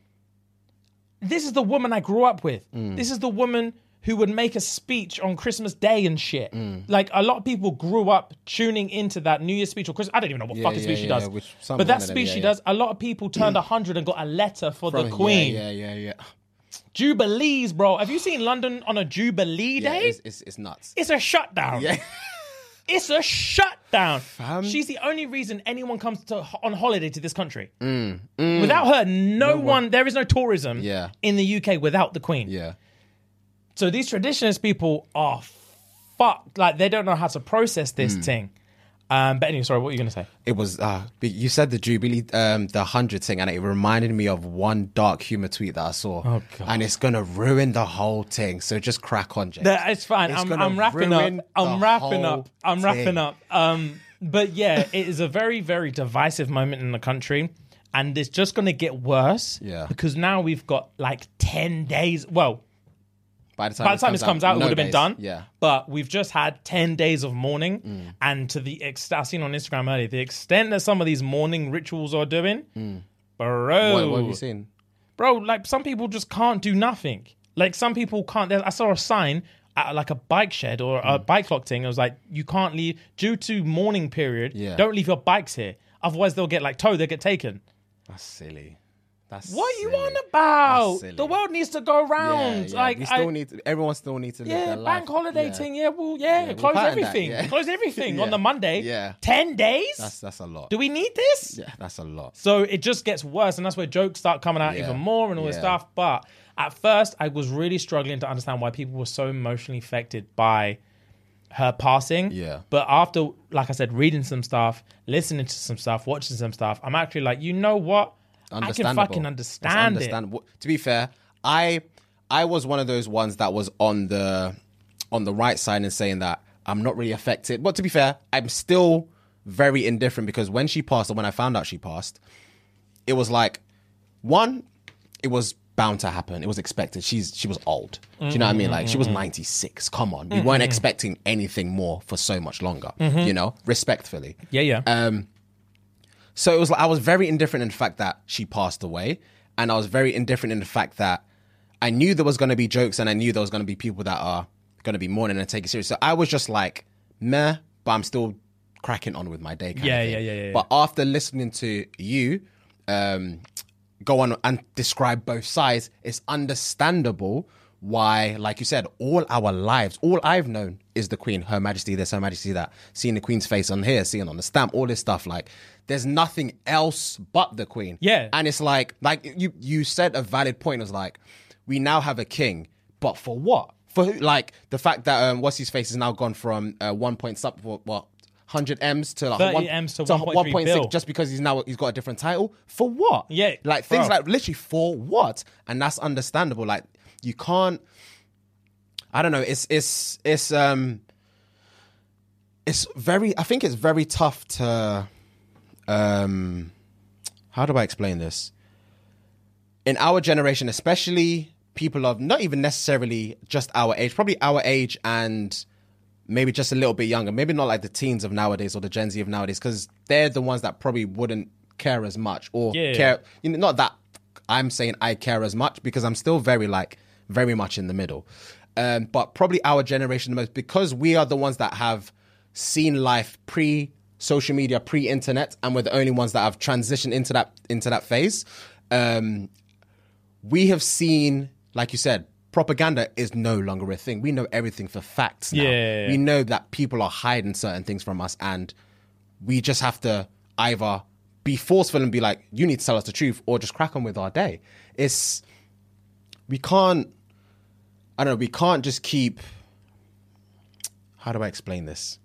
Speaker 1: this is the woman I grew up with.
Speaker 2: Mm.
Speaker 1: This is the woman who would make a speech on Christmas Day and shit.
Speaker 2: Mm.
Speaker 1: Like a lot of people grew up tuning into that New Year's speech or Christmas. I don't even know what fucking
Speaker 2: yeah,
Speaker 1: speech she
Speaker 2: yeah,
Speaker 1: does,
Speaker 2: which- some
Speaker 1: but
Speaker 2: one
Speaker 1: that
Speaker 2: of them,
Speaker 1: speech
Speaker 2: yeah,
Speaker 1: she
Speaker 2: yeah. Mm.
Speaker 1: does. A lot of people turned hundred and got a letter for
Speaker 2: From-
Speaker 1: the
Speaker 2: yeah,
Speaker 1: Queen.
Speaker 2: Yeah, yeah, yeah.
Speaker 1: Jubilees, bro. Have you seen London on a Jubilee
Speaker 2: Yeah,
Speaker 1: day?
Speaker 2: it's,
Speaker 1: It's,
Speaker 2: it's, it's nuts.
Speaker 1: a shutdown.
Speaker 2: Yeah.
Speaker 1: It's a shutdown. She's the only reason anyone comes to on holiday to this country.
Speaker 2: Mm,
Speaker 1: Without her, no, one, There is no tourism
Speaker 2: Yeah.
Speaker 1: in the UK without the Queen.
Speaker 2: Yeah,
Speaker 1: So these traditionalist people are fucked. Like they don't know how to process this thing. Um, but anyway, sorry, what were you gonna say?
Speaker 2: it was. Uh, but you said the Jubilee, um, the hundred thing, and it reminded me of one dark humor tweet that I saw. Oh
Speaker 1: God.
Speaker 2: And it's gonna ruin the whole thing. So just crack on, James.
Speaker 1: That- it's fine.
Speaker 2: It's
Speaker 1: I'm,
Speaker 2: gonna
Speaker 1: I'm wrapping
Speaker 2: ruin
Speaker 1: up.
Speaker 2: the
Speaker 1: I'm wrapping
Speaker 2: whole
Speaker 1: up. I'm
Speaker 2: thing.
Speaker 1: wrapping up. Um, but yeah, it is a very, very divisive moment in the country. And it's just going to get worse.
Speaker 2: Yeah.
Speaker 1: Because now we've got like 10 days. Well,
Speaker 2: by the time,
Speaker 1: by the time this comes out, it
Speaker 2: no
Speaker 1: would have been
Speaker 2: days.
Speaker 1: done.
Speaker 2: Yeah, Mm.
Speaker 1: But we've just had 10 days of mourning. And to the extent, I've seen on Instagram earlier, the extent that some of these mourning rituals are doing, bro.
Speaker 2: What, what Mm. have you seen?
Speaker 1: Bro, like some people just can't do nothing. Like some people can't. there- I saw a sign at like a bike shed or a
Speaker 2: Mm.
Speaker 1: bike lock thing. It was like, you can't leave due to mourning period.
Speaker 2: Yeah.
Speaker 1: Don't leave your bikes here. Otherwise, they'll get like towed, they'll get taken.
Speaker 2: That's silly. That's
Speaker 1: What are you
Speaker 2: silly.
Speaker 1: on about?
Speaker 2: That's silly.
Speaker 1: The world needs to go round.
Speaker 2: Yeah, yeah.
Speaker 1: Like,
Speaker 2: we still
Speaker 1: I-
Speaker 2: need to, everyone still needs to live
Speaker 1: Yeah,
Speaker 2: their
Speaker 1: bank
Speaker 2: life.
Speaker 1: holiday
Speaker 2: Yeah.
Speaker 1: thing. Yeah, well, yeah,
Speaker 2: we'll
Speaker 1: close
Speaker 2: pattern that,
Speaker 1: everything.
Speaker 2: yeah.
Speaker 1: Close everything
Speaker 2: Yeah.
Speaker 1: on the Monday.
Speaker 2: Yeah.
Speaker 1: ten days.
Speaker 2: That's that's a lot.
Speaker 1: Do we need this?
Speaker 2: yeah, that's a lot.
Speaker 1: So it just gets worse, and that's where jokes start coming out
Speaker 2: Yeah.
Speaker 1: even more and all this
Speaker 2: Yeah.
Speaker 1: stuff. But at first, I was really struggling to understand why people were so emotionally affected by her passing.
Speaker 2: Yeah.
Speaker 1: But after, like I said, reading some stuff, listening to some stuff, watching some stuff, I'm actually like, you know what? I can
Speaker 2: Understandable.
Speaker 1: fucking
Speaker 2: That's
Speaker 1: understand it.
Speaker 2: understandable. To be fair, I I was one of those ones that was on the on the right side and saying that I'm not really affected. But to be fair, I'm still very indifferent because when she passed and when I found out she passed, it was like one, it was bound to happen. It was expected. She's she was old. Do you know what I mean? Like
Speaker 1: Mm-hmm.
Speaker 2: she was 96. Come on. We weren't expecting anything more for so much longer.
Speaker 1: Mm-hmm.
Speaker 2: You know, respectfully.
Speaker 1: Yeah, yeah.
Speaker 2: So it was like I was very indifferent in the fact that she passed away, and I was very indifferent in the fact that I knew there was going to be jokes, and I knew there was going to be people that are going to be mourning and take it serious. So I was just like, meh, but I'm still cracking on with my day. Kind
Speaker 1: Yeah,
Speaker 2: of thing.
Speaker 1: yeah, yeah, yeah, yeah.
Speaker 2: But after listening to you, um, go on and describe both sides, it's understandable why, like you said, all our lives, all I've known is the Queen, Her Majesty this, Her Majesty that, seeing the Queen's face on here, seeing on the stamp, all this stuff. Like, there's nothing else but the Queen.
Speaker 1: Yeah.
Speaker 2: And it's like, like you you said a valid point. It was like, we now have a king, but for what? For who? Like the fact that um, what's his face has now gone from uh, one point sub what. what 100 m's to like
Speaker 1: 30
Speaker 2: one,
Speaker 1: Ms to 1.3 bill.
Speaker 2: just because he's now he's got a different title for what
Speaker 1: Yeah,
Speaker 2: like things
Speaker 1: bruv.
Speaker 2: like literally for what and that's understandable like you can't i don't know it's it's it's um it's very i think it's very tough to um how do i explain this in our generation especially people of not even necessarily just our age probably our age and maybe just a little bit younger maybe not like the teens of nowadays or the gen z of nowadays because they're the ones that probably wouldn't care as much or
Speaker 1: Yeah.
Speaker 2: care you know not that i'm saying i care as much because i'm still very like very much in the middle um, but probably our generation the most because we are the ones that have seen life pre social media pre internet and we're the only ones that have transitioned into that into that phase um, we have seen, like you said, propaganda is no longer a thing. We know everything for facts now.
Speaker 1: Yeah.
Speaker 2: We know that people are hiding certain things from us, and we just have to either be forceful and be like, "You need to tell us the truth," or just crack on with our day. It's we can't. I don't know. We can't just keep. How do I explain this?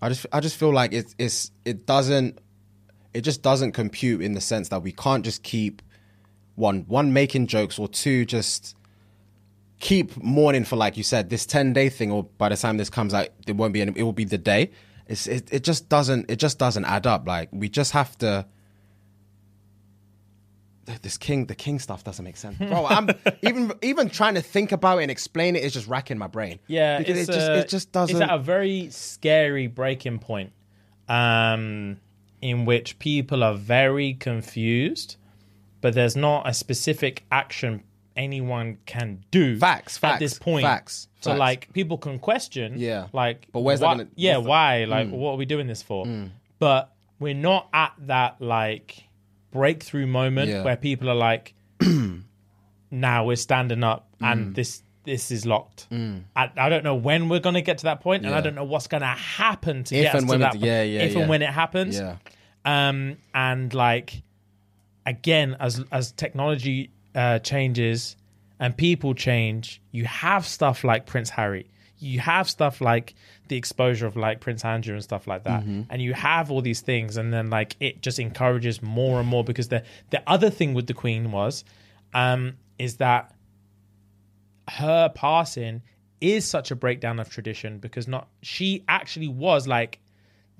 Speaker 2: I just I just feel like it's it's it doesn't it just doesn't compute in the sense that we can't just keep one one making jokes or two just keep mourning for like you said this 10 day thing or by the time this comes out it won't be any, it will be the day it's it, it just doesn't it just doesn't add up like we just have to this king the king stuff doesn't make sense bro i'm even even trying to think about it and explain it is just racking my brain
Speaker 1: Yeah,
Speaker 2: because
Speaker 1: it's
Speaker 2: it just
Speaker 1: a-
Speaker 2: it just doesn't
Speaker 1: It's at a very scary breaking point, um, in which people are very confused, but there's not a specific action anyone can do.
Speaker 2: Facts,
Speaker 1: at
Speaker 2: facts,
Speaker 1: this point.
Speaker 2: facts,
Speaker 1: So
Speaker 2: facts.
Speaker 1: like people can question.
Speaker 2: Yeah.
Speaker 1: Like,
Speaker 2: But where's that
Speaker 1: why-
Speaker 2: gonna-
Speaker 1: Yeah,
Speaker 2: what's the- Mm.
Speaker 1: why? Like, what are we doing this for? But we're not at that like breakthrough moment
Speaker 2: Yeah.
Speaker 1: where people are like now we're standing up
Speaker 2: Mm.
Speaker 1: and this this is locked. I, I don't know when we're going to get to that point, and I
Speaker 2: Yeah.
Speaker 1: don't know what's going to happen to
Speaker 2: If
Speaker 1: get us
Speaker 2: and
Speaker 1: to
Speaker 2: when it-
Speaker 1: that. point.
Speaker 2: yeah, yeah,
Speaker 1: if
Speaker 2: yeah.
Speaker 1: and when it happens,
Speaker 2: yeah
Speaker 1: um, and like again, as as technology uh, changes and people change, you have stuff like Prince Harry. You have stuff like the exposure of like Prince Andrew and stuff like that, and you have all these things, and then like it just encourages more and more because the the other thing with the Queen was, um, is that her passing is such a breakdown of tradition because not she actually was like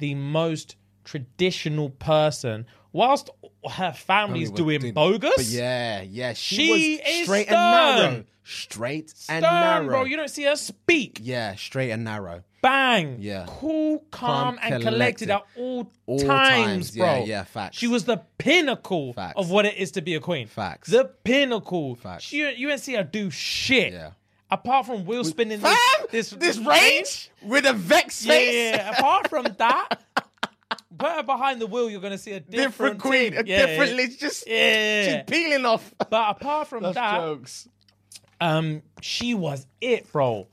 Speaker 1: the most traditional person whilst her family's doing
Speaker 2: Dude,
Speaker 1: bogus
Speaker 2: but yeah yeah she,
Speaker 1: She
Speaker 2: was
Speaker 1: is
Speaker 2: straight
Speaker 1: stern.
Speaker 2: and narrow straight and
Speaker 1: Damn,
Speaker 2: narrow
Speaker 1: bro you don't see her speak
Speaker 2: yeah straight and narrow
Speaker 1: bang
Speaker 2: Yeah.
Speaker 1: cool calm,
Speaker 2: Calm,
Speaker 1: and collected
Speaker 2: collected.
Speaker 1: at all,
Speaker 2: All
Speaker 1: times,
Speaker 2: times,
Speaker 1: bro
Speaker 2: yeah, yeah, facts.
Speaker 1: she was the pinnacle
Speaker 2: Facts.
Speaker 1: of what it is to be a queen
Speaker 2: Facts.
Speaker 1: the pinnacle
Speaker 2: Facts.
Speaker 1: she, you didn't see her do shit
Speaker 2: Yeah.
Speaker 1: apart from will spinning
Speaker 2: Fam,
Speaker 1: this,
Speaker 2: this rage with a vex
Speaker 1: Yeah,
Speaker 2: face.
Speaker 1: yeah, yeah. Apart from that, put her behind the wheel, you're gonna see a different,
Speaker 2: different queen,
Speaker 1: team.
Speaker 2: a
Speaker 1: Yeah,
Speaker 2: different.
Speaker 1: yeah.
Speaker 2: It's just
Speaker 1: Yeah.
Speaker 2: she's peeling off.
Speaker 1: But apart from that,
Speaker 2: jokes.
Speaker 1: um, she was it, bro.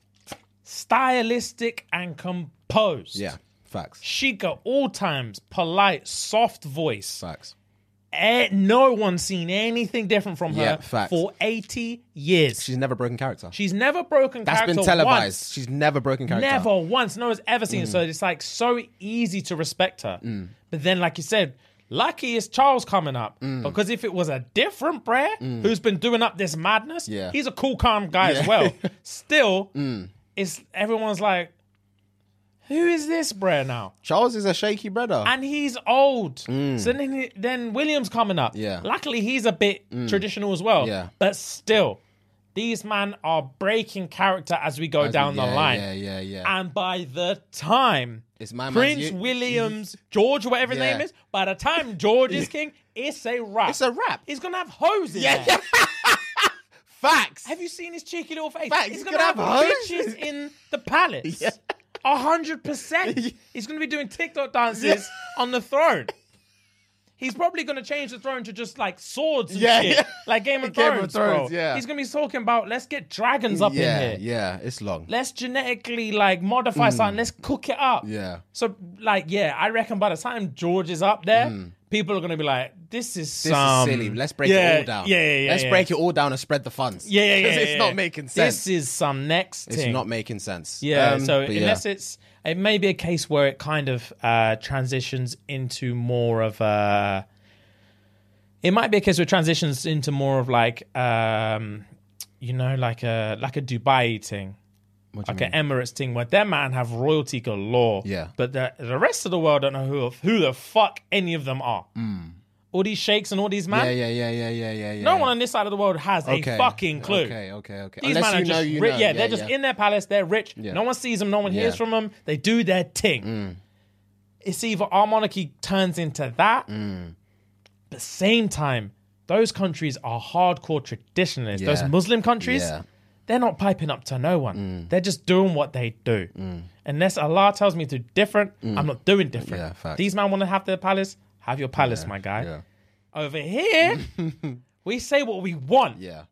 Speaker 1: Stylistic and composed.
Speaker 2: Yeah, facts,
Speaker 1: Chic at all times, polite, soft voice.
Speaker 2: facts.
Speaker 1: Eh, no one's seen anything different from
Speaker 2: Yeah,
Speaker 1: her
Speaker 2: facts.
Speaker 1: for 80 years.
Speaker 2: She's never broken character.
Speaker 1: She's never broken
Speaker 2: That's
Speaker 1: character
Speaker 2: been televised.
Speaker 1: once.
Speaker 2: She's never broken character.
Speaker 1: Never once. No one's ever seen it.
Speaker 2: Mm.
Speaker 1: So it's like so easy to respect her. But then, like you said, lucky is Charles coming up.
Speaker 2: Mm.
Speaker 1: Because if it was a different Brer who's been doing up this madness,
Speaker 2: Yeah.
Speaker 1: he's a cool, calm guy as
Speaker 2: Yeah. Mm.
Speaker 1: well. Still, it's everyone's like, who is this Brer now?
Speaker 2: Charles is a shaky brother.
Speaker 1: And he's old. So then, he- then William's coming up.
Speaker 2: Mm. Yeah. Mm.
Speaker 1: Luckily, he's a bit traditional as well.
Speaker 2: Yeah.
Speaker 1: But still, these man are breaking character as we go down the
Speaker 2: Yeah,
Speaker 1: line.
Speaker 2: Yeah, yeah, yeah.
Speaker 1: And by the time
Speaker 2: It's my man's
Speaker 1: Prince
Speaker 2: you-
Speaker 1: William's George, whatever his
Speaker 2: Yeah.
Speaker 1: name is, by the time George is king, it's a wrap.
Speaker 2: It's a wrap.
Speaker 1: He's gonna have hoes in there.
Speaker 2: facts.
Speaker 1: Have you seen his cheeky little face?
Speaker 2: Facts,
Speaker 1: He's,
Speaker 2: he's
Speaker 1: gonna,
Speaker 2: gonna
Speaker 1: have,
Speaker 2: have hoes.
Speaker 1: bitches in the palace.
Speaker 2: Yeah.
Speaker 1: A hundred percent. He's gonna be doing TikTok dances on the throne. he's probably gonna change the throne to just like swords. And
Speaker 2: Yeah,
Speaker 1: shit.
Speaker 2: yeah.
Speaker 1: like Game of
Speaker 2: Game
Speaker 1: Thrones.
Speaker 2: of Thrones,
Speaker 1: bro.
Speaker 2: yeah.
Speaker 1: he's gonna be talking about let's get dragons up
Speaker 2: yeah,
Speaker 1: in here.
Speaker 2: yeah, it's long.
Speaker 1: Let's genetically like modify something. Let's cook it up.
Speaker 2: Yeah.
Speaker 1: So like yeah, I reckon by the time George is up there, people are gonna be like, this is
Speaker 2: Mm. This
Speaker 1: some
Speaker 2: is silly. Let's break
Speaker 1: um, yeah,
Speaker 2: it all down.
Speaker 1: Yeah, yeah, yeah.
Speaker 2: Let's
Speaker 1: yeah.
Speaker 2: break it all down and spread the funds.
Speaker 1: Yeah, yeah, yeah.
Speaker 2: 'Cause it's
Speaker 1: yeah, yeah.
Speaker 2: not making sense.
Speaker 1: This is some next
Speaker 2: it's
Speaker 1: thing.
Speaker 2: not making sense.
Speaker 1: Yeah.
Speaker 2: Um,
Speaker 1: so
Speaker 2: but
Speaker 1: unless it's, it may be a case where it kind of uh, transitions into more of a. It might be a case where it transitions into more of like, um, you know, like a like a Dubai thing, like an Emirates thing, where their man have royalty galore.
Speaker 2: Yeah.
Speaker 1: But the the rest of the world don't know who who the fuck any of them are. All these sheikhs and all these man.
Speaker 2: Hmm. yeah, yeah, yeah, yeah, yeah, yeah, yeah.
Speaker 1: No one on this side of the world has
Speaker 2: Okay.
Speaker 1: a fucking clue.
Speaker 2: Okay, okay, okay.
Speaker 1: These
Speaker 2: Unless
Speaker 1: men are
Speaker 2: you know,
Speaker 1: just
Speaker 2: you
Speaker 1: rich.
Speaker 2: know.
Speaker 1: Yeah, they're just in their palace. They're rich. No one sees them. No one hears
Speaker 2: Yeah. Mm.
Speaker 1: from them. They do their thing. It's either our monarchy turns into that.
Speaker 2: Mm.
Speaker 1: But same time, those countries are hardcore traditionalists. Those
Speaker 2: Yeah.
Speaker 1: Muslim countries,
Speaker 2: Yeah. Mm.
Speaker 1: they're not piping up to no one. They're just doing what they do. Unless Allah tells me to different, I'm not doing different.
Speaker 2: Mm. Yeah, facts.
Speaker 1: These men want to have their palace. Have your palace, my guy.
Speaker 2: Yeah,
Speaker 1: Over here, we say what we want
Speaker 2: yeah.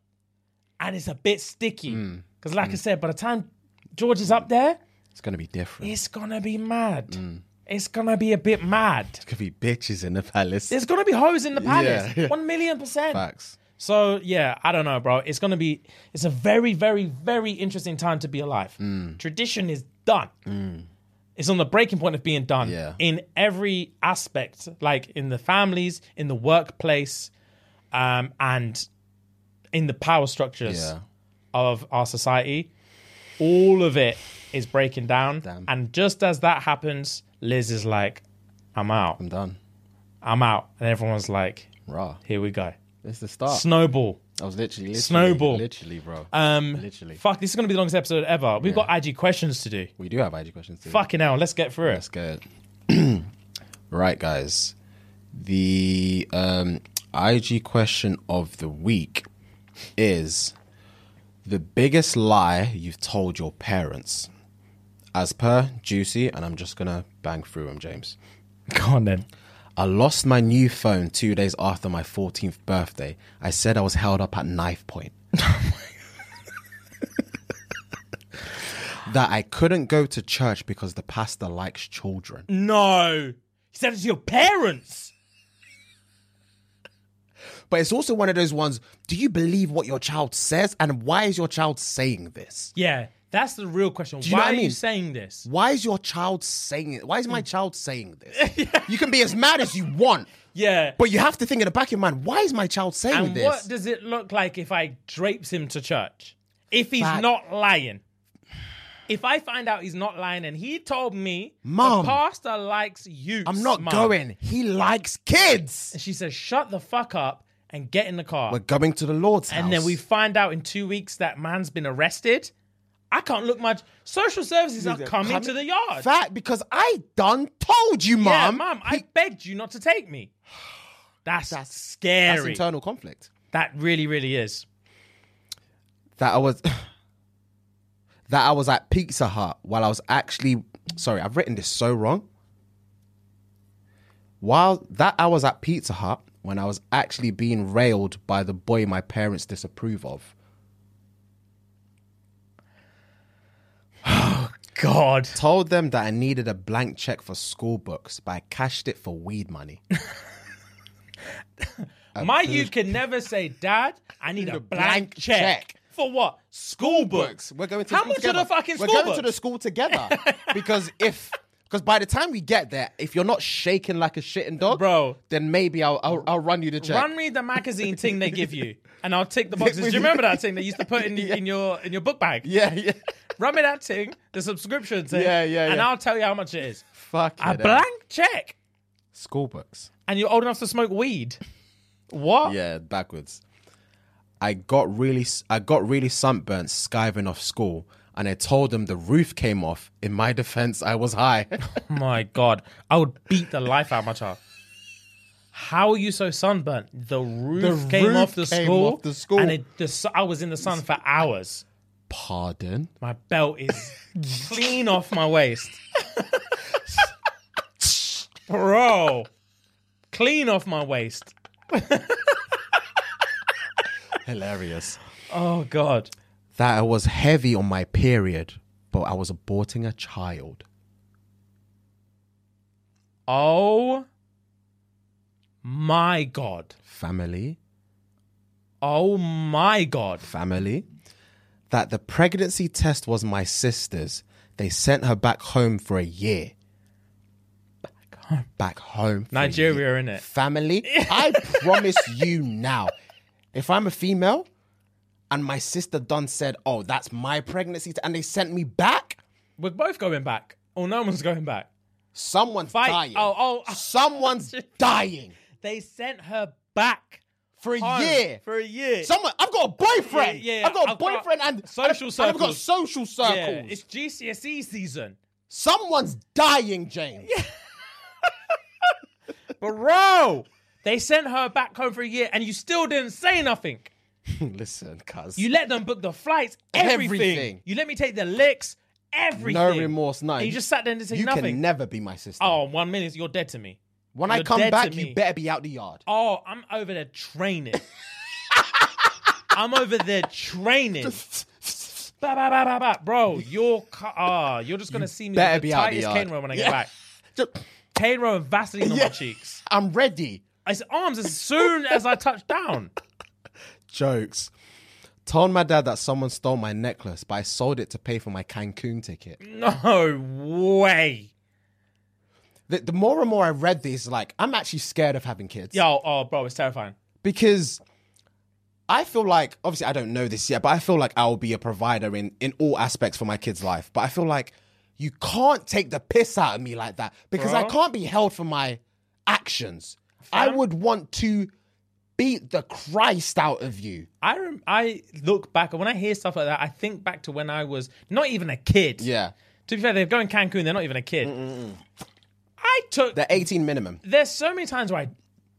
Speaker 1: and it's a bit sticky.
Speaker 2: Mm.
Speaker 1: Because, like I said, by the time George is up there,
Speaker 2: It's gonna be different.
Speaker 1: it's gonna be mad.
Speaker 2: Mm.
Speaker 1: It's gonna be a bit mad.
Speaker 2: It's gonna be bitches in the palace.
Speaker 1: There's gonna be hoes in the palace,
Speaker 2: Yeah.
Speaker 1: one million percent.
Speaker 2: Facts.
Speaker 1: So yeah, I don't know, bro. It's gonna be. It's a very, very, very interesting time to be alive.
Speaker 2: Mm.
Speaker 1: Tradition is done. It's on the breaking point of being done
Speaker 2: Yeah.
Speaker 1: in every aspect, like in the families, in the workplace, um, and in the power structures
Speaker 2: Yeah.
Speaker 1: of our society. All of it is breaking down,
Speaker 2: Damn.
Speaker 1: and just as that happens, Liz is like, "I'm out,
Speaker 2: I'm done.
Speaker 1: I'm out," and everyone's like,
Speaker 2: Raw.
Speaker 1: "Here we go."
Speaker 2: It's the start.
Speaker 1: Snowball.
Speaker 2: I was literally, literally
Speaker 1: Snowball.
Speaker 2: Literally, bro.
Speaker 1: Um,
Speaker 2: Literally.
Speaker 1: Fuck, this is going to be the longest episode ever. We've got IG questions to do.
Speaker 2: we do have IG questions too.
Speaker 1: Fucking hell, let's get through
Speaker 2: Let's get it. right, guys. The um, IG question of the week is the biggest lie you've told your parents. As per Juicy, and I'm just going to bang through them, James.
Speaker 1: it. Go on then.
Speaker 2: I lost my new phone two days after my 14th birthday. I said I was held up at knife point. that I couldn't go to church because the pastor likes children.
Speaker 1: No. He said it to your parents.
Speaker 2: But it's also one of those ones do you believe what your child says? And why is your child saying this?
Speaker 1: Yeah, that's the real question.
Speaker 2: you know
Speaker 1: Why
Speaker 2: what
Speaker 1: are
Speaker 2: I
Speaker 1: you
Speaker 2: mean?
Speaker 1: saying this?
Speaker 2: Why is your child saying it? Why is
Speaker 1: Mm.
Speaker 2: my child saying this? You can be as mad as you want,
Speaker 1: Yeah.
Speaker 2: but you have to think in the back of your mind, why is my child saying
Speaker 1: and
Speaker 2: this?
Speaker 1: what does it look like if I drapes him to church? If he's
Speaker 2: Fact.
Speaker 1: not lying. If I find out he's not lying and he told me,
Speaker 2: Mom.
Speaker 1: the pastor likes you.
Speaker 2: I'm not
Speaker 1: smart."
Speaker 2: going. He likes kids.
Speaker 1: And she says, shut the fuck up and get in the car.
Speaker 2: We're going to the Lord's house.
Speaker 1: and then we find out in two weeks that man's been arrested. I can't look much. Social services are coming to the yard.
Speaker 2: Fat because I done told you, mom.
Speaker 1: yeah, mom, I begged you not to take me. That's,
Speaker 2: That's- That's
Speaker 1: scary.
Speaker 2: internal conflict.
Speaker 1: that really, really is.
Speaker 2: That I was that I was at Pizza Hut while I was actually sorry, I've written this so wrong. While that I was at Pizza Hut when I was actually being railed by the boy my parents disapprove of.
Speaker 1: God.
Speaker 2: Told them that I needed a blank check for school books, but I cashed it for weed money.
Speaker 1: My youth can never say, Dad, I need, a blank,
Speaker 2: blank
Speaker 1: check.
Speaker 2: check.
Speaker 1: For what? School books.
Speaker 2: We're going to
Speaker 1: How
Speaker 2: school
Speaker 1: much
Speaker 2: together.
Speaker 1: are the fucking
Speaker 2: We're
Speaker 1: school
Speaker 2: going
Speaker 1: books?
Speaker 2: to the school together because if because by the time we get there, if you're not shaking like a shitting dog,
Speaker 1: Bro.
Speaker 2: then maybe I'll I'll, I'll run you the check.
Speaker 1: Run me the magazine thing they give you, and I'll tick the boxes. Do you remember that thing they used to put in, in your in your book bag?
Speaker 2: Yeah, yeah.
Speaker 1: Run me that thing, the subscription thing.
Speaker 2: Yeah, yeah,
Speaker 1: And
Speaker 2: yeah.
Speaker 1: I'll tell you how much it is.
Speaker 2: Fuck
Speaker 1: A
Speaker 2: it, eh?
Speaker 1: blank check,
Speaker 2: school books.
Speaker 1: and you're old enough to smoke weed. What?
Speaker 2: Yeah, backwards. I got really s- I got really sunburnt skiving off school, and I told them the roof came off. In my defense, I was high.
Speaker 1: My God, I would beat the life out of my child. How are you so sunburnt? The roof
Speaker 2: The
Speaker 1: came
Speaker 2: roof
Speaker 1: off the
Speaker 2: came
Speaker 1: school.
Speaker 2: off the school.
Speaker 1: and it, the, su- I was in the sun for hours.
Speaker 2: Pardon.
Speaker 1: My belt is clean off my waist, bro. clean off my waist.
Speaker 2: Hilarious.
Speaker 1: Oh God.
Speaker 2: That I was heavy on my period, but I was aborting a child.
Speaker 1: Oh my God.
Speaker 2: Family,
Speaker 1: Oh my God.
Speaker 2: family. That the pregnancy test was my sister's. They sent her back home for a year. Back home. Back home. for a year.
Speaker 1: Nigeria, in it.
Speaker 2: family. I promise you now, if I'm a female and my sister done said, oh, that's my pregnancy, t-, and they sent me back,
Speaker 1: We're both going back. Oh, no one's going back.
Speaker 2: someone's
Speaker 1: Fight.
Speaker 2: dying.
Speaker 1: Oh, oh.
Speaker 2: Someone's dying
Speaker 1: They sent her back
Speaker 2: for a
Speaker 1: home
Speaker 2: year.
Speaker 1: for a year.
Speaker 2: Someone, I've got a boyfriend.
Speaker 1: Yeah, yeah,
Speaker 2: I've got a
Speaker 1: I've got
Speaker 2: boyfriend and
Speaker 1: social
Speaker 2: and I've got
Speaker 1: circles.
Speaker 2: social circles.
Speaker 1: yeah, it's GCSE E season,
Speaker 2: Someone's dying, James.
Speaker 1: bro. They sent her back home for a year, and you still didn't say nothing.
Speaker 2: Listen, cuz.
Speaker 1: You let them book the flights, everything.
Speaker 2: Everything.
Speaker 1: You let me take the licks, everything.
Speaker 2: no remorse, no.
Speaker 1: And you just sat there and didn't say
Speaker 2: You
Speaker 1: nothing.
Speaker 2: can never be my sister.
Speaker 1: oh, one minute, you're dead to me.
Speaker 2: when
Speaker 1: you're
Speaker 2: I come
Speaker 1: dead to
Speaker 2: back,
Speaker 1: me.
Speaker 2: you better be out the yard.
Speaker 1: Oh, I'm over there training. I'm over there training. Ba, ba, ba, ba, ba. Bro, you're ca- ah, you're just gonna see me
Speaker 2: better
Speaker 1: with the
Speaker 2: be out the
Speaker 1: tightest
Speaker 2: yard.
Speaker 1: cane row when I get
Speaker 2: Yeah.
Speaker 1: back.
Speaker 2: Just-
Speaker 1: Cane row and Vaseline on my
Speaker 2: Yeah.
Speaker 1: cheeks.
Speaker 2: I'm ready.
Speaker 1: It's arms as soon as I touch down.
Speaker 2: Jokes. Told my dad that someone stole my necklace, but I sold it to pay for my Cancun ticket.
Speaker 1: No way.
Speaker 2: The, the more and more I read these, like, I'm actually scared of having kids.
Speaker 1: Yo, oh bro, it's terrifying.
Speaker 2: Because I feel like, obviously, I don't know this yet, but I feel like I'll be a provider in, in all aspects for my kid's life. But I feel like you can't take the piss out of me like that because I
Speaker 1: Bro.
Speaker 2: can't be held for my actions. I would want to beat the Christ out of you.
Speaker 1: I rem- I look back and when I hear stuff like that, I think back to when I was not even a kid.
Speaker 2: Yeah. Mm,
Speaker 1: To be fair, they're going Cancun, they're not even a kid. I took
Speaker 2: The 18 minimum.
Speaker 1: there's so many times where I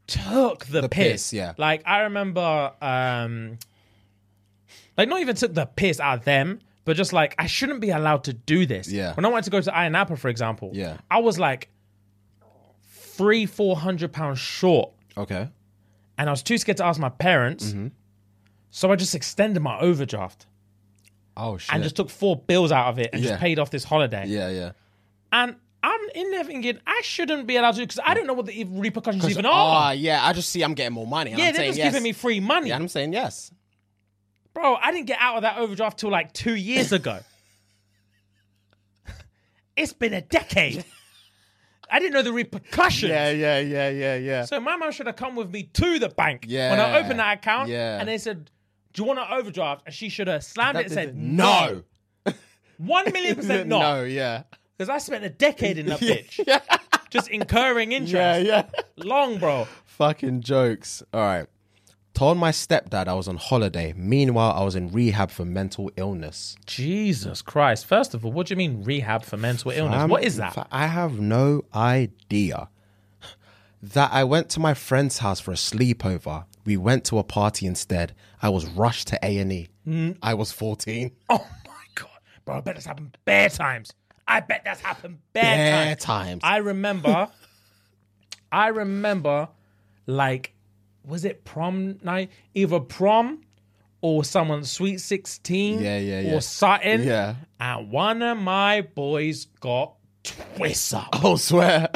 Speaker 1: took the, piss.
Speaker 2: piss, yeah.
Speaker 1: Like I remember um like not even took the piss out of them, but just like I shouldn't be allowed to do this.
Speaker 2: Yeah.
Speaker 1: When I wanted to go to Iron Apple, for example,
Speaker 2: Yeah.
Speaker 1: I was like three, four hundred pounds short.
Speaker 2: Okay.
Speaker 1: And I was too scared to ask my parents.
Speaker 2: Mm-hmm.
Speaker 1: So I just extended my overdraft
Speaker 2: Oh, shit.
Speaker 1: and just took four bills out of it and
Speaker 2: Yeah.
Speaker 1: just paid off this holiday.
Speaker 2: yeah, yeah.
Speaker 1: And I'm in there thinking I shouldn't be allowed to because I don't know what the repercussions even are.
Speaker 2: Ah, yeah. I just see I'm getting more money. And
Speaker 1: yeah,
Speaker 2: I'm
Speaker 1: they're
Speaker 2: saying
Speaker 1: just
Speaker 2: yes.
Speaker 1: giving me free money.
Speaker 2: Yeah, and I'm saying yes.
Speaker 1: Bro, I didn't get out of that overdraft till like two years ago. it's been a decade. I didn't know the repercussions.
Speaker 2: yeah, yeah, yeah, yeah.
Speaker 1: So my mum should have come with me to the bank when
Speaker 2: Yeah.
Speaker 1: I opened that account.
Speaker 2: Yeah.
Speaker 1: And they said, Do you want an overdraft? And she should have slammed it and said,
Speaker 2: no.
Speaker 1: One million percent not.
Speaker 2: yeah.
Speaker 1: Because I spent a decade in that bitch. Just incurring interest.
Speaker 2: Yeah, yeah.
Speaker 1: Long, bro.
Speaker 2: Fucking jokes. All right. Told my stepdad I was on holiday. Meanwhile, I was in rehab for mental illness.
Speaker 1: Jesus Christ. First of all, what do you mean rehab for mental illness?
Speaker 2: Um,
Speaker 1: what is that?
Speaker 2: fa- I have no idea. That I went to my friend's house for a sleepover. We went to a party instead. I was rushed to A and E.
Speaker 1: Hmm?
Speaker 2: I was fourteen.
Speaker 1: Oh my god, bro! I bet that's happened bare times. I bet that's happened bare,
Speaker 2: Bare
Speaker 1: times.
Speaker 2: times.
Speaker 1: I remember. I remember, like, was it prom night? Either prom or someone's sweet sixteen.
Speaker 2: Yeah, yeah, yeah.
Speaker 1: Or something.
Speaker 2: Yeah.
Speaker 1: And one of my boys got twist up.
Speaker 2: Oh, swear.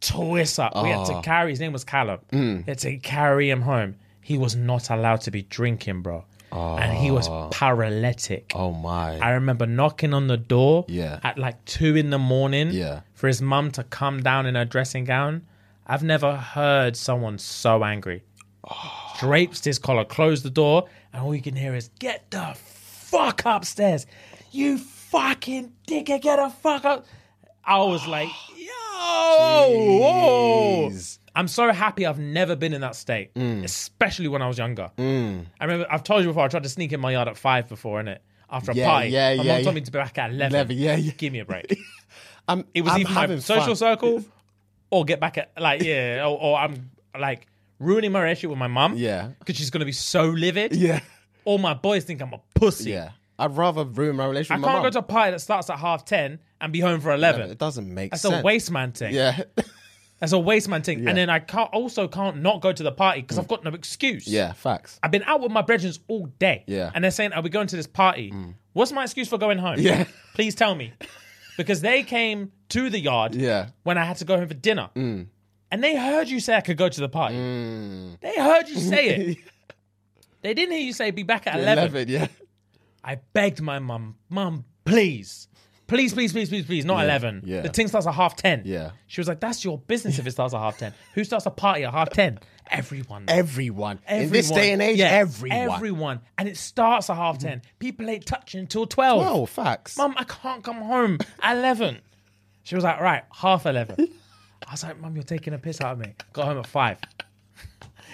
Speaker 1: Twist up. We
Speaker 2: Ah.
Speaker 1: had to carry. His name was Callum.
Speaker 2: Mm.
Speaker 1: We had to carry him home. He was not allowed to be drinking, bro. And he was
Speaker 2: Ah.
Speaker 1: paralytic.
Speaker 2: Oh my.
Speaker 1: I remember knocking on the door
Speaker 2: Yeah.
Speaker 1: at like two in the morning
Speaker 2: Yeah.
Speaker 1: for his mum to come down in her dressing gown. I've never heard someone so angry. Drapes his collar, closed the door, and all you can hear is, Get the fuck upstairs. You fucking dickhead, get the fuck up. I was like, Yo, whoa."
Speaker 2: Jeez.
Speaker 1: I'm so happy I've never been in that state,
Speaker 2: Mm.
Speaker 1: especially when I was younger. I remember I've told you before I tried to sneak in my yard at five before, innit? After a
Speaker 2: Yeah,
Speaker 1: party.
Speaker 2: yeah,
Speaker 1: my
Speaker 2: yeah,
Speaker 1: mom
Speaker 2: yeah.
Speaker 1: told me to be back at eleven.
Speaker 2: 11, yeah, yeah.
Speaker 1: Give me a break.
Speaker 2: I'm,
Speaker 1: It was
Speaker 2: I'm
Speaker 1: either my
Speaker 2: having
Speaker 1: social
Speaker 2: fun.
Speaker 1: circle or get back at like yeah, or, or I'm like ruining my relationship with my mum.
Speaker 2: Yeah.
Speaker 1: Because she's gonna be so livid.
Speaker 2: Yeah.
Speaker 1: All my boys think I'm a pussy.
Speaker 2: Yeah. I'd rather ruin my
Speaker 1: I
Speaker 2: relationship
Speaker 1: can't
Speaker 2: with my
Speaker 1: go
Speaker 2: mum.
Speaker 1: to a party that starts at half ten and be home for eleven.
Speaker 2: It doesn't make
Speaker 1: That's
Speaker 2: sense.
Speaker 1: a waste man thing.
Speaker 2: Yeah. Mm.
Speaker 1: That's a waste man thing. And then I can't also can't not go to the party because I've got no excuse.
Speaker 2: Yeah, facts.
Speaker 1: I've been out with my brethrens all day.
Speaker 2: Yeah. Mm.
Speaker 1: And they're saying, Are we going to this party? What's my excuse for going home?
Speaker 2: Yeah.
Speaker 1: Please tell me. Because they came to the yard
Speaker 2: Yeah. Mm.
Speaker 1: when I had to go home for dinner. And they heard you say I could go to the party. They heard you say it. they didn't hear you say be back at 11.
Speaker 2: yeah.
Speaker 1: I begged my mum, Mum, please. Please, please, please, please, please, not 11.
Speaker 2: yeah.
Speaker 1: The thing starts at half 10.
Speaker 2: Yeah.
Speaker 1: She was like, that's your business if it starts at half 10. Who starts a party at half 10? Everyone.
Speaker 2: Everyone.
Speaker 1: Everyone.
Speaker 2: In this day and age,
Speaker 1: Yeah,
Speaker 2: everyone.
Speaker 1: Everyone. And it starts at half 10. People ain't touching until 12.
Speaker 2: Oh, facts.
Speaker 1: Mum, I can't come home at 11. She was like, right, half 11. I was like, Mum, you're taking a piss out of me. Got home at 5.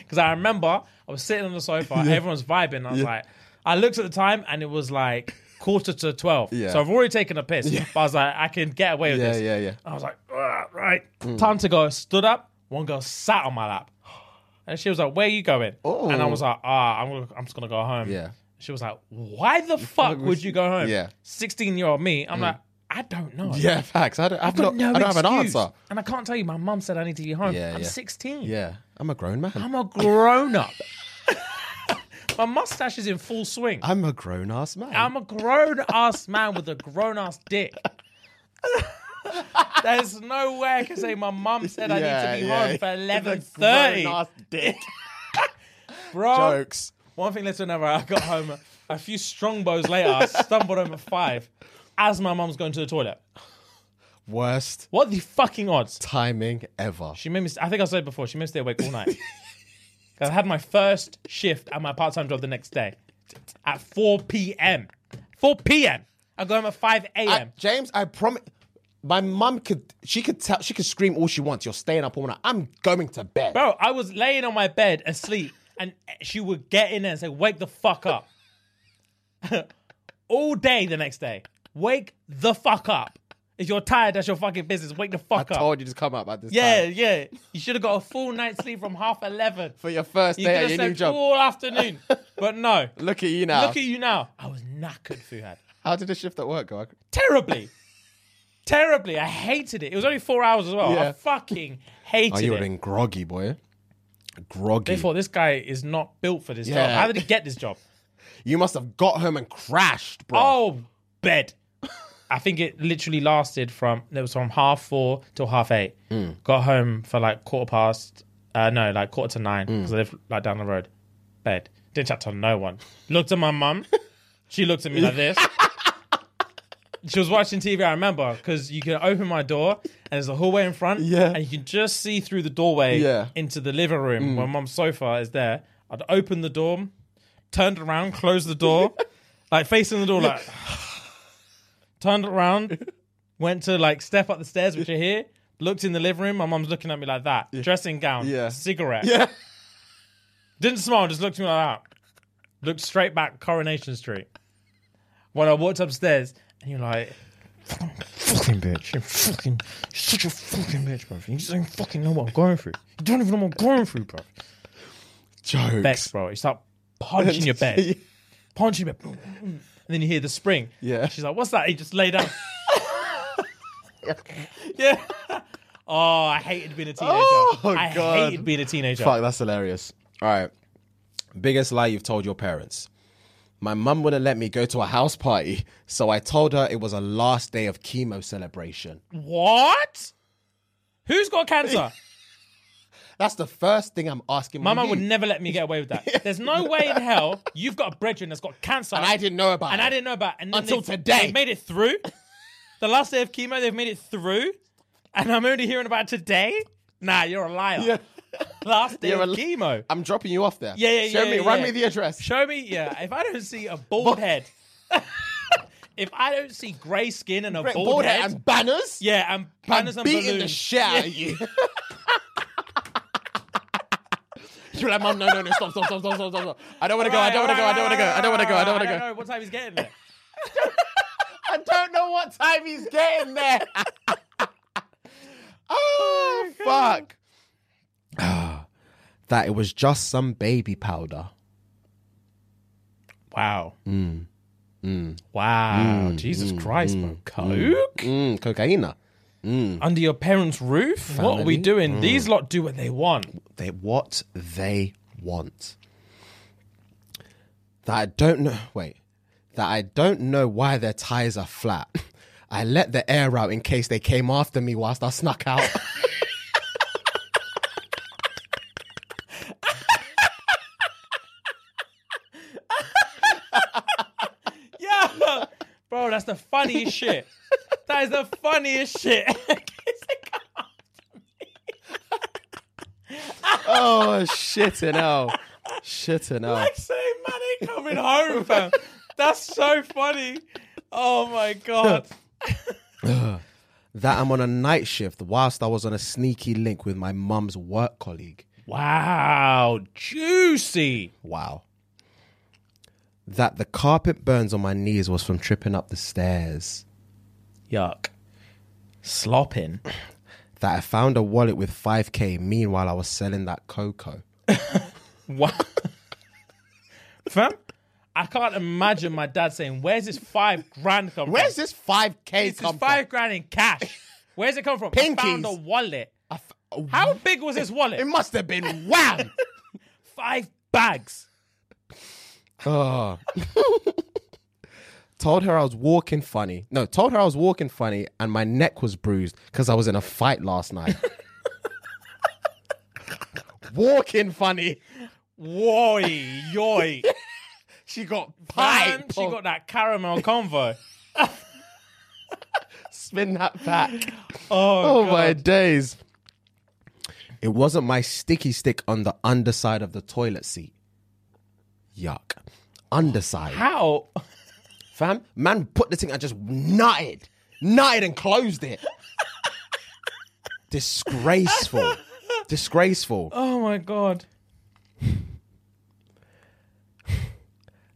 Speaker 1: Because I remember I was sitting on the sofa, everyone's vibing. I was like, I looked at the time and it was like quarter to 12.
Speaker 2: Yeah.
Speaker 1: So I've already taken a piss. But I was like, I can get away with
Speaker 2: Yeah,
Speaker 1: this.
Speaker 2: yeah, yeah.
Speaker 1: I was like, "Ah, right, time to go. Stood up. One girl sat on my lap. And she was like, where are you going? And I was like, ah, I'm, gonna, I'm just going to go home.
Speaker 2: Oh. Yeah.
Speaker 1: She was like, why the fuck would you go home?
Speaker 2: Yeah. Mm.
Speaker 1: 16 year old me, I'm like, I don't know.
Speaker 2: Yeah, facts. I don't, I've
Speaker 1: I've got
Speaker 2: not,
Speaker 1: no
Speaker 2: I don't have an
Speaker 1: excuse.
Speaker 2: answer.
Speaker 1: And I can't tell you, my mum said I need to be home.
Speaker 2: Yeah,
Speaker 1: I'm
Speaker 2: yeah.
Speaker 1: 16.
Speaker 2: Yeah. I'm a grown man.
Speaker 1: I'm
Speaker 2: I'm,
Speaker 1: a grown up. my mustache is in full swing.
Speaker 2: a grown ass man.
Speaker 1: I'm a grown ass man with a grown ass dick. There's no way I can say my mum said I need to be home for eleven thirty,
Speaker 2: Grown ass dick.
Speaker 1: bro.
Speaker 2: Jokes.
Speaker 1: One thing led to another. I got home a few strong bows later. I stumbled over five as my mum's going to the toilet.
Speaker 2: Worst
Speaker 1: What the fucking odds?
Speaker 2: timing ever.
Speaker 1: She made me. I think I said before. She made me stay awake all night. I had my first shift at my part-time job the next day at 4 p.m. 4 p.m. I go home at 5
Speaker 2: I-
Speaker 1: a.m.
Speaker 2: James, I promise. My mum could, she could tell, she could scream all she wants. You're staying up all night. I'm going to bed.
Speaker 1: Bro, I was laying on my bed asleep, and she would get in there and say, "Wake the fuck up!" All day the next day, wake the fuck up. If you're tired, that's your fucking business. Wake the fuck
Speaker 2: I
Speaker 1: up.
Speaker 2: told you to come up at this
Speaker 1: Yeah,
Speaker 2: time.
Speaker 1: yeah. You should have got a full night's sleep from half eleven.
Speaker 2: For your first
Speaker 1: You could
Speaker 2: day
Speaker 1: have
Speaker 2: at your new
Speaker 1: slept
Speaker 2: job.
Speaker 1: all afternoon, but no.
Speaker 2: Look at you now.
Speaker 1: Look at you now. I was knackered, Fuhad.
Speaker 2: How did the shift at work go?
Speaker 1: Terribly. Terribly. I hated it. It was only four hours as well. I
Speaker 2: Yeah.
Speaker 1: fucking hated
Speaker 2: Oh, you
Speaker 1: it.
Speaker 2: were in groggy, boy. Groggy.
Speaker 1: They thought this guy is not built for this job.
Speaker 2: Yeah.
Speaker 1: How did he get this job?
Speaker 2: you must have got home and crashed, bro.
Speaker 1: Oh, bed. I think it literally lasted from it was from half four till half eight. Got home for like quarter past, uh, no, like quarter to nine because I live like down the road. Bed. Didn't chat to no one. Looked at my mum. She looked at me like this. She was watching TV. I remember because you can open my door and there's a hallway in front,
Speaker 2: Yeah.
Speaker 1: and you can just see through the doorway
Speaker 2: Yeah. Mm.
Speaker 1: into the living room where mum's sofa is there. I'd open the door, turned around, closed the door, like facing the door, like turned around, went to like step up the stairs, which are here, looked in the living room. My mum's looking at me like that, dressing gown,
Speaker 2: Yeah.
Speaker 1: cigarette.
Speaker 2: Yeah.
Speaker 1: Didn't smile, just looked at me like that. Looked straight back Coronation Street. When I walked upstairs, and you're like, fucking bitch, you fucking, you're such a fucking bitch, bro. You just don't fucking know what I'm going through. You don't even know what I'm going through, bro.
Speaker 2: Jokes.
Speaker 1: Bex, bro. You start punching your bed, punching your bed, and then you hear the spring.
Speaker 2: Yeah.
Speaker 1: She's like, "What's that?" He just lay down. yeah. Oh, I hated being a teenager.
Speaker 2: Oh,
Speaker 1: I
Speaker 2: God.
Speaker 1: hated being a teenager.
Speaker 2: Fuck, that's hilarious. All right. Biggest lie you've told your parents. My mum wouldn't let me go to a house party, so I told her it was a last day of chemo celebration.
Speaker 1: What? Who's got cancer?
Speaker 2: That's the first thing I'm asking
Speaker 1: My
Speaker 2: mum.
Speaker 1: mum would never let me get away with that. There's no way in hell you've got a brethren that's got cancer.
Speaker 2: And I didn't know about
Speaker 1: and
Speaker 2: it.
Speaker 1: I didn't know about it. and then
Speaker 2: Until
Speaker 1: they've-
Speaker 2: today.
Speaker 1: They've made it through. the last day of chemo, they've made it through, and I'm only hearing about it today. Nah, you're a liar. last day
Speaker 2: You're
Speaker 1: of
Speaker 2: a li-
Speaker 1: chemo.
Speaker 2: I'm dropping you off there.
Speaker 1: Yeah, yeah,
Speaker 2: Show
Speaker 1: yeah,
Speaker 2: me,
Speaker 1: yeah,
Speaker 2: run
Speaker 1: yeah.
Speaker 2: me the address.
Speaker 1: Show me, yeah. If I don't see a bald head, if I don't see grey skin and a bald,
Speaker 2: Bald
Speaker 1: head,
Speaker 2: head and banners.
Speaker 1: yeah, and
Speaker 2: I'm
Speaker 1: banners and
Speaker 2: beating the
Speaker 1: balloons.
Speaker 2: shit out of you. You're like, mom, no, no, no, stop, stop, stop, stop, stop, stop. I don't want to go. I don't want to go. I don't want to go. I don't want to go. I don't want to
Speaker 1: I don't
Speaker 2: go.
Speaker 1: know what time he's getting there.
Speaker 2: I don't know what time he's getting there. oh fuck! that it was just some baby powder.
Speaker 1: Wow. Mm. Wow. Jesus Christ, bro. Coke?
Speaker 2: Mm, cocaine.
Speaker 1: under your parents' roof. What Mm. are we
Speaker 2: Family.
Speaker 1: doing? These lot do what they want.
Speaker 2: they what they want. That I don't know. Wait, that I don't know why their tires are flat. I let the air out in case they came after me whilst I snuck out.
Speaker 1: Yeah, bro, that's the funniest shit. That is the funniest shit.
Speaker 2: oh shit and hell, shit and hell.
Speaker 1: I say, man, they coming home, fam. That's so funny. Oh my god.
Speaker 2: That I'm on a night shift whilst I was on a sneaky link with my mum's work colleague.
Speaker 1: Wow, juicy.
Speaker 2: Wow. That the carpet burns on my knees was from tripping up the stairs.
Speaker 1: Yuck. Slopping.
Speaker 2: that I found a wallet with 5k meanwhile I was selling that cocoa.
Speaker 1: What? Fam, I can't imagine my dad saying, "Where's this five grand come
Speaker 2: Where's
Speaker 1: from?
Speaker 2: this 5k
Speaker 1: This
Speaker 2: come
Speaker 1: is five grand in cash. Where's it come from? I found a
Speaker 2: Pinkies.
Speaker 1: wallet.
Speaker 2: from? I f- oh,
Speaker 1: How big was this wallet?
Speaker 2: It must have been wham!
Speaker 1: five bags.
Speaker 2: oh. told her I was walking funny. No, told her I was walking funny and my neck was bruised because I was in a fight last night. walking funny.
Speaker 1: Woy, yoy.
Speaker 2: She got
Speaker 1: Fam,
Speaker 2: pie.
Speaker 1: she got that caramel convo.
Speaker 2: spin that back.
Speaker 1: Oh,
Speaker 2: Oh my days. It wasn't my sticky stick on the underside of the toilet seat. Yuck. Underside.
Speaker 1: how?
Speaker 2: Fam, man put the thing and just nutted. Nutted and closed it. Disgraceful. Disgraceful.
Speaker 1: Oh my god.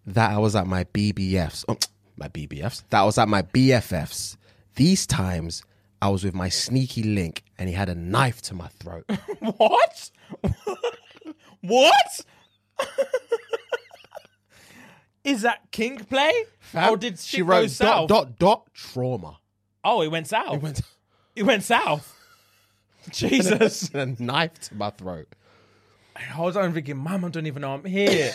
Speaker 2: That I was at my BBFs. Oh, my BBFs. That I was at my BFFs. These times, I was with my sneaky link and he had a knife to my throat.
Speaker 1: What? what? Is that King play?
Speaker 2: Fam,
Speaker 1: or did she
Speaker 2: she wrote
Speaker 1: go south?
Speaker 2: dot dot dot trauma?
Speaker 1: Oh, it went south. It went,
Speaker 2: Went
Speaker 1: south. Jesus.
Speaker 2: a knife to my throat.
Speaker 1: I was on thinking, my mum don't even know I'm here.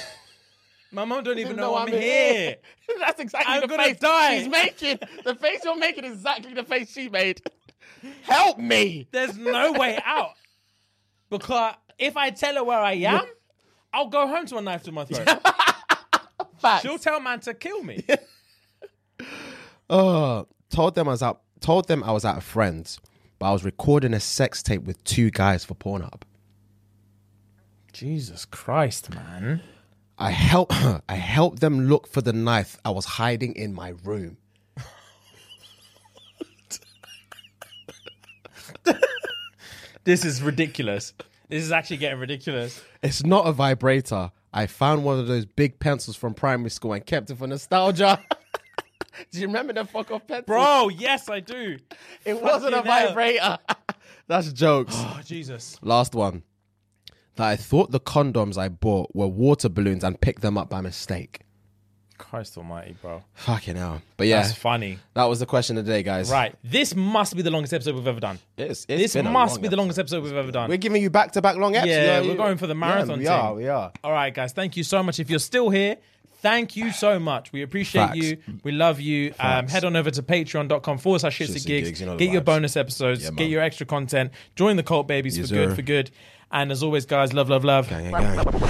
Speaker 1: My mum don't even know,
Speaker 2: know
Speaker 1: I'm,
Speaker 2: I'm
Speaker 1: here.
Speaker 2: here. That's exactly
Speaker 1: I'm
Speaker 2: the
Speaker 1: gonna
Speaker 2: face
Speaker 1: die.
Speaker 2: she's making. The face you're making is exactly the face she made. Help me.
Speaker 1: There's no way out. Because if I tell her where I am, I'll go home to a knife to my throat.
Speaker 2: Facts.
Speaker 1: She'll tell man to kill me.
Speaker 2: Uh, told them I was out. Told them I was at a friend's, but I was recording a sex tape with two guys for Pornhub.
Speaker 1: Jesus Christ, man.
Speaker 2: I help. I helped them look for the knife I was hiding in my room.
Speaker 1: This is ridiculous. This is actually getting ridiculous.
Speaker 2: It's not a vibrator. I found one of those big pencils from primary school and kept it for nostalgia. Do you remember the fuck off pencil?
Speaker 1: Bro, yes, I do.
Speaker 2: it wasn't a
Speaker 1: fucking hell.
Speaker 2: vibrator. That's jokes.
Speaker 1: Oh, Jesus.
Speaker 2: Last one. That I thought the condoms I bought were water balloons and picked them up by mistake.
Speaker 1: Christ almighty, bro.
Speaker 2: Fucking hell. But yeah,
Speaker 1: That's funny.
Speaker 2: that was the question of the day, guys.
Speaker 1: Right. This must be the longest episode we've ever done.
Speaker 2: It's,
Speaker 1: This must be the longest episode we've ever done.
Speaker 2: We're giving you back to back long eps.
Speaker 1: Yeah,
Speaker 2: you-
Speaker 1: we're going for the marathon
Speaker 2: we
Speaker 1: thing.
Speaker 2: are. We are.
Speaker 1: All right, guys. Thank you so much. If you're still here, thank you so much. We appreciate
Speaker 2: Facts.
Speaker 1: you. We love you. Um, head on over to patreon.com forward slash shits and
Speaker 2: and
Speaker 1: gigs.
Speaker 2: gigs, you know the
Speaker 1: get your
Speaker 2: vibes.
Speaker 1: bonus episodes.
Speaker 2: Yeah,
Speaker 1: get
Speaker 2: man.
Speaker 1: your extra content. Join the cult babies for
Speaker 2: sir.
Speaker 1: good, for good. And as always, guys, love, love, love.
Speaker 2: Gang, gang, gang.